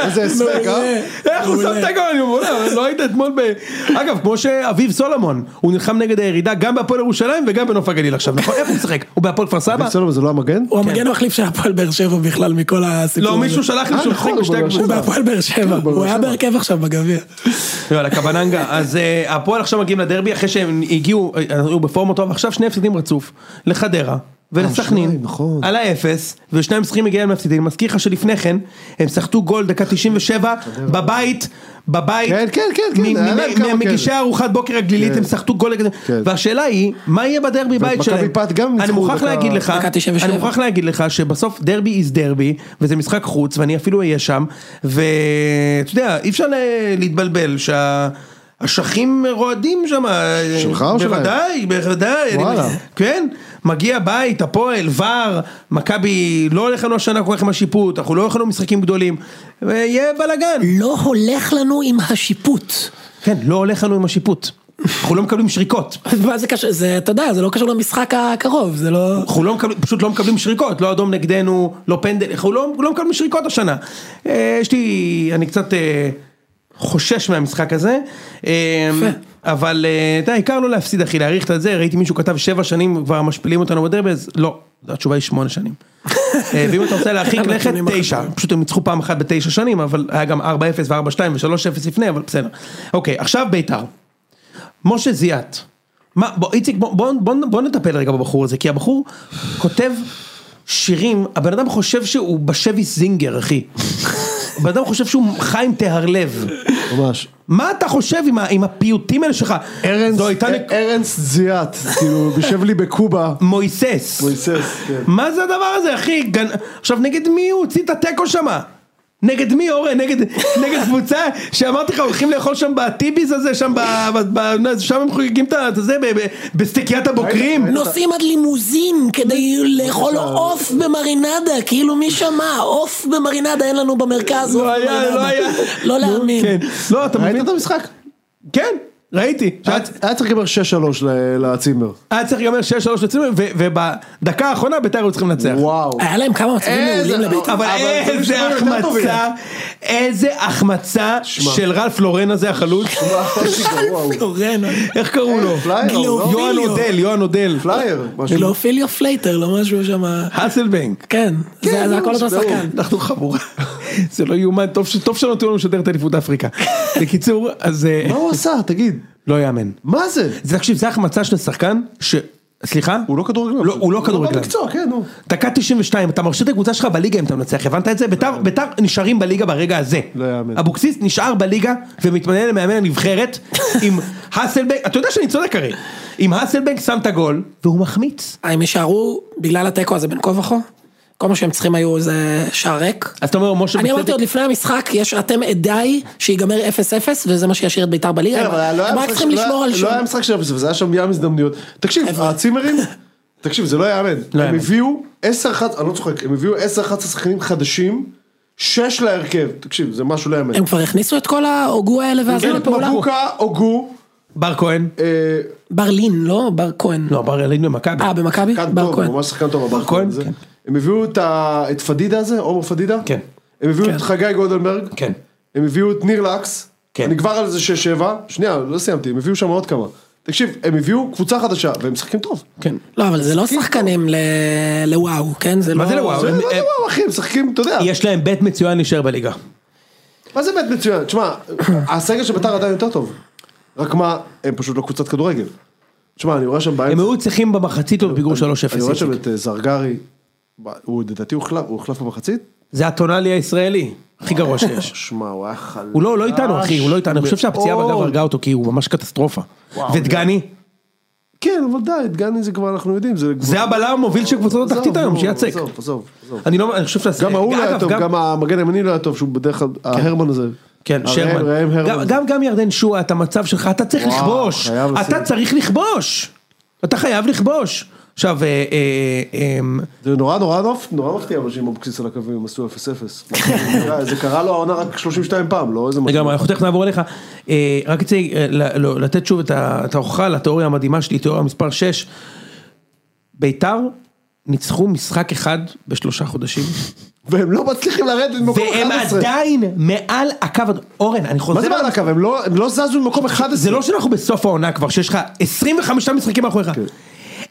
Speaker 4: איזה הספק, אה?
Speaker 1: איך הוא שם את הגול? אני אומר, לא היית אתמול ב... אגב, כמו שאביב סולומון, הוא נלחם נגד הירידה גם בהפועל ירושלים וגם בנוף הגליל עכשיו, נכון? איפה הוא משחק? הוא בהפועל כפר סבא?
Speaker 4: סלומון זה לא המגן?
Speaker 2: הוא המגן המחליף של הפועל באר שבע בכלל מכל הסיפור הזה.
Speaker 1: לא, מישהו כן, שלח לי
Speaker 4: אה,
Speaker 1: שהוא
Speaker 4: נכון,
Speaker 1: משחק
Speaker 4: הוא
Speaker 1: בשתי
Speaker 2: הוא
Speaker 4: בבאר שבע.
Speaker 1: הקבוצות.
Speaker 2: בהפועל באר שבע,
Speaker 4: באר
Speaker 2: הוא היה
Speaker 4: שבע.
Speaker 2: בהרכב עכשיו בגביע.
Speaker 1: יאללה, כווננגה. לא, אז אה, הפועל עכשיו מגיעים לדרבי אחרי שהם הגיעו, אה, היו בפורמה טוב, עכשיו שני הפסדים רצוף. לחדרה. ולסכנין,
Speaker 4: שניים, נכון.
Speaker 1: על האפס, ושני המשחקים הגיעים להפסידים, אני מזכיר לך שלפני כן, הם סחטו גול דקה 97, בבית, בבית,
Speaker 4: כן, כן, כן, כן,
Speaker 1: מ-
Speaker 4: היה
Speaker 1: מ-
Speaker 4: להם
Speaker 1: מ-
Speaker 4: כמה
Speaker 1: מגישי
Speaker 4: כאלה.
Speaker 1: ארוחת בוקר הגלילית,
Speaker 4: כן.
Speaker 1: הם סחטו גול, נגד-
Speaker 4: כן.
Speaker 1: והשאלה היא, מה יהיה בדרבי בית
Speaker 4: מכבי
Speaker 1: שלהם?
Speaker 4: פת גם
Speaker 1: אני
Speaker 4: ניצחו
Speaker 1: מוכרח
Speaker 4: דקה-
Speaker 1: להגיד לך,
Speaker 2: דקה 97.
Speaker 1: אני מוכרח להגיד לך שבסוף דרבי איז דרבי, וזה משחק חוץ, ואני אפילו אהיה שם, ואתה יודע, אי אפשר ל- להתבלבל שה... אשכים רועדים שם, אה,
Speaker 4: שלך או שלהם?
Speaker 1: בוודאי, בוודאי, אני-
Speaker 4: וואלה.
Speaker 1: כן, מגיע בית, הפועל, ור, מכבי, לא הולך לנו השנה כל כך עם השיפוט, אנחנו לא הולך לנו משחקים גדולים, ויהיה בלאגן,
Speaker 2: לא הולך לנו עם השיפוט.
Speaker 1: כן, לא הולך לנו עם השיפוט, אנחנו לא מקבלים שריקות,
Speaker 2: <laughs> מה זה קשור? זה, אתה יודע, זה לא קשור למשחק הקרוב, זה לא...
Speaker 1: <laughs> אנחנו לא מקבלים, פשוט לא מקבלים שריקות, לא אדום נגדנו, לא פנדל, אנחנו לא, לא מקבלים שריקות השנה. אה, יש לי, אני קצת אה, חושש מהמשחק הזה, אה, אבל אה, אתה יודע, העיקר לא להפסיד אחי, להעריך את זה, ראיתי מישהו כתב שבע שנים כבר משפילים אותנו בדרבי, אז לא, התשובה היא שמונה שנים. אה, ואם אתה רוצה להרחיק לכת,
Speaker 2: הנתונים
Speaker 1: תשע, פשוט הם ניצחו פעם אחת בתשע שנים, אבל היה גם 4-0 ו-4-2 ו-3-0 לפני, אבל בסדר. אוקיי, עכשיו בית"ר. משה זיאת. מה, בוא, איציק, בוא, בוא, בוא, בוא נטפל רגע בבחור הזה, כי הבחור כותב שירים, הבן אדם חושב שהוא בשבי זינגר, אחי. הבן אדם חושב שהוא חי עם טהרלב.
Speaker 4: ממש.
Speaker 1: מה אתה חושב עם, ה, עם הפיוטים האלה שלך?
Speaker 4: ארנס- אה,
Speaker 1: זו הייתה נק...
Speaker 4: ארנס זיאט, כאילו, יושב לי בקובה.
Speaker 1: מויסס.
Speaker 4: פרינסס, כן.
Speaker 1: מה זה הדבר הזה, אחי? גנ... עכשיו, נגד מי הוא הוציא את התיקו שמה? נגד מי, אורן? נגד, נגד קבוצה שאמרתי לך, הולכים לאכול שם בטיביס הזה, שם ב... ב... ב... שם הם חוגגים את ה- את זה, ב- ב- בסטקיית הבוקרים.
Speaker 2: נוסעים עד לימוזין כדי
Speaker 1: <laughs>
Speaker 2: לאכול
Speaker 1: לא.
Speaker 2: עוף במרינדה, כאילו מי שמע, עוף במרינדה אין לנו במרכז, עוף
Speaker 1: לא היה,
Speaker 2: במרינדה.
Speaker 1: לא היה.
Speaker 2: לא להאמין.
Speaker 1: כן. לא, אתה
Speaker 4: ראית אה.
Speaker 1: מבין?
Speaker 4: את המשחק?
Speaker 1: כן, ראיתי.
Speaker 4: היה
Speaker 1: שהיה-
Speaker 4: היה צריך לגמר 6-3 ל- לצימר.
Speaker 1: היה צריך להיגמר 6-3 לצימר, ו- ובדקה האחרונה בית"ר היו צריכים לנצח.
Speaker 4: וואו.
Speaker 2: היה להם כמה מצבים מעולים לבית"ר.
Speaker 1: אבל
Speaker 4: אבל
Speaker 1: איזה
Speaker 4: שלנו יותר טובים.
Speaker 1: החמצה, איזה החמצה של רלף לורן הזה החלוץ,
Speaker 4: לא, וואו.
Speaker 2: לורן,
Speaker 1: איך קראו לו?
Speaker 4: פלייר,
Speaker 2: גלו-
Speaker 4: לא?
Speaker 1: יוהן
Speaker 2: אופיליו.
Speaker 1: אודל, יוהן אודל,
Speaker 4: פלייר, משהו.
Speaker 2: גלאופיליה פלייטר, לא משהו שם...
Speaker 1: האסלבנק.
Speaker 2: כן, זה זה הכל
Speaker 4: לא,
Speaker 2: אותו שחקן.
Speaker 1: אנחנו חבורה, זה לא יאומן, טוב ש- טוב שלא תראו לנו לשדר את אליפות אפריקה. בקיצור, אז אה,
Speaker 4: מה הוא עשה? תגיד.
Speaker 1: לא יאמן.
Speaker 4: מה זה?
Speaker 1: זה תקשיב, זה החמצה של שחקן, ש... סליחה?
Speaker 4: הוא לא כדורגלן.
Speaker 1: לא, הוא לא כדורגלן.
Speaker 4: מקצוע, כן, נו.
Speaker 1: דקה 92, אתה מרשה את הקבוצה שלך בליגה אם אתה מנצח, הבנת את זה? ביתר- ביתר נשארים בליגה ברגע הזה.
Speaker 4: לא יאמן.
Speaker 1: אבוקסיס נשאר בליגה ומתמנה למאמן
Speaker 4: <laughs>
Speaker 1: הנבחרת עם האסלבנק, אתה יודע שאני צודק הרי. עם האסלבנק שם את הגול, והוא מחמיץ.
Speaker 2: הם יישארו בגלל התיקו הזה בין כה וכה. כל מה שהם צריכים היו זה שער ריק.
Speaker 1: אז אתה אומר, משה
Speaker 2: אני אמרתי
Speaker 1: בצדק,
Speaker 2: עוד לפני המשחק, יש אתם עדיי שיגמר 0-0 וזה מה שישאיר את בית"ר
Speaker 4: כן,
Speaker 2: בליגה.
Speaker 4: אבל היה- לא היה
Speaker 2: הם רק
Speaker 4: משחק
Speaker 2: צריכים
Speaker 4: של-
Speaker 2: לשמור על
Speaker 4: לא
Speaker 2: שום.
Speaker 4: היה משחק של הפספוס, היה שם ים הזדמנויות. תקשיב, הצימרים, תקשיב, זה לא יאמן.
Speaker 1: לא
Speaker 4: הם
Speaker 1: יאמן.
Speaker 4: הביאו 10-11, אני לא צוחק, הם הביאו 10-11 שחקנים חדשים, 6 להרכב. תקשיב, זה משהו לא יאמן.
Speaker 2: הם כבר הכניסו את כל ההוגו האלה ואז
Speaker 4: כן,
Speaker 2: לפעולה.
Speaker 4: מבוקה, הוגו,
Speaker 1: בר כהן.
Speaker 4: אה,
Speaker 2: בר לין, לא? בר כהן.
Speaker 1: לא, בר ילין במכבי.
Speaker 2: אה, במכבי?
Speaker 4: שחקן
Speaker 2: בר
Speaker 4: טוב,
Speaker 2: כהן.
Speaker 4: ממש שחקן טוב, הבר
Speaker 1: כהן,
Speaker 4: כהן. זה.
Speaker 1: כן.
Speaker 4: הם הביאו את ה- את פדידה הזה, עומר פדידה?
Speaker 1: כן.
Speaker 4: הם הביאו
Speaker 2: כן.
Speaker 4: את חגי גולדנברג?
Speaker 1: כן.
Speaker 4: הם הביאו את ניר לקס?
Speaker 1: כן.
Speaker 4: אני כבר על זה 6-7, שנייה, לא סיימתי, הם הביאו שם עוד כמה. תקשיב, הם הביאו קבוצה חדשה, והם משחקים טוב.
Speaker 1: כן.
Speaker 2: לא, אבל זה לא שחקנים ל- לוואו, כן? זה לא...
Speaker 1: מה זה לוואו?
Speaker 4: זה
Speaker 1: הם-
Speaker 4: לא
Speaker 1: הם-
Speaker 4: דבר, אחי, הם משחקים, אתה יודע.
Speaker 1: יש להם בית מצוין להישאר בליגה.
Speaker 4: מה זה באמת מצוין? תשמע, הסגל של בית"ר עדיין יותר טוב. רק מה, הם פשוט לא קבוצת כדורגל. תשמע, אני רואה שם באמצע.
Speaker 1: הם היו צריכים במחצית להיות בפיגור 3-0.
Speaker 4: אה, אני רואה שם
Speaker 1: איציק.
Speaker 4: את אה, זרגרי. ב- הוא לדעתי הוחלף, הוא הוחלף במחצית?
Speaker 1: זה הטונאלי הישראלי, הכי גרוע שיש.
Speaker 4: שמע, הוא היה חלש.
Speaker 1: הוא לא, הוא לא איתנו אחי, הוא לא איתנו, אני חושב שהפציעה בגב
Speaker 4: מאוד.
Speaker 1: הרגה אותו כי הוא ממש קטסטרופה. ודגני,
Speaker 4: כן, אבל די, את גני זה כבר אנחנו יודעים.
Speaker 1: זה הבלם המוביל של קבוצות התחתית היום, שיצק.
Speaker 4: עזוב, עזוב, עזוב.
Speaker 1: אני לא, אני חושב שזה...
Speaker 4: גם ההוא לא היה
Speaker 1: אגב,
Speaker 4: טוב, גם המגן הימני לא היה טוב, שהוא בדרך כלל, ההרמן הזה.
Speaker 1: כן,
Speaker 4: הראם-
Speaker 1: שרמן.
Speaker 4: ראם
Speaker 1: גם-
Speaker 4: הרמן.
Speaker 1: גם גם ירדן שועה, את המצב שלך, אתה צריך
Speaker 4: וואו,
Speaker 1: לכבוש.
Speaker 4: חייב
Speaker 1: אתה
Speaker 4: לשים.
Speaker 1: צריך לכבוש. אתה חייב לכבוש. עכשיו, אה, אה, אה,
Speaker 4: זה נורא נורא נופ- נורא מפתיע אבל שאם אבוקסיס על הקווים עשו 0-0. <laughs> זה קרה לו העונה רק 32 פעם, לא איזה משהו.
Speaker 1: גם אנחנו תכף נעבור אליך, אה, רק רציתי אה, ל- ל- לתת שוב את ה- את ההוכחה לתיאוריה המדהימה שלי, תיאוריה מספר 6. בית"ר ניצחו משחק אחד בשלושה חודשים,
Speaker 4: והם לא מצליחים לרדת ממקום
Speaker 1: והם
Speaker 4: 11.
Speaker 1: עדיין מעל הקו, האדום. אורן, אני חוזר,
Speaker 4: מה זה
Speaker 1: על-
Speaker 4: מעל הקו? הם לא- הם לא זזו ממקום 11.
Speaker 1: זה לא שאנחנו בסוף העונה כבר, שיש לך 25 משחקים מאחוריך,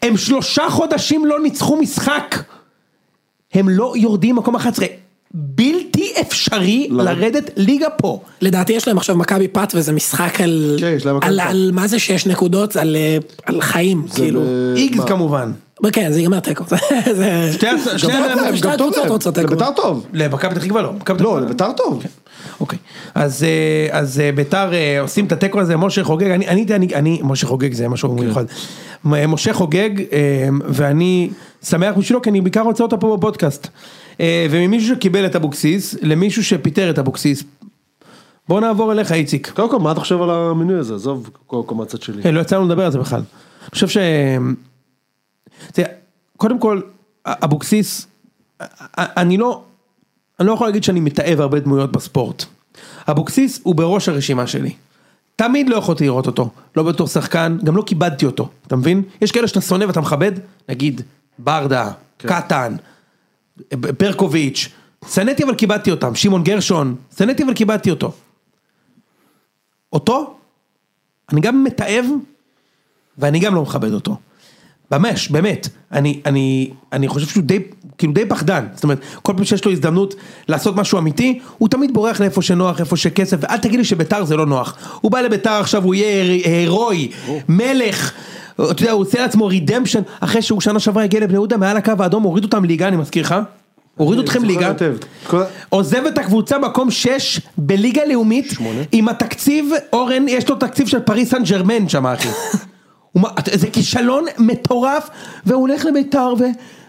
Speaker 1: הם שלושה חודשים לא ניצחו משחק, הם לא יורדים מקום 11, בלתי אפשרי לרדת ליגה פה.
Speaker 2: לדעתי יש להם עכשיו מכבי פת וזה משחק על,
Speaker 4: כן, יש להם מכבי
Speaker 2: על,
Speaker 4: פת.
Speaker 2: על מה זה שש נקודות, על, אה, על חיים, כאילו.
Speaker 4: ב-
Speaker 1: איגז
Speaker 4: אה, מה?
Speaker 1: כמובן.
Speaker 2: כן, זה ייגמר תיקו. <laughs> זה- זה-
Speaker 1: שתי הס- שתי
Speaker 2: גם-
Speaker 1: ה-
Speaker 4: הם
Speaker 2: שתי
Speaker 4: גם טוב
Speaker 2: הקבוצות
Speaker 4: להם.
Speaker 2: רוצות תיקו.
Speaker 4: לביתר טוב.
Speaker 1: למכבי פתח תקווה לא. מכבי פתח
Speaker 4: לא,
Speaker 1: תקווה-
Speaker 4: לביתר טוב.
Speaker 1: אוקיי. אז אה, אז אה, ביתר אה, עושים את התיקו הזה, משה חוגג, אני, אני, אני, אני משה חוגג זה משהו מיוחד. מ- משה חוגג, אה, ואני שמח בשבילו, כי אני בעיקר רוצה אותו פה בפודקאסט. אה, וממישהו שקיבל את אבוקסיס, למישהו שפיטר את אבוקסיס. בוא נעבור אליך, איציק.
Speaker 4: קודם כל, מה אתה חושב על המינוי הזה? עזוב, קודם כל מהצד שלי.
Speaker 1: אה, לא יצא לנו לדבר על זה בכלל. אני חושב ש... תראה, קודם כל, אבוקסיס, אני לא, אני לא יכול להגיד שאני מתעב הרבה דמויות בספורט. אבוקסיס הוא בראש הרשימה שלי. תמיד לא יכולתי לראות אותו, לא בתור שחקן, גם לא כיבדתי אותו, אתה מבין? יש כאלה שאתה שונא ואתה מכבד, נגיד, ברדה, קטן, ברקוביץ', שנאתי אבל כיבדתי אותם, שמעון גרשון, שנאתי אבל כיבדתי אותו. אותו, אני גם מתעב, ואני גם לא מכבד אותו. ממש, באמת, אני, אני, אני חושב שהוא די, כאילו די פחדן, זאת אומרת, כל פעם שיש לו הזדמנות לעשות משהו אמיתי, הוא תמיד בורח לאיפה שנוח, איפה שכסף, ואל תגיד לי שביתר זה לא נוח. הוא בא לביתר עכשיו, הוא יהיה הר- הירואי, מלך, אתה יודע, הוא עושה לעצמו רידמפשן, אחרי שהוא שנה שעברה הגיע לבני יהודה מעל הקו האדום, הוריד אותם ליגה, אני מזכיר לך, הוריד אתכם
Speaker 4: זוכר
Speaker 1: ליגה,
Speaker 4: היטב. כל-
Speaker 1: עוזב את הקבוצה מקום 6 בליגה לאומית, עם התקציב, אורן, יש לו תקציב של פריס סן ג'רמן שם
Speaker 4: <laughs>
Speaker 1: אחי. הוא מ- זה כישלון מטורף, והוא הולך לביתר, ו-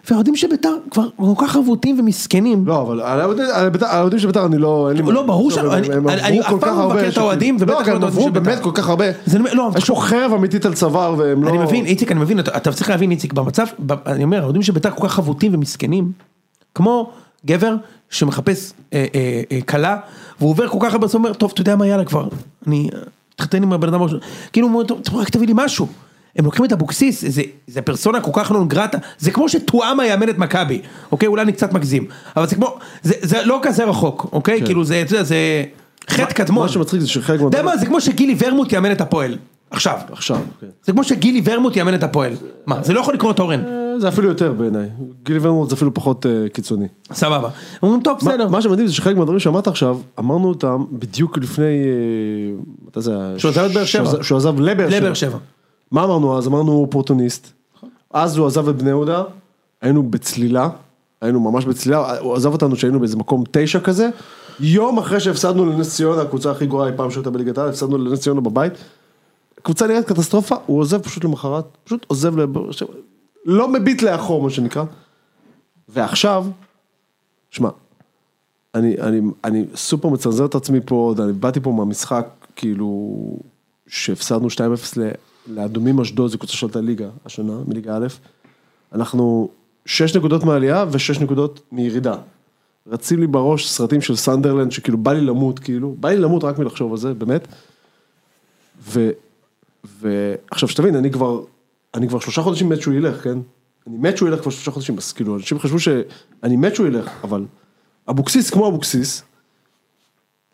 Speaker 1: והאוהדים של ביתר כבר כל כך חבוטים ומסכנים.
Speaker 4: לא, אבל על האוהדים- על ביתר- על האוהדים של ביתר אני לא... אין לי מה-
Speaker 1: לא, ברור
Speaker 4: טוב,
Speaker 1: שאני-
Speaker 4: הם-
Speaker 1: אני-
Speaker 4: הם
Speaker 1: אני-
Speaker 4: עברו
Speaker 1: אני
Speaker 4: כל
Speaker 1: אף פעם
Speaker 4: כך
Speaker 1: לא
Speaker 4: הרבה
Speaker 1: מבקר את
Speaker 4: שכאילו-
Speaker 1: האוהדים, ובטח
Speaker 4: לא,
Speaker 1: לא
Speaker 4: גם
Speaker 1: את
Speaker 4: הם
Speaker 1: האוהדים
Speaker 4: עברו
Speaker 1: של ביתר.
Speaker 4: באמת כל כך הרבה.
Speaker 1: זה- לא, אבל
Speaker 4: יש לו חרב אמיתית על צוואר והם לא...
Speaker 1: אני מבין, איציק, אני מבין, אתה אתה צריך להבין, איציק, במצב, ב- אני אומר, האוהדים של ביתר כל כך חבוטים ומסכנים, כמו גבר שמחפש אה, אה, אה, כלה, והוא עובר כל כך הרבה, אז הוא אומר, טוב, אתה יודע מה, יאללה כבר, אני אה, אתחתן עם הבן אדם הראשון, כאילו, הוא אומר, "טוב, טוב, רק תביא לי משהו. הם לוקחים את אבוקסיס, זה, זה פרסונה כל כך נון גרטה, זה כמו שטועמה יאמן את מכבי, אוקיי? אולי אני קצת מגזים, אבל זה כמו, זה, זה לא כזה רחוק, אוקיי? כן. כאילו זה, אתה יודע, זה חטא קדמון.
Speaker 4: מה שמצחיק זה שחלק
Speaker 1: אתה יודע
Speaker 4: מהדברים-
Speaker 1: מה, זה כמו שגילי ורמוט יאמן את הפועל, עכשיו.
Speaker 4: עכשיו, כן.
Speaker 1: זה כמו שגילי ורמוט יאמן את הפועל. מה, זה לא יכול לקרות אורן.
Speaker 4: אה, זה אפילו יותר בעיניי. גילי ורמוט זה אפילו פחות אה, קיצוני.
Speaker 1: סבבה. אומרים טוב, בסדר.
Speaker 4: מה- מה שמדהים זה שחלק מהדברים שאמרת עכשיו, אמרנו אותם בדיוק לפני... אה, מתי זה היה?
Speaker 1: שהוא עזב את באר שבע.
Speaker 4: שהוא עזב- שהוא עזב לבאר שבע.
Speaker 1: לבאר שבע.
Speaker 4: מה אמרנו אז? אמרנו הוא אופורטוניסט. אז הוא עזב את בני יהודה, היינו בצלילה, היינו ממש בצלילה, הוא עזב אותנו שהיינו באיזה מקום תשע כזה. יום אחרי שהפסדנו לנס ציונה, הקבוצה הכי גרועה אי פעם שהייתה בליגת העל, הפסדנו לנס ציונה בבית. קבוצה נראית קטסטרופה, הוא עוזב פשוט למחרת, פשוט עוזב לבאר שבע. לא מביט לאחור מה שנקרא. ועכשיו, שמע, אני, אני, אני סופר מצנזר את עצמי פה, עוד, אני באתי פה מהמשחק, כאילו, שהפסדנו 2-0 ל- לאדומים אשדוד, זו קבוצה שעלתה ליגה השנה, מליגה א', אנחנו 6 נקודות מעלייה ו-6 נקודות מירידה. רצים לי בראש סרטים של סנדרלנד, שכאילו בא לי למות, כאילו, בא לי למות רק מלחשוב על זה, באמת. ו... ועכשיו שתבין, אני כבר, אני כבר שלושה חודשים מת שהוא ילך, כן? אני מת שהוא ילך כבר שלושה חודשים, אז כאילו, אנשים חשבו שאני מת שהוא ילך, אבל אבוקסיס כמו אבוקסיס,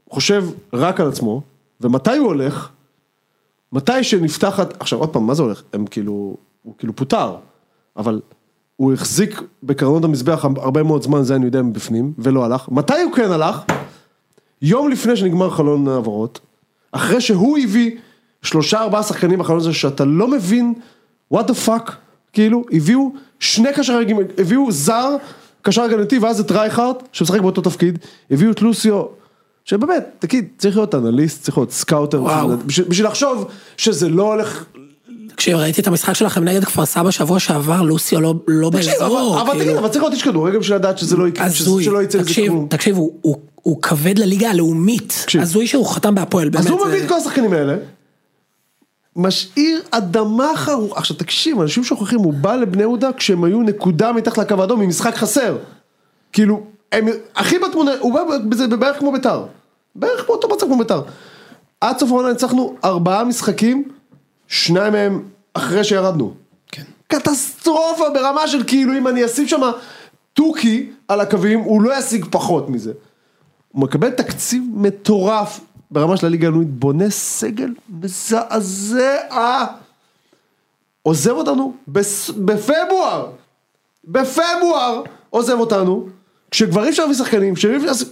Speaker 4: חושב רק על עצמו, ומתי הוא הולך? מתי שנפתחת, עכשיו עוד פעם, מה זה הולך? הם כאילו, הוא כאילו פוטר, אבל הוא החזיק בקרנות המזבח הרבה מאוד זמן, זה אני יודע מבפנים, ולא הלך. מתי הוא כן הלך? יום לפני שנגמר חלון העברות, אחרי שהוא הביא שלושה ארבעה שחקנים בחלון הזה שאתה לא מבין, what the fuck, כאילו, הביאו שני קשרי, רגים- הביאו זר, קשר הגנתי ואז את רייכרד, שמשחק באותו תפקיד, הביאו את לוסיו, שבאמת, תגיד, צריך להיות אנליסט, צריך להיות סקאוטר,
Speaker 2: וואו.
Speaker 4: בשביל, בשביל לחשוב שזה לא הולך,
Speaker 2: תקשיב, ראיתי את המשחק שלכם נגד כפר סבא שבוע שעבר, לוסיו לא- לא
Speaker 4: תקשיב, אבל,
Speaker 2: באזור,
Speaker 4: אבל תגיד,
Speaker 2: כאילו.
Speaker 4: אבל צריך להיות איש כדורגל בשביל לדעת שזה לא יקרה, שזה-
Speaker 2: הזוי,
Speaker 4: שלא יצא מזה
Speaker 2: תקשיב,
Speaker 4: כלום.
Speaker 2: תקשיב, הוא- הוא- הוא כבד לליגה הלאומית,
Speaker 4: תקשיב.
Speaker 2: הזוי שהוא חתם בהפועל, באמת, אה,
Speaker 4: אז הוא
Speaker 2: זה-
Speaker 4: מביא את כל השחקנים האלה, משאיר אדמה חרוכה. עכשיו תקשיב, אנשים שוכחים, הוא בא לבני יהודה כשהם היו נקודה מתחת לקו האדום ממשחק חסר. כאילו, הם הכי בתמונה, הוא בא בזה בערך כמו ביתר. בערך באותו מצב כמו ביתר. עד סוף העונה ניצחנו ארבעה משחקים, שניים מהם אחרי שירדנו.
Speaker 1: כן.
Speaker 4: קטסטרופה ברמה של כאילו אם אני אשים שם תוכי על הקווים, הוא לא ישיג פחות מזה. הוא מקבל תקציב מטורף ברמה של הליגה הלאומית, בונה סגל מזעזע. עוזב אותנו בס... בפברואר, בפברואר עוזב אותנו, כשכבר אי אפשר להביא שחקנים, כשאי אפשר... לעשות-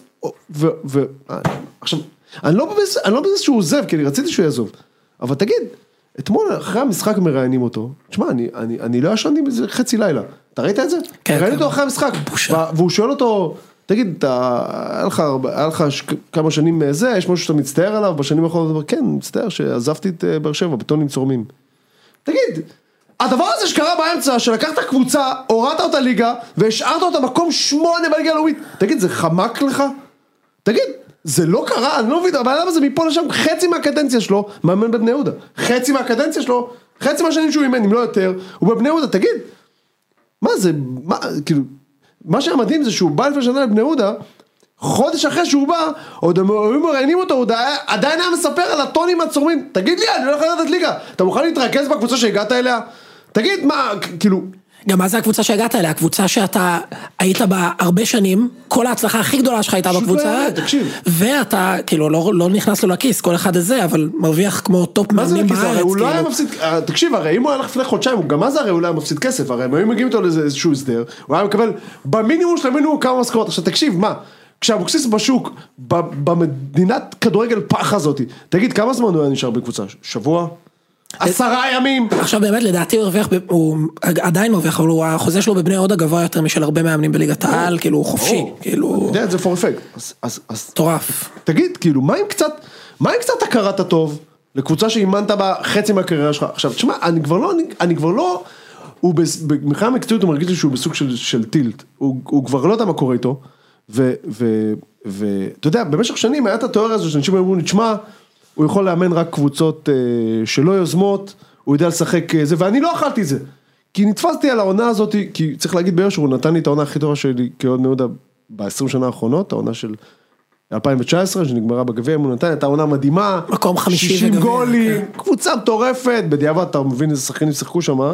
Speaker 4: ו... ו... עכשיו, אני לא בזה אני לא בזה שהוא עוזב, כי אני רציתי שהוא יעזוב, אבל תגיד, אתמול אחרי המשחק מראיינים אותו, תשמע, אני, אני, אני לא ישנתי מזה חצי לילה, אתה ראית את זה?
Speaker 2: כן,
Speaker 4: ראיתי
Speaker 2: כן.
Speaker 4: אותו אחרי המשחק,
Speaker 2: בושה.
Speaker 4: וה- והוא שואל אותו, תגיד, אתה, היה לך, הרבה- היה לך ש... כמה שנים זה, יש משהו שאתה מצטער עליו בשנים האחרונות? הוא אומר, כן, מצטער שעזבתי את אה, באר שבע בטונים צורמים. תגיד, הדבר הזה שקרה באמצע, שלקחת קבוצה, הורדת אותה ליגה, והשארת אותה מקום שמונה בליגה הלאומית, תגיד, זה חמק לך? תגיד, זה לא קרה, אני לא מבין, הבן אדם הזה מפה לשם, חצי מהקדנציה שלו, מאמן בבני יהודה. חצי מהקדנציה שלו, חצי מהשנים שהוא אימן, אם לא יותר, הוא בבני יהודה, תגיד, מה זה, מה, כאילו, מה שהיה מדהים זה שהוא בא לפני שנה לבני יהודה, חודש אחרי שהוא בא, עוד הם היו מראיינים אותו, הוא עוד היה- עדיין היה מספר על הטונים הצורמים, תגיד לי, אני לא יכול לדעת ליגה, אתה מוכן להתרכז בקבוצה שהגעת אליה? תגיד, מה, כ- כאילו,
Speaker 2: גם מה זה הקבוצה שהגעת אליה? הקבוצה שאתה היית בה הרבה שנים, כל ההצלחה הכי גדולה שלך הייתה
Speaker 4: פשוט לא
Speaker 2: בקבוצה,
Speaker 4: יאמן, תקשיב.
Speaker 2: ואתה, כאילו, לא, לא נכנס לו לכיס, כל אחד הזה, אבל מרוויח כמו טופ
Speaker 4: מה זה
Speaker 2: מאמנים
Speaker 4: לכיס, הרי
Speaker 2: בארץ,
Speaker 4: הוא לא היה
Speaker 2: כאילו.
Speaker 4: מפסיד, אה, תקשיב, הרי אם הוא היה לך לפני חודשיים, הוא גם אז הרי הוא לא היה מפסיד כסף, הרי הם היו מגיעים איתו לאיזה- לאיזשהו הסדר, הוא היה מקבל במינימום של המינימום כמה משכורות, עכשיו תקשיב, מה, כשאבוקסיס בשוק, ב- במדינת כדורגל פח הזאתי, תגיד, כמה זמן הוא היה נשאר בקבוצה? שבוע? עשרה ימים?
Speaker 2: עכשיו באמת, לדעתי הוא הרוויח, ב- הוא עדיין מרוויח, אבל הוא- החוזה שלו בבני הודה גבוה יותר משל הרבה מאמנים בליגת העל, כאילו, הוא חופשי,
Speaker 4: ברור.
Speaker 2: כאילו,
Speaker 4: אתה יודע, זה for effect. אז- אז- אז
Speaker 2: מטורף.
Speaker 4: תגיד, כאילו, מה עם קצת, מה עם קצת הכרת הטוב לקבוצה שאימנת בה חצי מהקריירה שלך? עכשיו, תשמע, אני כבר לא, אני, אני כבר לא, הוא בס- מבחינה מקצועית הוא מרגיש לי שהוא בסוג של, של טילט, הוא, הוא כבר לא יודע מה קורה איתו, ו- ו- ואתה יודע, במשך שנים היה את התיאוריה הזו שאנשים היו אומרים לי, תשמע, הוא יכול לאמן רק קבוצות אה, שלא יוזמות, הוא יודע לשחק אה, זה, ואני לא אכלתי את זה. כי נתפסתי על העונה הזאת, כי צריך להגיד ביושר, הוא נתן לי את העונה הכי טובה שלי כאוהד בני יהודה ב-20 שנה האחרונות, העונה של 2019 שנגמרה בגביע מול נתניה, הייתה עונה מדהימה.
Speaker 2: מקום חמישי כן.
Speaker 4: 60
Speaker 2: בגביע,
Speaker 4: גולים, קבוצה מטורפת, בדיעבד אתה מבין איזה שחקנים שיחקו שם, אה?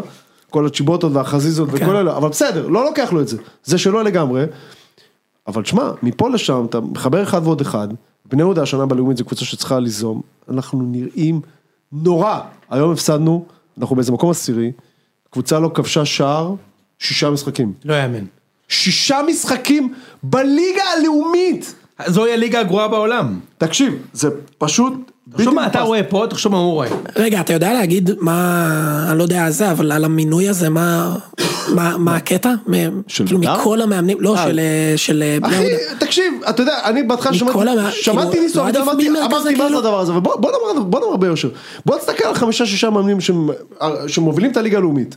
Speaker 4: כל הצ'יבוטות והחזיזות
Speaker 2: כן.
Speaker 4: וכל אלה, אבל בסדר, לא לוקח לו את זה, זה שלו לגמרי. אבל שמע, מפה לשם אתה מחבר אחד ועוד אחד, בני יהודה השנה בלאומית זו קבוצה שצריכה ליזום, אנחנו נראים נורא. היום הפסדנו, אנחנו באיזה מקום עשירי, קבוצה לא כבשה שער, שישה משחקים.
Speaker 1: לא יאמן.
Speaker 4: שישה משחקים בליגה הלאומית!
Speaker 1: זוהי הליגה הגרועה בעולם.
Speaker 4: תקשיב, זה פשוט בלתי
Speaker 1: תחשוב מה אתה
Speaker 4: נתפס.
Speaker 1: רואה פה, תחשוב מה הוא רואה.
Speaker 2: רגע, אתה יודע להגיד מה, אני לא יודע זה, אבל על המינוי הזה, מה, מה, מה הקטע? מ-
Speaker 4: של
Speaker 2: כאילו
Speaker 4: בית"ר?
Speaker 2: מכל המאמנים, לא,
Speaker 4: אה.
Speaker 2: של, אה, של אה, בני
Speaker 4: אחי,
Speaker 2: יהודה.
Speaker 4: תקשיב, אתה יודע, אני בהתחלה שמעתי,
Speaker 2: מכל המאה-
Speaker 4: שמעתי
Speaker 2: כאילו,
Speaker 4: ניסו,
Speaker 2: לא
Speaker 4: אבל
Speaker 2: עדיף
Speaker 4: אמרתי,
Speaker 2: מילנר כזה,
Speaker 4: אמרתי מה זה
Speaker 2: כאילו?"
Speaker 4: הדבר הזה, אבל בוא בוא נאמר בוא נאמר ביושר, בוא נסתכל על חמישה שישה מאמנים שמ- שמובילים את הליגה הלאומית.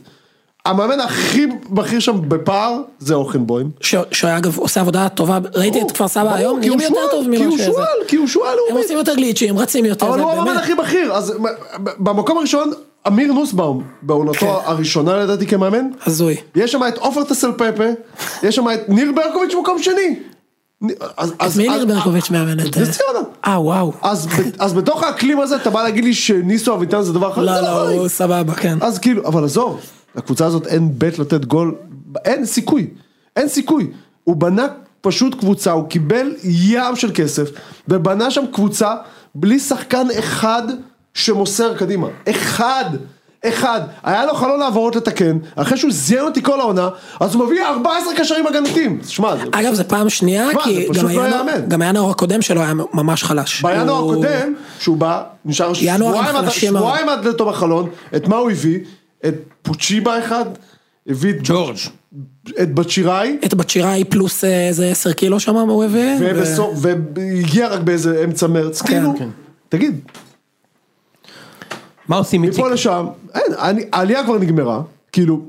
Speaker 4: המאמן הכי בכיר שם בפער זה אוכנבוים.
Speaker 2: ש- שאגב עושה עבודה טובה, ראיתי את כפר סבא
Speaker 4: ברור,
Speaker 2: היום,
Speaker 4: כי הוא
Speaker 2: נראים יותר
Speaker 4: שועל,
Speaker 2: טוב
Speaker 4: כי
Speaker 2: ממה
Speaker 4: הוא
Speaker 2: שזה.
Speaker 4: שועל, כי הוא שועל
Speaker 2: הם
Speaker 4: לאומי.
Speaker 2: עושים יותר גליצ'ים, רצים יותר,
Speaker 4: אבל
Speaker 2: זה
Speaker 4: הוא המאמן
Speaker 2: באמת.
Speaker 4: הכי בכיר, אז ב- במקום הראשון, אמיר נוסבאום,
Speaker 2: כן.
Speaker 4: בעונתו הראשונה לדעתי כמאמן,
Speaker 2: הזוי.
Speaker 4: יש שם את עופר טסל פפה, יש שם את ניר ברקוביץ' מקום שני. נ- אז-
Speaker 2: את
Speaker 4: אז-
Speaker 2: מי
Speaker 4: אז-
Speaker 2: ניר ברקוביץ' מאמן? את,
Speaker 4: את נס ציונה.
Speaker 2: אה וואו.
Speaker 4: אז ב- אז בתוך האקלים הזה אתה בא להגיד לי שניסו אביטן זה דבר אחר?
Speaker 2: לא,
Speaker 4: זה
Speaker 2: לא,
Speaker 4: חריג.
Speaker 2: הוא סבבה, כן.
Speaker 4: אז כאילו, אבל עזוב, לקבוצה הזאת אין בית לתת גול, אין סיכוי, אין סיכוי. הוא בנה פשוט קבוצה, הוא קיבל ים של כסף, ובנה שם קבוצה בלי שחקן אחד שמוסר קדימה. אחד. אחד, היה לו חלון העברות לתקן, אחרי שהוא זיין אותי כל העונה, אז הוא מביא 14 קשרים הגנתיים. שמע, זה-
Speaker 2: אגב זה פעם שנייה,
Speaker 4: מה, זה
Speaker 2: כי
Speaker 4: פשוט
Speaker 2: גם
Speaker 4: לא
Speaker 2: ינואר-
Speaker 4: יאמן.
Speaker 2: גם ינואר הקודם שלו היה ממש חלש.
Speaker 4: בינואר
Speaker 2: הוא-
Speaker 4: הקודם, שהוא בא, נשאר
Speaker 2: ינואר הם
Speaker 4: שבועיים עד-
Speaker 2: חלשים
Speaker 4: שבועיים עד לתום החלון, את מה הוא הביא? את פוצ'יבה אחד, הביא את
Speaker 1: ג'ורג'.
Speaker 4: את בת שיראי,
Speaker 2: את בת שיראי פלוס אה, איזה 10 קילו שם הוא הביא. ו-
Speaker 4: ובסוף- והגיע רק באיזה אמצע מרץ, כאילו,
Speaker 2: כן.
Speaker 4: תגיד,
Speaker 1: מה עושים איציק?
Speaker 4: מפה לשם, אין, אני- העלייה כבר נגמרה, כאילו,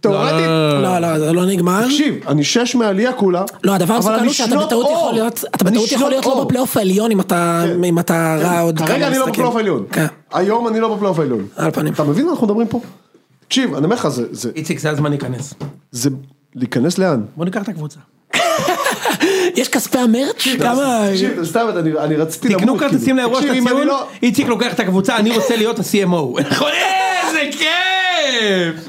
Speaker 4: תאורטית,
Speaker 2: לא, לא, זה לא נגמר.
Speaker 4: תקשיב, אני שש מהעלייה כולה.
Speaker 2: לא, הדבר
Speaker 4: אבל
Speaker 2: המסוכן
Speaker 4: אני
Speaker 2: הוא שאתה
Speaker 4: שנות
Speaker 2: בטעות
Speaker 4: אור.
Speaker 2: יכול להיות, אתה
Speaker 4: אני
Speaker 2: בטעות יכול
Speaker 4: שנות
Speaker 2: להיות
Speaker 4: אור.
Speaker 2: לא בפלייאוף העליון אם אתה,
Speaker 4: כן.
Speaker 2: אם אתה רע עוד כמה משחקים.
Speaker 4: כרגע אני לא בפלייאוף העליון.
Speaker 2: כן.
Speaker 4: היום אני לא בפלייאוף העליון.
Speaker 2: על הפנים.
Speaker 4: אתה מבין מה אנחנו מדברים פה? תקשיב, אני אומר לך, זה- זה-
Speaker 1: איציק, זה הזמן להיכנס.
Speaker 4: זה... להיכנס לאן?
Speaker 1: בוא ניקח את הקבוצה.
Speaker 2: יש כספי המרץ'?
Speaker 1: כן,
Speaker 2: כמה...
Speaker 4: תקשיב, סתם, אני- אני רציתי למות.
Speaker 1: תקנו
Speaker 4: כאילו.
Speaker 1: כרטיסים לאירוע של
Speaker 4: תקשיב, אם אני
Speaker 1: הציון,
Speaker 4: לא-
Speaker 1: איציק לוקח את הקבוצה, אני רוצה להיות
Speaker 4: <laughs>
Speaker 1: ה-CMO. נכון, איזה כיף!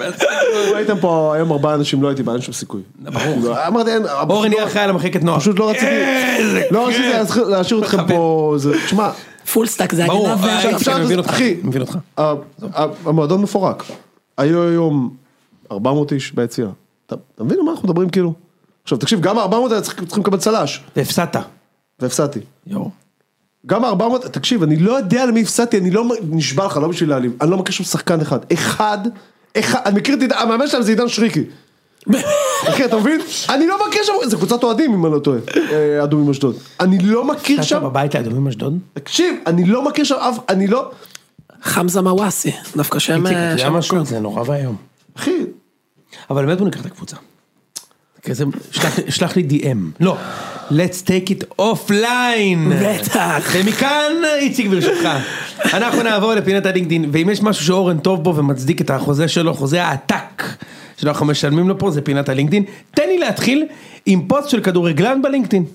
Speaker 4: אם הייתם פה היום ארבעה אנשים, לא הייתי בא, אין שום סיכוי. ברור. אמרתי, אין... לא
Speaker 1: אורן יהיה אחראי על המחלקת נוער.
Speaker 4: פשוט לא רציתי,
Speaker 1: איזה
Speaker 4: לא
Speaker 1: כיף.
Speaker 4: רציתי להשאיר- להשאיר אתכם
Speaker 1: מכבד.
Speaker 4: פה, זה, תשמע,
Speaker 2: פול סטאק זה
Speaker 1: ברור,
Speaker 2: הגנה
Speaker 1: אה,
Speaker 2: והשאר.
Speaker 1: איציק, אני מבין אותך.
Speaker 4: אחי.
Speaker 1: מבין אותך.
Speaker 4: ה- ה- המועדון מפורק, היו היום 400 איש ביציאה, אתה אתה מבין על מה אנחנו מדברים כאילו? עכשיו תקשיב, גם ה-400 האלה צריכים צריכים לקבל צל"ש,
Speaker 1: הפסדת.
Speaker 4: והפסדתי.
Speaker 1: יואו.
Speaker 4: גם ה-400, תקשיב, אני לא יודע למי הפסדתי, אני לא, מ- נשבע לך, לא בשביל להעליב, אני לא מכיר שום שחקן אחד, אחד, אחד, אני מכיר את עידן, המאמן שלהם זה עידן שריקי. אחי, אתה מבין? אני לא מכיר שם, זה קבוצת אוהדים אם אני לא טועה, אה, אדומים אשדוד. אני לא מכיר
Speaker 1: הפסדת
Speaker 4: שם,
Speaker 1: בבית לאדומים אשדוד?
Speaker 4: תקשיב, אני לא מכיר שם אף, אני לא,
Speaker 2: חמזה מוואסי, דווקא שם... אה,
Speaker 1: איציק, אתה יודע
Speaker 2: שם-
Speaker 1: משהו? זה נורא ואיום.
Speaker 4: אחי,
Speaker 1: אבל באמת בוא ניקח את הקבוצה. כזה, שלח- שלח לי DM. לא. let's take it offline.
Speaker 2: בטח.
Speaker 1: ומכאן, איציק ברשותך, אנחנו נעבור לפינת הדינגדין, ואם יש משהו שאורן טוב בו ומצדיק את החוזה שלו, חוזה העתק שאנחנו משלמים לו פה, זה פינת הלינקדין. תן לי להתחיל עם פוסט של כדורגלן בלינקדין.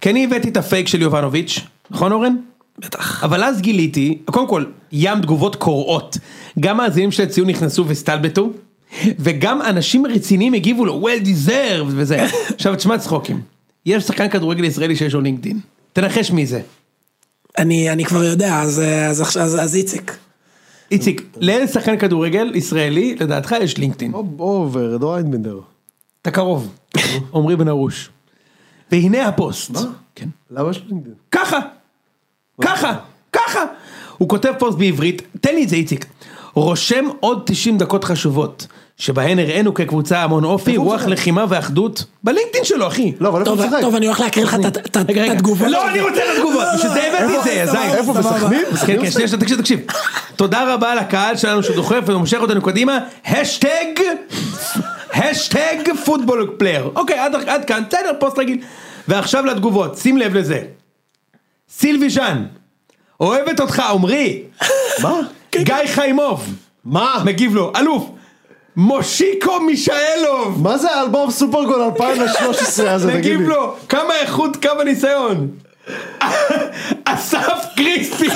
Speaker 1: כי אני הבאתי את הפייק של יובנוביץ', נכון אורן? בטח. אבל אז גיליתי, קודם כל, ים תגובות קורעות. גם מאזינים של הציון נכנסו והסתלבטו, וגם אנשים רציניים הגיבו לו, well deserved וזה. עכשיו תשמע צחוקים, יש שחקן כדורגל ישראלי שיש לו לינקדין. תנחש מי זה.
Speaker 2: אני אני כבר יודע, אז- אה, אז עכשיו- אז- אז איציק.
Speaker 1: איציק, לאיזה שחקן כדורגל ישראלי, לדעתך יש לינקדאין.
Speaker 4: או ורד או איינבנדר.
Speaker 1: אתה קרוב. עמרי בן ארוש. והנה הפוסט. מה? כן.
Speaker 4: למה יש לינקדאין?
Speaker 1: ככה! ככה! ככה! הוא כותב פוסט בעברית, תן לי את זה איציק. רושם עוד 90 דקות חשובות, שבהן הראינו כקבוצה המון אופי,
Speaker 4: הוא
Speaker 1: רוח
Speaker 4: משחק?
Speaker 1: לחימה ואחדות, בלינקדאין שלו אחי.
Speaker 4: לא, אבל איפה הוא
Speaker 2: טוב,
Speaker 4: משחק?
Speaker 2: טוב, אני הולך להקריא לך את ה- את ה-
Speaker 1: רגע,
Speaker 2: את
Speaker 1: רגע.
Speaker 2: התגובות.
Speaker 1: לא, אני רוצה את התגובות,
Speaker 2: לא,
Speaker 1: בשביל
Speaker 2: לא,
Speaker 1: זה הבאתי את זה,
Speaker 2: סבבה,
Speaker 1: זין.
Speaker 4: איפה,
Speaker 2: סבבה.
Speaker 4: בסכנין?
Speaker 1: כן, כן, שנייה, שנייה, תקשיב, תקשיב. תודה רבה לקהל שלנו שדוחף ומושך אותנו קדימה, השטג, השטג פוטבול פלייר. אוקיי, עד- עד כאן, בסדר, פוסט רגיל. ועכשיו לתגובות, שים לב לזה. סילבי ז'אן, אוהבת אותך, עמרי.
Speaker 4: מה?
Speaker 1: גיא חיימוב,
Speaker 4: מה?
Speaker 1: מגיב לו, אלוף. מושיקו מישאלוב,
Speaker 4: מה זה האלבום סופרגול 2013 הזה, תגיד לי?
Speaker 1: מגיב לו, כמה איכות, כמה ניסיון. <laughs> אסף <laughs> קריספי.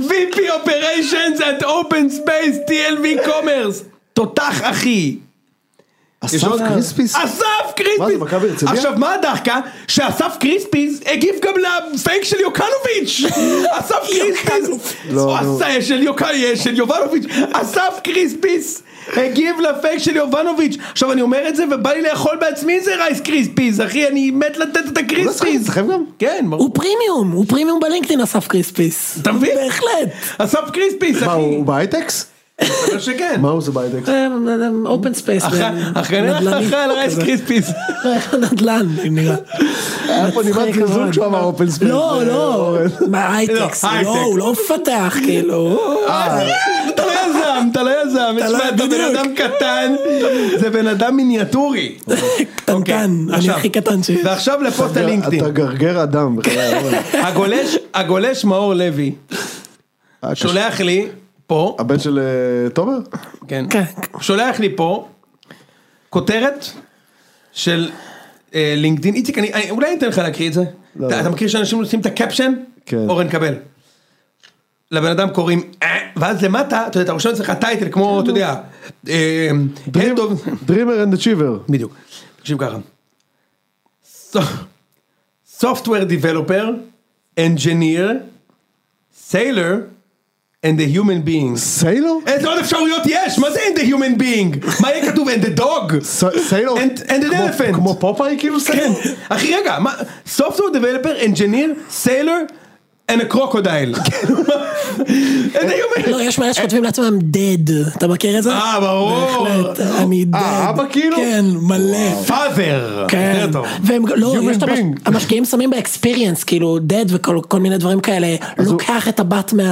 Speaker 1: VP Operations at Open Space TLV Commerce. תותח אחי.
Speaker 4: אסף קריספיס?
Speaker 1: אה, אסף קריספיס.
Speaker 4: מה זה, מכבי הרצליה?
Speaker 1: עכשיו מה הדחקה? שאסף קריספיס הגיב גם לפייק של
Speaker 4: <laughs>
Speaker 1: יוקנוביץ'. אסף קריספיס.
Speaker 4: לא, נו.
Speaker 1: עשה אה, של יוקנוביץ', של יובנוביץ'. אסף קריספיס הגיב לפייק של יובנוביץ'. עכשיו אני אומר את זה ובא לי לאכול בעצמי איזה רייס קריספיס. אחי אני מת לתת את
Speaker 4: הוא לא שחק
Speaker 1: הקריספיס.
Speaker 4: אצלכם גם?
Speaker 1: כן, ברור.
Speaker 2: הוא פרימיום, הוא פרימיום בלינקדאין אסף קריספיס.
Speaker 1: אתה מבין?
Speaker 2: בהחלט.
Speaker 1: אסף קריספיס,
Speaker 4: מה,
Speaker 1: אחי.
Speaker 4: הוא הוא בהייטקס?
Speaker 1: אבל שכן.
Speaker 4: מה הוא זה בהייטקס?
Speaker 2: אה, אופן ספייס.
Speaker 1: אחרי
Speaker 2: אוקיי,
Speaker 1: אחרי על רייס קריספיס.
Speaker 2: לא, נדל"ן, אם
Speaker 1: <laughs>
Speaker 2: נראה.
Speaker 4: היה פה נימת
Speaker 2: מצחיק
Speaker 4: חיזוק
Speaker 2: מאוד.
Speaker 4: כשהוא אמר אופן ספייס.
Speaker 2: לא, לא,
Speaker 4: אורן.
Speaker 2: מה הייטקס,
Speaker 1: אה, לא, הייטק.
Speaker 2: לא, הוא לא מפתח, כאילו.
Speaker 1: אתה לא יזם, אתה לא יזם,
Speaker 2: לא-
Speaker 1: תשמע, אתה בן
Speaker 2: בדיוק.
Speaker 1: אדם קטן, זה בן אדם מיניאטורי. אוקיי,
Speaker 2: קטנטן, אני
Speaker 1: עכשיו.
Speaker 2: הכי קטן שיש.
Speaker 1: ועכשיו לפוסט הלינקדאין,
Speaker 4: אתה גרגר אדם. בחיי,
Speaker 1: <laughs>
Speaker 4: אורן.
Speaker 1: הגולש, הגולש מאור לוי, שולח לי פה,
Speaker 4: אה, הבן של אה, תומר?
Speaker 1: כן,
Speaker 2: כן.
Speaker 1: שולח לי פה, כותרת של אה, לינקדאין, איציק, אני- אני- אולי אני אתן לך להקריא את זה,
Speaker 4: לא,
Speaker 1: אתה
Speaker 4: לא.
Speaker 1: אתה מכיר שאנשים עושים את הקפשן?
Speaker 4: כן.
Speaker 1: אורן קבל. לבן אדם קוראים, אה, ואז למטה, אתה יודע, אתה רושם אצלך טייטל כמו, אתה יודע, אה, head of-
Speaker 4: דרימר אנד אצ'יבר.
Speaker 1: בדיוק. תקשיב ככה. Software developer, engineer, sailor and the human beings.
Speaker 4: סיילור?
Speaker 1: איזה עוד אפשרויות יש? מה זה and the human being? מה יהיה כתוב and the dog?
Speaker 4: סיילור?
Speaker 1: And- and an elephant.
Speaker 4: כמו פופאי
Speaker 1: כן.
Speaker 4: כאילו סיילור?
Speaker 1: אחי רגע, מה? Software developer, engineer, sailor and a
Speaker 4: <laughs>
Speaker 1: crocodile.
Speaker 4: כן.
Speaker 1: כאילו, מה? אתה אומר,
Speaker 2: לא, יש מאלה שכותבים לעצמם dead, אתה מכיר את זה?
Speaker 1: אה, ברור.
Speaker 2: בהחלט, אני dead.
Speaker 4: אה, אבא כאילו?
Speaker 2: כן, מלא.
Speaker 1: father.
Speaker 2: כן,
Speaker 1: יותר טוב.
Speaker 2: והם לא,
Speaker 1: Human
Speaker 2: יש את המש-
Speaker 1: being.
Speaker 2: המשקיעים שמים באקספיריאנס, כאילו dead וכל כל מיני דברים כאלה, לוקח את הבת מה...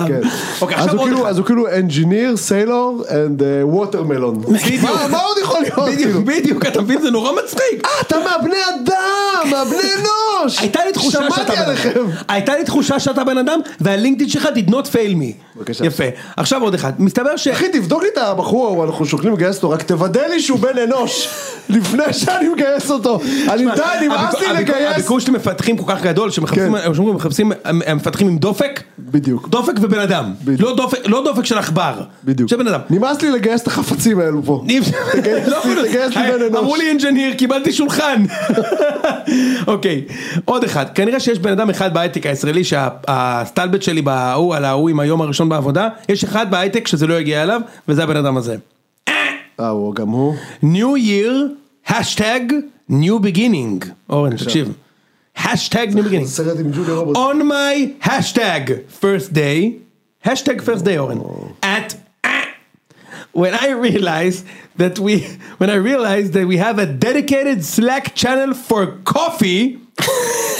Speaker 4: אה, כן.
Speaker 1: אוקיי,
Speaker 4: אז
Speaker 1: עכשיו
Speaker 4: הוא
Speaker 1: עוד
Speaker 4: כאילו-
Speaker 1: אחד.
Speaker 4: אז הוא כאילו engineer, sailor and uh, watermelon.
Speaker 1: <laughs>
Speaker 4: מה- מה עוד יכול להיות? <laughs> כאילו?
Speaker 1: בדיוק, בדיוק, אתה מבין? זה נורא מצחיק.
Speaker 4: אה, אתה מהבני אדם, מהבני אנוש.
Speaker 1: הייתה לי תחושה שאתה
Speaker 4: שמעתי
Speaker 1: בן
Speaker 4: עליכם.
Speaker 1: אדם. הייתה לי תחושה שאתה בן אדם, והלינקדאין שלך did not fail me.
Speaker 4: בבקשה.
Speaker 1: יפה. עכשיו עוד אחד. מסתבר ש...
Speaker 4: אחי, תבדוק לי את הבחור ההוא, אנחנו שוקלים לגייס אותו, רק תוודא לי שהוא בן אנוש, לפני שאני מגייס אותו. אני די, נמאס לי
Speaker 1: הביקו- הביקו-
Speaker 4: לגייס.
Speaker 1: הביקוש למפתחים כל כך גדול, שמחפשים,
Speaker 4: כן.
Speaker 1: הם שאומרים, מחפשים מפתחים עם דופק,
Speaker 4: בדיוק.
Speaker 1: דופק ובן אדם,
Speaker 4: בדיוק.
Speaker 1: לא דופק- לא דופק של עכבר,
Speaker 4: בדיוק.
Speaker 1: של בן אדם.
Speaker 4: נמאס לי לגייס את החפצים האלו פה. תגייס
Speaker 1: לא
Speaker 4: לי,
Speaker 1: יכול להיות.
Speaker 4: תגייס לי בן אנוש.
Speaker 1: אמרו לי אינג'יניר, קיבלתי שולחן. <laughs> אוקיי, עוד אחד. כנראה שיש בן אדם אחד בהייטק הישראלי שהסטלבט שלי בהוא על ההוא עם היום הראשון בעבודה, יש אחד בהייטק שזה לא הגיע אליו, וזה הבן אדם הזה.
Speaker 4: אה, הוא גם הוא.
Speaker 1: New Year, השטג, New Beginning. אורן, תקשיב. השטג, New Beginning.
Speaker 4: <laughs> סרט עם ג'ולי רוברט.
Speaker 1: on my hashtag first day, hashtag first day, Oren,
Speaker 4: Oh.
Speaker 1: at ah, when I realized that we when I realized that we have a dedicated Slack channel for coffee.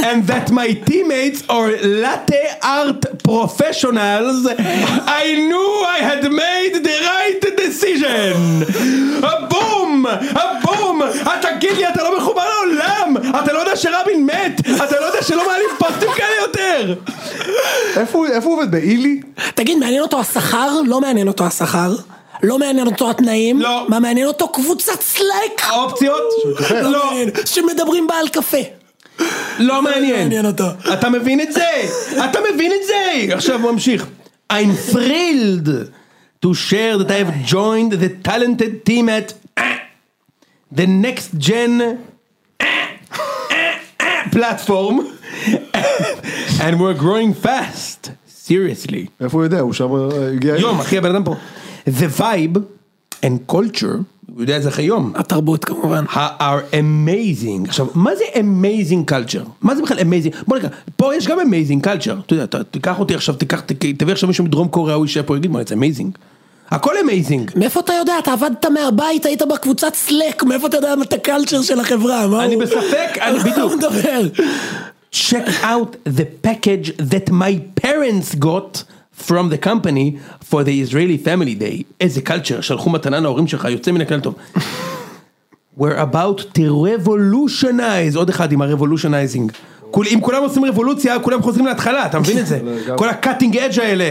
Speaker 1: and that my teammates are latte art professionals. I knew I had made the right decision. הבום! הבום! אתה תגיד לי, אתה לא מחובר לעולם! אתה לא יודע שרבין מת! אתה לא יודע שלא מעלים פוסטים כאלה יותר!
Speaker 4: איפה הוא- איפה הוא עובד? באילי?
Speaker 2: תגיד, מעניין אותו השכר? לא מעניין אותו השכר. לא מעניין אותו התנאים?
Speaker 1: לא.
Speaker 2: מה מעניין אותו? קבוצת סלאק!
Speaker 1: האופציות?
Speaker 2: לא
Speaker 1: לא,
Speaker 2: מעניין. שמדברים בה על קפה.
Speaker 1: לא
Speaker 2: מעניין
Speaker 1: מעניין.
Speaker 2: אותו.
Speaker 1: אתה מבין את זה? אתה מבין את זה? עכשיו הוא ממשיך. I'm thrilled to share that I have joined the talented team at the next gen platform and we're growing fast. Seriously.
Speaker 4: איפה הוא יודע? הוא שם אה, הגיע...
Speaker 1: יום, אחי, הבן אדם פה. The vibe and culture, הוא יודע את זה אחרי יום.
Speaker 2: התרבות כמובן.
Speaker 1: are amazing. עכשיו, מה זה amazing culture? מה זה בכלל amazing? בוא נקרא, פה יש גם amazing culture. אתה יודע, אתה- תיקח אותי עכשיו, תיקח, ת- תביא עכשיו מישהו מדרום קוריאה, הוא יישב פה, יגיד, מה, זה amazing. הכל amazing.
Speaker 2: מאיפה אתה יודע? אתה עבדת מהבית, היית בקבוצת סלאק, מאיפה אתה יודע מה את הקלצ'ר של החברה? מה
Speaker 1: אני
Speaker 2: הוא- <laughs>
Speaker 1: בספק, אני-
Speaker 2: על מה הוא
Speaker 1: בדיוק.
Speaker 2: מדבר?
Speaker 1: Check out the package that my parents got from the company for the Israeli family day. איזה culture, שלחו מתנה להורים שלך, יוצא מן הכלל טוב. <laughs> We're about to revolutionize, עוד אחד עם ה-revolutionizing. כול- אם כולם עושים רבולוציה, כולם חוזרים להתחלה, אתה מבין את
Speaker 2: <laughs>
Speaker 1: זה?
Speaker 4: לגמרי.
Speaker 1: כל ה-cutting edge האלה.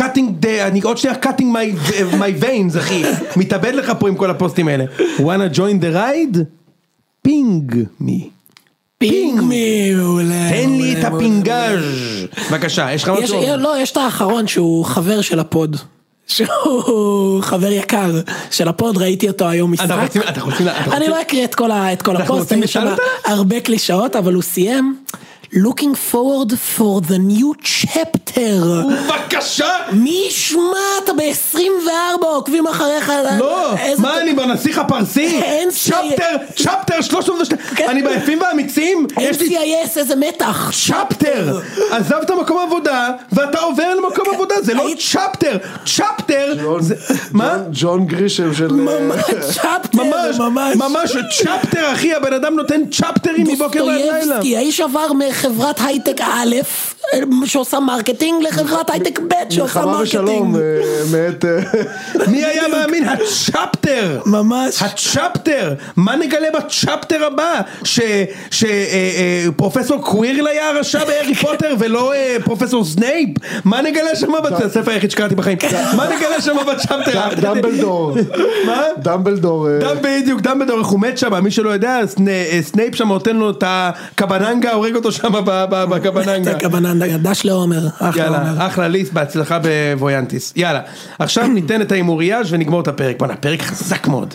Speaker 1: cutting, the- אני עוד שנייה cutting my, my veins, אחי. מתאבד לך פה עם כל הפוסטים האלה. wanna join the ride? ping me.
Speaker 2: פינג מי, מעולה.
Speaker 1: תן לי
Speaker 2: מעולה,
Speaker 1: את
Speaker 2: מעולה.
Speaker 1: הפינגאז'. בבקשה, יש לך
Speaker 2: יש,
Speaker 1: משהו?
Speaker 2: לא, יש את האחרון שהוא חבר של הפוד. שהוא חבר יקר של הפוד, ראיתי אותו היום משחק.
Speaker 1: אנחנו רוצים- אנחנו רוצים- אנחנו
Speaker 2: אני
Speaker 1: רוצים-
Speaker 2: לא אקריא את כל, ה- את כל
Speaker 1: אנחנו
Speaker 2: הפוסט,
Speaker 1: רוצים
Speaker 2: יש שם
Speaker 1: לשאול אותה?
Speaker 2: הרבה קלישאות, אבל הוא סיים. Looking forward for the new chapter.
Speaker 1: בבקשה!
Speaker 2: מי ישמע אתה ב-24 עוקבים אחריך?
Speaker 1: לא!
Speaker 2: איזה
Speaker 1: מה
Speaker 2: ת-
Speaker 1: אני בנסיך הפרסי?
Speaker 2: אין
Speaker 1: צ'פטר, צ'פטר 302,
Speaker 2: כן.
Speaker 1: אני ביפים והאמיצים? יש לי
Speaker 2: NCIS איזה מתח.
Speaker 1: צ'פטר! עזבת מקום עבודה, ואתה עובר למקום עבודה, זה לא
Speaker 2: כן. היית-
Speaker 1: צ'פטר! צ'פטר!
Speaker 4: ג'ון-
Speaker 1: זה- מה?
Speaker 4: ג'ון- ג'ון גרישם של... אה,
Speaker 2: ממש <laughs> צ'פטר,
Speaker 1: ממש, ממש צ'פטר אחי, הבן אדם נותן צ'פטרים מבוקר ועד לילה.
Speaker 2: דוסטויבסקי, האיש עבר מחברת הייטק א', שעושה מרקטינג, לחברת הייטק ב', שעושה
Speaker 4: מלחמה ושלום
Speaker 2: מרקטינג.
Speaker 4: אה,
Speaker 1: <laughs>
Speaker 4: מאת... אה,
Speaker 1: מי היה מאמין? הצ'פטר! <laughs>
Speaker 2: ממש.
Speaker 1: הצ'פטר! מה נגלה בצ'פטר הבא? אה, שפרופסור קווירל היה הרשע בהארי פוטר ולא אה, פרופסור סנייפ? מה נגלה שם בצ- זה הספר היחיד שקראתי בחיים? מה נגלה שם בצ'פטר?
Speaker 4: דמבלדור.
Speaker 1: מה?
Speaker 4: דמבלדור. אה,
Speaker 1: דם בדיוק, דמבלדור, איך הוא מת שם, מי שלא יודע, סנה- אה, סנייפ שם נותן לו את הקבננגה, הורג אותו שם ב- ב-
Speaker 2: זה
Speaker 1: בקבננגה.
Speaker 2: הכוונה, דש לעומר, אחלה עומר.
Speaker 1: יאללה, אחלה ליסט, בהצלחה בוויאנטיס. יאללה, עכשיו ניתן את ההימוריאז' ונגמור את הפרק. בואנה, פרק חזק מאוד.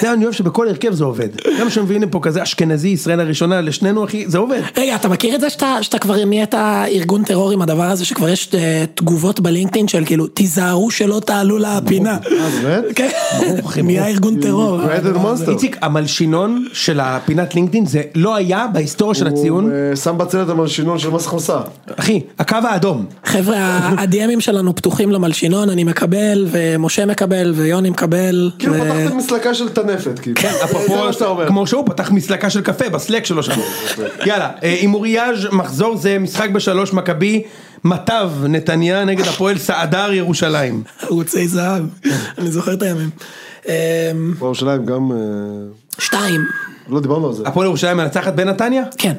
Speaker 1: זה <laughs> אני אוהב שבכל הרכב זה עובד. גם כשמביאים לפה כזה אשכנזי, ישראל הראשונה, לשנינו אחי, זה עובד.
Speaker 2: רגע, אתה מכיר את זה שאתה, שאתה כבר נהיית ארגון טרור עם הדבר הזה, שכבר יש אה, תגובות בלינקדאין של כאילו, תיזהרו שלא תעלו לפינה.
Speaker 1: אה,
Speaker 4: אז באמת?
Speaker 2: כן, נהיה ארגון
Speaker 1: כאילו,
Speaker 2: טרור.
Speaker 4: Created monster.
Speaker 1: איציק, המלשינון של הפינת לינקדאין זה לא היה בהיסטוריה של
Speaker 4: הוא
Speaker 1: הציון.
Speaker 4: אה, שם בצד את המלשינון של מס הכנסה.
Speaker 1: אחי, הקו האדום.
Speaker 2: חבר'ה, ה-DMים שלנו פתוחים למלשינון, אני מקבל, ומשה מקבל, ויוני מקבל.
Speaker 4: כאילו
Speaker 2: ו-
Speaker 4: פתחת מסלקה של טנפת, כאילו.
Speaker 1: אה, כן,
Speaker 4: זה מה שאתה אומר.
Speaker 1: אפרופו, כמו שהוא פתח מסלקה של קפה בסלק שלו
Speaker 4: <laughs>
Speaker 1: שם. יאללה, אה, הימוריאז' מחזור זה משחק בשלוש מכבי, מטב נתניה נגד הפועל סעדר ירושלים.
Speaker 2: ערוצי זהב, אני זוכר את הימים. אמ,
Speaker 4: פה ירושלים גם... אה,
Speaker 2: שתיים,
Speaker 4: לא דיברנו על זה.
Speaker 1: הפועל ירושלים מנצחת בנתניה?
Speaker 2: כן.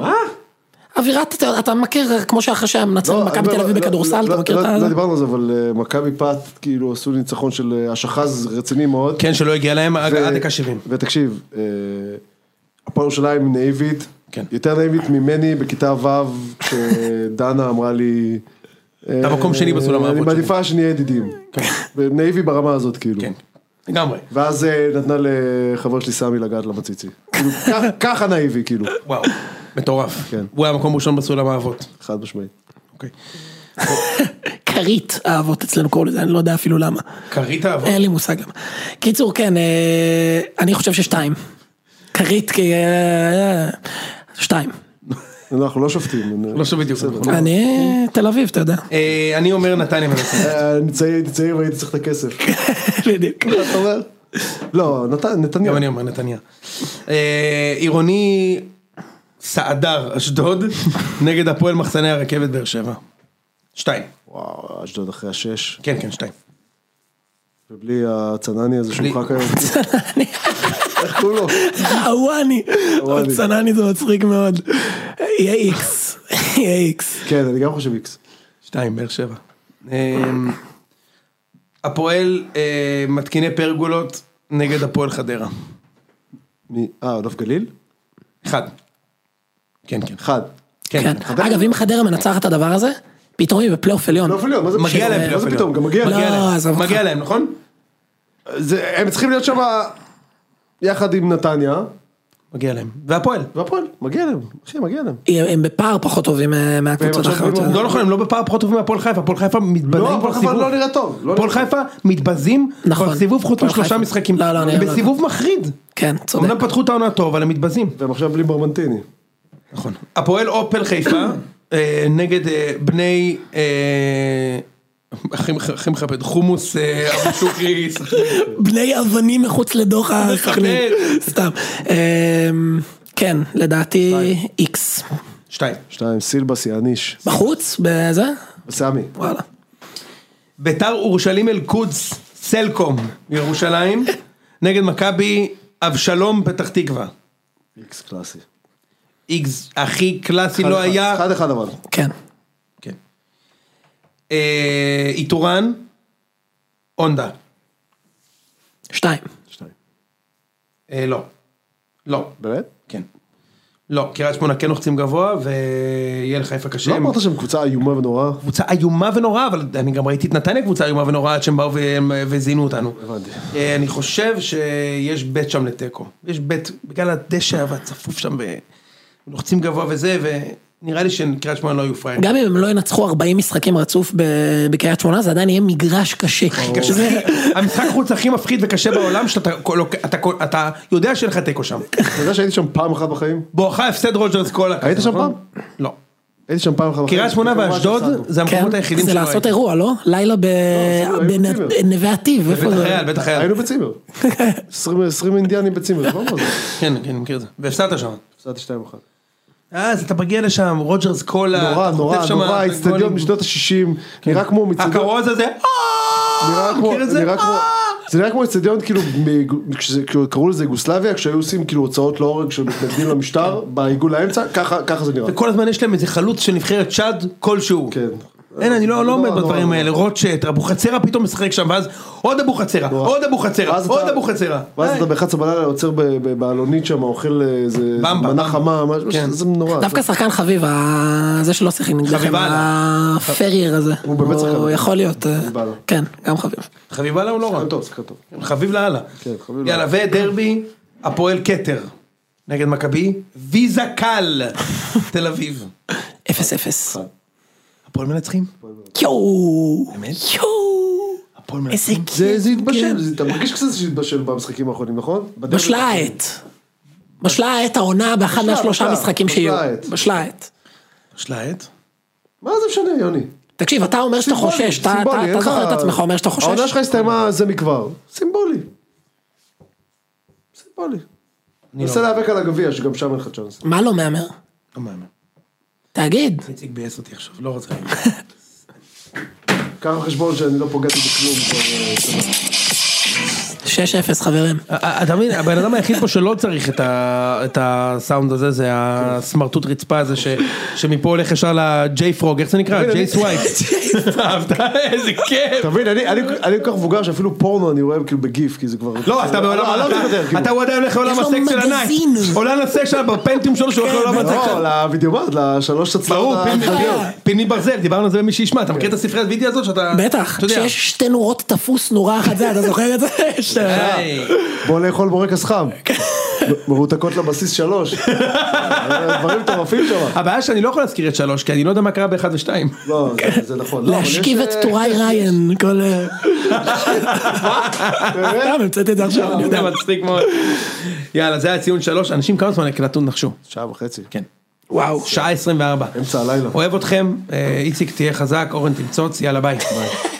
Speaker 2: אווירת, אתה- אתה מכיר, כמו שאחרי שהיה מנצחת
Speaker 4: לא,
Speaker 2: מכבי
Speaker 4: לא,
Speaker 2: תל אביב
Speaker 4: לא,
Speaker 2: בכדורסל,
Speaker 4: לא,
Speaker 2: אתה מכיר
Speaker 4: לא,
Speaker 2: את
Speaker 4: לא
Speaker 2: ה...
Speaker 4: דיברנו על זה, אבל אה, מכבי פת, כאילו עשו לי ניצחון של אה, השחז רציני מאוד.
Speaker 1: כן, שלא הגיע להם עד
Speaker 4: ו-
Speaker 1: עד דקה 70.
Speaker 4: ותקשיב, אה, הפועל ירושלים נאיבית,
Speaker 1: כן.
Speaker 4: יותר נאיבית ממני בכיתה ו', כשדנה אמרה לי...
Speaker 1: אתה
Speaker 4: אה,
Speaker 1: מקום שני בסולם
Speaker 4: אני
Speaker 1: האהבות שלי.
Speaker 4: מעדיפה שנהיה ידידים. נאיבי ברמה הזאת כאילו.
Speaker 1: כן, לגמרי.
Speaker 4: ואז אה, נתנה לחבר שלי סמי לגעת למציצי. כאילו, כך- ככה נאיבי כאילו,
Speaker 1: וואו, מטורף.
Speaker 4: כן.
Speaker 1: הוא היה מקום ראשון בסולם האבות.
Speaker 4: חד משמעית.
Speaker 1: אוקיי.
Speaker 2: כרית האבות אצלנו קוראים לזה, אני לא יודע אפילו למה.
Speaker 1: כרית האבות.
Speaker 2: אין לי מושג למה. קיצור, כן, אה, אני חושב ששתיים. כרית, כי... אה, שתיים.
Speaker 4: אה, אנחנו לא שופטים.
Speaker 1: לא שוב בדיוק.
Speaker 2: אני
Speaker 4: אוקיי.
Speaker 2: תל אביב, אתה יודע.
Speaker 1: אה, אני אומר נתניה <laughs> מנצחת.
Speaker 4: אה, אני צעיר- הייתי צעיר והייתי צריך את הכסף.
Speaker 2: <laughs> בדיוק.
Speaker 4: אתה אומר? לא, נת- נתניה.
Speaker 1: גם אני אומר נתניה. אה, עירוני סעדר <laughs> אשדוד נגד הפועל מחסני הרכבת באר שבע. שתיים.
Speaker 4: וואו, אשדוד אחרי השש,
Speaker 1: כן כן שתיים.
Speaker 4: ובלי הצנני הזה שהוא
Speaker 1: בלי-
Speaker 4: חכה היום. איך קוראים לו?
Speaker 2: הוואני.
Speaker 4: הוואני.
Speaker 2: צנני זה מצחיק מאוד. יהיה איקס. יהיה איקס.
Speaker 4: כן, אני גם חושב איקס.
Speaker 1: שתיים באר שבע. אה, הפועל אה, מתקיני פרגולות נגד הפועל חדרה.
Speaker 4: מי- אה, נוף גליל?
Speaker 1: אחד. כן כן.
Speaker 4: אחד.
Speaker 1: כן.
Speaker 2: כן.
Speaker 1: כן.
Speaker 2: אגב, אם חדרה מנצחת את הדבר הזה, פתאום היא בפלייאוף עליון.
Speaker 4: נוף עליון, מה זה
Speaker 1: מגיע
Speaker 4: פתאום?
Speaker 1: להם
Speaker 4: מה
Speaker 1: פלייאוף
Speaker 4: זה פתאום? גם מגיע
Speaker 1: מגיע
Speaker 4: להם. כן.
Speaker 2: לא,
Speaker 1: להם.
Speaker 2: עזוב
Speaker 1: מגיע
Speaker 2: אותך.
Speaker 1: להם נכון?
Speaker 4: זה- הם צריכים להיות שם יחד עם נתניה,
Speaker 1: מגיע להם. והפועל.
Speaker 2: לא,
Speaker 4: והפועל, מגיע להם, אחי, מגיע להם.
Speaker 2: הם הם בפער פחות טובים אה, מהקבוצות
Speaker 4: עכשיו
Speaker 2: האחרות.
Speaker 4: באים
Speaker 1: לא נכון הם לא בפער פחות טובים מהפועל חיפה. הפועל חיפה מתבזים
Speaker 4: לא,
Speaker 1: כבר
Speaker 4: הפועל חיפה
Speaker 1: סיבוב.
Speaker 4: לא נראה טוב. לא
Speaker 1: הפועל
Speaker 4: נראה-
Speaker 1: חיפה מתבזים,
Speaker 2: נכון.
Speaker 1: נכון, סיבוב חוץ
Speaker 2: הפועל
Speaker 1: משלושה
Speaker 2: חיפה.
Speaker 1: משחקים,
Speaker 2: לא, לא, אני-
Speaker 1: בסיבוב מחריד,
Speaker 2: כן, צודק.
Speaker 1: אמנם פתחו את העונה טוב, אבל הם מתבזים,
Speaker 4: והם עכשיו בלי ברמנטיני.
Speaker 1: נכון, הפועל אופל חיפה, אה, נגד אה, בני, אה, אחים אחים מכבד, חומוס, אה, אבו שוקרי, סכנין.
Speaker 2: בני אבנים מחוץ לדוח הסכנין. סתם. אמ, כן, לדעתי איקס.
Speaker 1: שתיים,
Speaker 4: שתיים, סילבס יעניש.
Speaker 2: בחוץ? בזה?
Speaker 4: סמי.
Speaker 2: וואלה.
Speaker 1: ביתר אורשלים אל-קודס, סלקום, ירושלים, נגד מכבי אבשלום פתח תקווה,
Speaker 4: איקס קלאסי.
Speaker 1: איגז הכי קלאסי לא
Speaker 4: אחד-
Speaker 1: היה,
Speaker 4: אחד אחד אבל.
Speaker 2: כן.
Speaker 1: כן. אה, איתורן, הונדה.
Speaker 2: שתיים.
Speaker 4: שתיים.
Speaker 1: אה, לא. לא.
Speaker 4: באמת?
Speaker 1: כן. לא, קריית שמונה כן לוחצים גבוה, ויהיה לחיפה קשה.
Speaker 4: לא אמרת שהם קבוצה איומה ונוראה?
Speaker 1: קבוצה איומה ונוראה, אבל אני גם ראיתי את נתניה קבוצה איומה ונוראה עד שהם באו והם- אה, וזינו אותנו.
Speaker 4: הבנתי.
Speaker 1: אה, אני חושב שיש בית שם לתיקו. יש בית, בגלל הדשא והצפוף שם, ולוחצים גבוה וזה, ונראה לי שקריית שמונה לא יהיו פראיירים.
Speaker 2: גם אם הם לא ינצחו 40 משחקים רצוף ב- בקריית שמונה, זה עדיין יהיה מגרש קשה.
Speaker 1: קשה. המשחק חוץ הכי מפחיד וקשה בעולם, שאתה לוק- אתה כל- אתה יודע שאין לך תיקו שם.
Speaker 4: אתה יודע שהייתי שם פעם אחת בחיים?
Speaker 1: בואכה הפסד רוג'רס קולה.
Speaker 4: היית שם
Speaker 1: נכון?
Speaker 4: פעם?
Speaker 1: לא.
Speaker 4: הייתי שם פעם אחת בחיים.
Speaker 1: קריית שמונה
Speaker 4: וכמובן
Speaker 1: ואשדוד
Speaker 4: שהפסדנו.
Speaker 1: זה
Speaker 2: כן,
Speaker 1: המקומות היחידים
Speaker 2: זה
Speaker 1: שלא
Speaker 2: לעשות
Speaker 1: הייתי.
Speaker 2: אירוע, לא? לילה ב-
Speaker 4: עשינו, היו
Speaker 2: בנת-
Speaker 4: בצימר.
Speaker 2: נווה אטיב, איפה
Speaker 1: בטח
Speaker 2: זה?
Speaker 1: חייל, בטח חייל.
Speaker 4: היינו בצימר. 20 20 אינדיאנים בצימר, דיברנו על זה. לא
Speaker 1: כן, כן, אני מכיר את זה. והפסדת שם.
Speaker 4: הפסדתי שתיים אחת.
Speaker 1: אז אתה מגיע לשם, רוג'רס קולה.
Speaker 4: נורא,
Speaker 1: אתה
Speaker 4: נורא,
Speaker 1: חוטף שם
Speaker 4: נורא,
Speaker 1: גולים.
Speaker 4: האיצטדיון משנות ה-60, נראה כמו מצדון,
Speaker 1: הכרוז הזה,
Speaker 4: נראה
Speaker 1: אה,
Speaker 4: כמו,
Speaker 1: מכיר את זה?
Speaker 4: נראה כמו,
Speaker 1: אה!
Speaker 4: זה נראה כמו אצטדיון כאילו, מ- כשזה- כאילו, קראו לזה יוגוסלביה, כשהיו עושים כאילו הוצאות להורג של מתנגדים
Speaker 1: כן.
Speaker 4: למשטר, בעיגול האמצע, ככה ככה זה נראה.
Speaker 1: וכל הזמן יש להם איזה חלוץ של נבחרת צ'אד כלשהו.
Speaker 4: כן,
Speaker 1: אין, אני לא לא עומד
Speaker 4: נורא,
Speaker 1: בדברים
Speaker 4: נורא.
Speaker 1: האלה, רוטשט, אבוחצירה פתאום משחק שם, ואז עוד אבוחצירה,
Speaker 4: נורא.
Speaker 1: עוד אבוחצירה,
Speaker 4: ואז
Speaker 1: עוד
Speaker 4: אתה-
Speaker 1: אבוחצירה.
Speaker 4: ואז
Speaker 1: די.
Speaker 4: אתה ב-11 בלילה עוצר ב- ב- בעלונית שם, אוכל איזה
Speaker 1: במבה,
Speaker 4: מנה
Speaker 1: במבה.
Speaker 4: חמה, משהו,
Speaker 1: כן.
Speaker 4: זה נורא.
Speaker 2: דוואלה. דווקא שחקן חביב, ה- זה שלא שיחק נגדכם,
Speaker 1: חביב הלאה.
Speaker 2: הפרייר הזה.
Speaker 4: הוא באמת שחקן.
Speaker 2: הוא יכול להיות. אה,
Speaker 4: חביב הלאה.
Speaker 2: כן, גם חביב.
Speaker 1: חביב הלאה הוא לא רע.
Speaker 4: שחקן טוב, שחקן טוב.
Speaker 1: חביב לאללה.
Speaker 4: כן, חביב
Speaker 1: יאללה, ודרבי, הפועל כתר. נגד מכבי, ויזה
Speaker 4: <laughs>
Speaker 1: קל, תל אביב.
Speaker 2: אפס אפס.
Speaker 1: הפועל מנצחים?
Speaker 2: יואו.
Speaker 1: באמת?
Speaker 2: יואו.
Speaker 1: הפועל
Speaker 2: איזה
Speaker 1: מנצחים.
Speaker 4: זה זה
Speaker 2: כן.
Speaker 4: התבשל, זה- אתה מרגיש קצת שהתבשל במשחקים האחרונים, נכון? בדרך-
Speaker 2: בשלה העת. בשלה העת העונה באחד
Speaker 4: בשלה,
Speaker 2: מהשלושה
Speaker 4: בשלה,
Speaker 2: משחקים
Speaker 4: בשלה
Speaker 2: שיהיו.
Speaker 4: העת.
Speaker 2: בשלה העת.
Speaker 1: יש לה עט?
Speaker 4: מה זה משנה, יוני?
Speaker 2: תקשיב, אתה אומר שאתה
Speaker 4: סימבולי,
Speaker 2: חושש, אתה-
Speaker 4: סימבולי,
Speaker 2: אתה
Speaker 4: אין
Speaker 2: אתה
Speaker 4: לך-
Speaker 2: זוכר את עצמך אומר שאתה
Speaker 4: העונה
Speaker 2: חושש.
Speaker 4: שלך הסתיימה זה מכבר, סימבולי. סימבולי. נסה להיאבק על הגביע, שגם שם אין לך צ'אנס.
Speaker 2: מה לא מהמר?
Speaker 1: לא מאמין.
Speaker 2: תגיד.
Speaker 1: איציק ביאס אותי עכשיו, לא רוצה להגיד.
Speaker 4: קח בחשבון שאני לא פוגעתי בכלום כבר... אה, שנה.
Speaker 2: 6-0 חברים.
Speaker 1: אה, אתה מבין, הבן אדם היחיד פה שלא צריך את ה- את הסאונד הזה, זה הסמרטוט רצפה הזה ש- שמפה הולך ישר לג'יי פרוג, איך זה נקרא?
Speaker 4: תבין,
Speaker 1: ג'ייס
Speaker 4: אני-
Speaker 1: ווייט. אהבת? איזה כיף.
Speaker 4: אתה מבין, אני- אני אני כל כך מבוגר שאפילו פורנו אני רואה כאילו בגיף, כי זה כבר...
Speaker 1: לא, אתה בעולם,
Speaker 4: לא, לא
Speaker 1: אתה-
Speaker 4: מדבר, כאילו.
Speaker 1: אתה הוא עדיין הולך לעולם
Speaker 2: יש לו
Speaker 1: הסקס של הנייט.
Speaker 2: מגזין.
Speaker 1: עולם הסקס שלה בפנטיום שלו, שהוא הולך לעולם הסקס
Speaker 4: לא,
Speaker 1: שלה.
Speaker 4: לוידאומט, לשלוש
Speaker 1: ברור,
Speaker 4: הצלעות.
Speaker 1: פיני-
Speaker 4: ההתחלתיות.
Speaker 1: פיני- פיני ברזל, דיברנו על זה במי שישמע, אתה מכיר את הספרי הווידאו הזאת שאתה...
Speaker 2: בטח,
Speaker 1: אתה יודע.
Speaker 2: כשיש שתי נורות תפוס נורה אחת זה, אתה זוכר
Speaker 4: <laughs>
Speaker 2: את זה? אה, ש-
Speaker 4: נכון, אה,
Speaker 1: היי.
Speaker 4: בוא לאכול בורקס חם. מ- מרותקות לבסיס שלוש. דברים מטורפים שם.
Speaker 1: הבעיה שאני לא יכול להזכיר את שלוש, כי אני לא יודע מה קרה באחד ושתיים.
Speaker 4: לא, זה- זה נכון. לא, אבל יש,
Speaker 2: להשכיב את
Speaker 4: אה,
Speaker 2: טוראי ריין, כל...
Speaker 4: <laughs>
Speaker 2: אה, <laughs> סתם, המצאתי את זה עכשיו, אני
Speaker 1: זה
Speaker 2: יודע.
Speaker 1: מצחיק מאוד. יאללה, זה היה ציון שלוש, אנשים כמה זמן הקלטנו נחשו?
Speaker 4: שעה וחצי.
Speaker 1: כן.
Speaker 2: וואו.
Speaker 1: שעה 24.
Speaker 4: אמצע הלילה.
Speaker 1: אוהב אתכם, אה, איציק תהיה חזק, אורן תמצוץ, יאללה ביי.